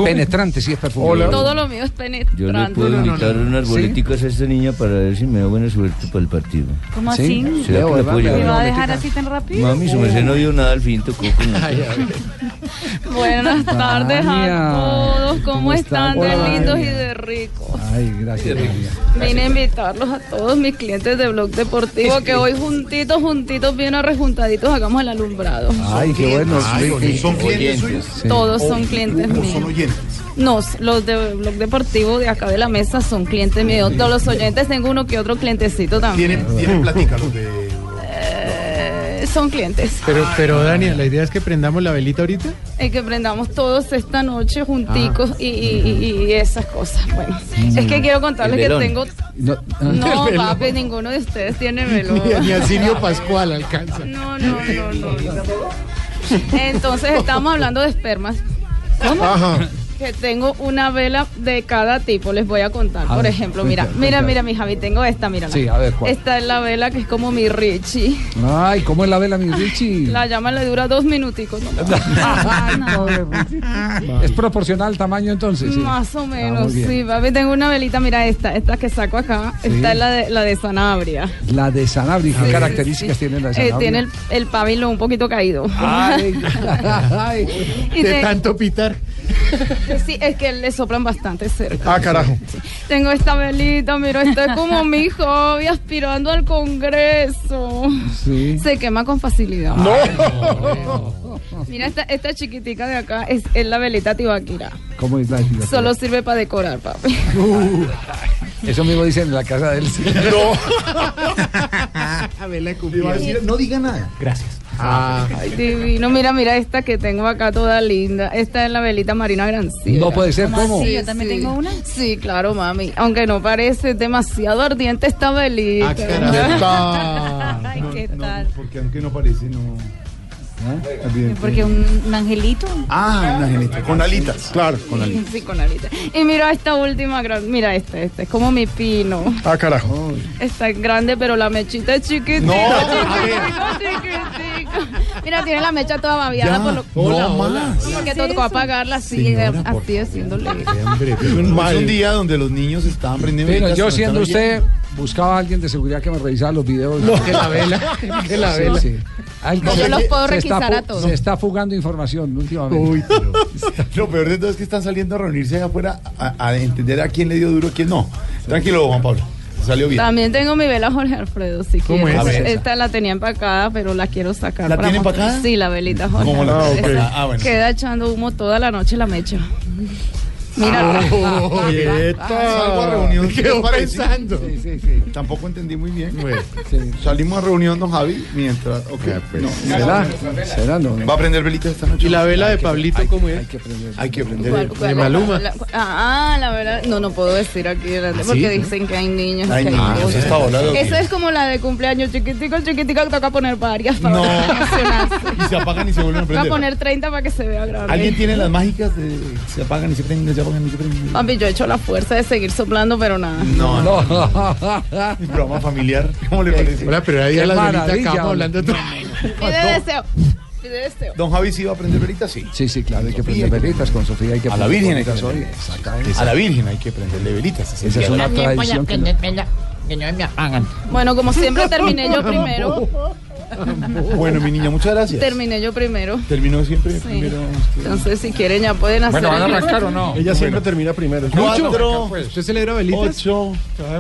Speaker 8: penetrante, sí es perfume.
Speaker 20: Todo lo mío es
Speaker 1: Yo le
Speaker 20: penetrante.
Speaker 1: puedo invitar unas boleticas a esta niña para ver si me da buena suerte para el partido.
Speaker 7: ¿Cómo así?
Speaker 1: ¿Será que la puedo
Speaker 7: ¿Me va a
Speaker 1: llevar?
Speaker 7: dejar así tan rápido?
Speaker 1: Mami, su merced no vio nada al fin, tocó con
Speaker 20: Buenas tardes a todos. ¿Cómo están? De
Speaker 8: Hola,
Speaker 20: lindos y
Speaker 8: María.
Speaker 20: de ricos.
Speaker 8: Ay, gracias. María.
Speaker 20: Vine a invitarlos a todos mis clientes de Blog Deportivo que hoy juntitos, juntitos, bien arrejuntaditos, hagamos el alumbrado.
Speaker 8: Ay, qué bueno.
Speaker 3: Ay,
Speaker 8: sí,
Speaker 3: son
Speaker 8: sí.
Speaker 3: clientes suyos.
Speaker 8: Sí.
Speaker 20: Todos son clientes
Speaker 3: o
Speaker 20: míos.
Speaker 3: son oyentes.
Speaker 20: No, los de Blog Deportivo de acá de la mesa son clientes míos. Todos los oyentes tengo uno que otro clientecito también.
Speaker 3: Tienen, tienen plática los de.
Speaker 20: Eh, son clientes.
Speaker 16: Pero, pero Dani, la idea es que prendamos la velita ahorita.
Speaker 20: El Eh, que prendamos todos esta noche junticos y, y- y- y esas cosas. Bueno, es que quiero contarles
Speaker 16: El
Speaker 20: que
Speaker 16: velón.
Speaker 20: tengo.
Speaker 8: No,
Speaker 20: No,
Speaker 16: El velón.
Speaker 20: papi, ninguno de ustedes tiene velón.
Speaker 16: Ni a- Ni a Sirio Pascual alcanza.
Speaker 20: No, no, no, no. Entonces estamos hablando de espermas. ¿Cómo?
Speaker 16: Ajá.
Speaker 20: Que tengo una vela de cada tipo, les voy a contar.
Speaker 8: A
Speaker 20: Por
Speaker 8: ver,
Speaker 20: ejemplo, mira,
Speaker 8: cuenta,
Speaker 20: mira,
Speaker 8: cuenta.
Speaker 20: mira, mi Javi, tengo esta, mira.
Speaker 8: Sí, a ver, ¿cuál?
Speaker 20: Esta es la vela que es como mi Richie.
Speaker 8: Ay, ¿cómo es la vela, mi Richie?
Speaker 20: La llama le dura dos minuticos. ¿no?
Speaker 8: ¿Es proporcional al tamaño entonces? sí? Ah,
Speaker 20: Más o menos,
Speaker 8: muy bien.
Speaker 20: sí, papi. Tengo una velita, mira esta, esta que saco acá.
Speaker 8: Sí.
Speaker 20: Esta es la de, la de Sanabria.
Speaker 8: La de Sanabria, ¿qué características tiene la de
Speaker 20: Eh,
Speaker 8: Sanabria?
Speaker 20: tiene el, el pabilo un poquito caído.
Speaker 8: Ay, ay,
Speaker 20: Y
Speaker 16: de
Speaker 20: te-
Speaker 16: tanto pitar.
Speaker 20: Sí, es que le soplan bastante cerca.
Speaker 16: Ah, carajo.
Speaker 20: Tengo esta velita, mira, esto es como mi hobby aspirando al Congreso.
Speaker 8: Sí.
Speaker 20: Se quema con facilidad.
Speaker 16: No.
Speaker 20: Mira, esta, esta chiquitica de acá es, es la velita tibaquira.
Speaker 8: ¿Cómo es la
Speaker 20: Solo sirve para decorar, papi.
Speaker 8: Uh, eso mismo dicen en la casa del
Speaker 16: No.
Speaker 8: No.
Speaker 16: Vela de
Speaker 3: Iba a decir,
Speaker 16: cumpleaños.
Speaker 3: no diga nada.
Speaker 8: Gracias.
Speaker 10: Ah,
Speaker 20: Ay, divino. Mira, mira esta que tengo acá toda linda. Esta es la velita Marina Granciera.
Speaker 8: No puede ser, ¿cómo?
Speaker 20: Sí, yo también tengo una. Sí, claro, mami. Aunque no parece demasiado ardiente esta velita.
Speaker 16: Ah,
Speaker 20: Ay, qué tal.
Speaker 16: Porque aunque no parece, no. Bien,
Speaker 7: Porque
Speaker 16: bien.
Speaker 7: un, un angelito.
Speaker 16: Ah, una geneta. Con alitas. Claro, con alitas.
Speaker 20: Sí, con alita. Y mira esta última gran. Mira esta, esta. Es como mi pino.
Speaker 16: Ah, carajo.
Speaker 20: Está grande, pero la mechita es chiquitita.
Speaker 16: No, a
Speaker 20: chiquitica, chiquitica. Mira, tiene la mecha toda babiada
Speaker 16: Ya,
Speaker 20: por lo
Speaker 16: hola, hola.
Speaker 20: Sí, que tocó apagarla así,
Speaker 16: Señora, por
Speaker 20: así haciéndole.
Speaker 16: Es un, es un día donde los niños estaban prendiendo
Speaker 8: Pero
Speaker 16: velitas,
Speaker 8: yo
Speaker 16: nos
Speaker 8: siendo
Speaker 16: están oyendo.
Speaker 8: usted, buscaba a alguien de seguridad que me revisara los videos.
Speaker 16: que la vela, que la vela.
Speaker 8: Alguien
Speaker 16: No, yo
Speaker 8: se-
Speaker 16: los puedo
Speaker 8: se está
Speaker 16: requisar a
Speaker 8: fu-
Speaker 16: todos.
Speaker 8: Se está fugando información últimamente.
Speaker 16: Uy, pero- Lo peor de todo es que están saliendo a reunirse allá afuera a, a entender a quién le dio duro, a quién no. Tranquilo, Juan Pablo. Salió bien.
Speaker 20: También tengo mi vela Jorge Alfredo, si
Speaker 16: ¿Cómo
Speaker 20: quieres.
Speaker 16: es? A ver.
Speaker 20: Esta la tenía empacada, pero la quiero sacar.
Speaker 16: ¿La
Speaker 20: para
Speaker 16: tiene
Speaker 20: mostrar.
Speaker 16: empacada?
Speaker 20: Sí, la velita Jorge
Speaker 16: ¿Cómo la-
Speaker 20: Alfredo.
Speaker 16: ah, ok.
Speaker 20: Esa
Speaker 16: Ah, bueno.
Speaker 20: Queda echando humo toda la noche la mecha.
Speaker 5: Ah,
Speaker 20: Mira.
Speaker 16: Ah, Salgo a reunión.
Speaker 20: Quedó
Speaker 16: ¿qué les parece?
Speaker 20: pensando.
Speaker 16: Sí, sí, sí. Tampoco entendí muy bien. Salimos a reunión, don Javi, mientras. ok, no.
Speaker 8: ¿Será? ¿Será? No, no.
Speaker 16: ¿Va a prender velitas esta noche? ¿Y la vela de Pablito cómo es? Hay que aprender. Hay que aprender.
Speaker 20: ¿Cuál- cuál- la- cu- ah, la verdad, no, no puedo decir aquí delante
Speaker 16: ¿Ah, ¿Sí?
Speaker 20: porque dicen que hay niños.
Speaker 16: Ay,
Speaker 20: que hay
Speaker 16: niños, Ah,
Speaker 20: cosas.
Speaker 16: eso está volado.
Speaker 20: Eso es como la de cumpleaños, chiquitico, chiquitico, toca poner varias para emocionarse.
Speaker 16: Y se apagan y se vuelven a
Speaker 20: Toca
Speaker 16: prender.
Speaker 20: poner 30 para que se vea grande.
Speaker 16: ¿Alguien tiene las mágicas de se apagan y se prenden, se apagan y se prenden?
Speaker 20: Papi, yo he hecho la fuerza de seguir soplando, pero nada.
Speaker 16: No, no. Mi programa familiar. ¿Cómo le parece? Hola, pero ahí ahí a a las la velitas velita acabamos hablando hablando
Speaker 20: Pide deseo. Pide deseo.
Speaker 16: Don Javi sí iba a prender velitas, sí.
Speaker 8: Sí, sí, claro, hay que prender velitas con Sofía. Hay que
Speaker 16: A la
Speaker 8: prender
Speaker 16: Virgen hay que
Speaker 8: velitas hoy.
Speaker 16: prender. A la Virgen hay que prenderle velitas.
Speaker 8: Esa es una tradición. que-
Speaker 20: Que no me apagan. Bueno, como siempre terminé yo primero.
Speaker 16: Bueno, mi niña, muchas gracias.
Speaker 20: Terminé yo primero.
Speaker 16: Terminó siempre
Speaker 20: Sí.
Speaker 16: primero.
Speaker 20: Entonces, si quieren, ya pueden hacer.
Speaker 16: Ella siempre termina primero.
Speaker 3: Cuatro.
Speaker 16: ¿Usted celebra velitas? Ocho.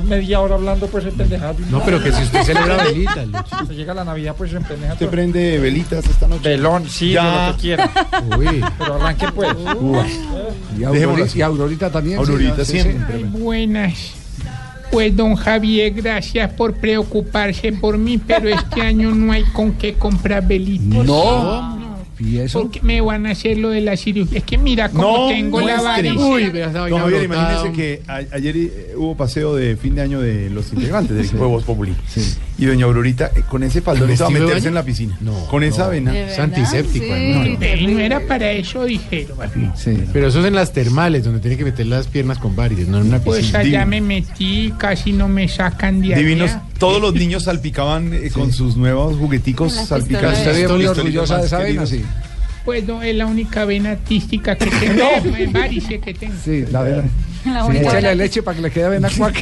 Speaker 3: Media hora hablando, pues empendeja.
Speaker 16: No, pero que si usted celebra velitas,
Speaker 3: Cuando llega la Navidad, pues empendeja.
Speaker 16: Usted prende velitas esta noche. Velón,
Speaker 3: Sí, de lo que quiera. Pero arranque, pues.
Speaker 8: Y
Speaker 16: Dejémoslo
Speaker 8: Aurorita,
Speaker 16: así.
Speaker 8: y Aurorita también. sí,
Speaker 16: Aurorita
Speaker 8: sí, sí.
Speaker 16: siempre.
Speaker 3: Buenas. Pues don Javier, gracias por preocuparse por mí, pero este año no hay con qué comprar velitas.
Speaker 8: No. ¿Y eso?
Speaker 3: Porque me van a hacer lo de la cirugía. Es que mira cómo tengo la
Speaker 16: muestre.
Speaker 3: varicela.
Speaker 16: Don Javier, imagínese que a- ayer eh, hubo paseo de fin de año de los integrantes del equipo de Voz Populi. Y doña Aurorita, eh, con ese
Speaker 13: ¿Con
Speaker 16: paldón, estaba a
Speaker 13: vestido de
Speaker 16: meterse
Speaker 13: baño?
Speaker 16: en la piscina. Con esa vena.
Speaker 3: Es antiséptico,
Speaker 13: No, pero no era para eso, dijeron.
Speaker 16: Pero eso es en las termales, donde tiene que meter las piernas con varias, no en una
Speaker 3: Pues allá me metí, casi no me sacan de allá.
Speaker 16: Divinos, todos los niños salpicaban eh, con sus nuevos jugueticos
Speaker 3: Con las
Speaker 16: salpicados.
Speaker 3: pistolas. Usted bien
Speaker 16: Pistolitos
Speaker 3: orgullosa de
Speaker 16: más
Speaker 3: esa vena,
Speaker 16: queridos.
Speaker 3: sí. Pues no, es la única vena artística que tengo.
Speaker 8: No.
Speaker 3: Es varice que tengo.
Speaker 8: Sí, la verdad.
Speaker 3: La
Speaker 8: Sí,
Speaker 3: única
Speaker 8: échale
Speaker 3: vela que-
Speaker 8: leche para que le quede bien a cuaca.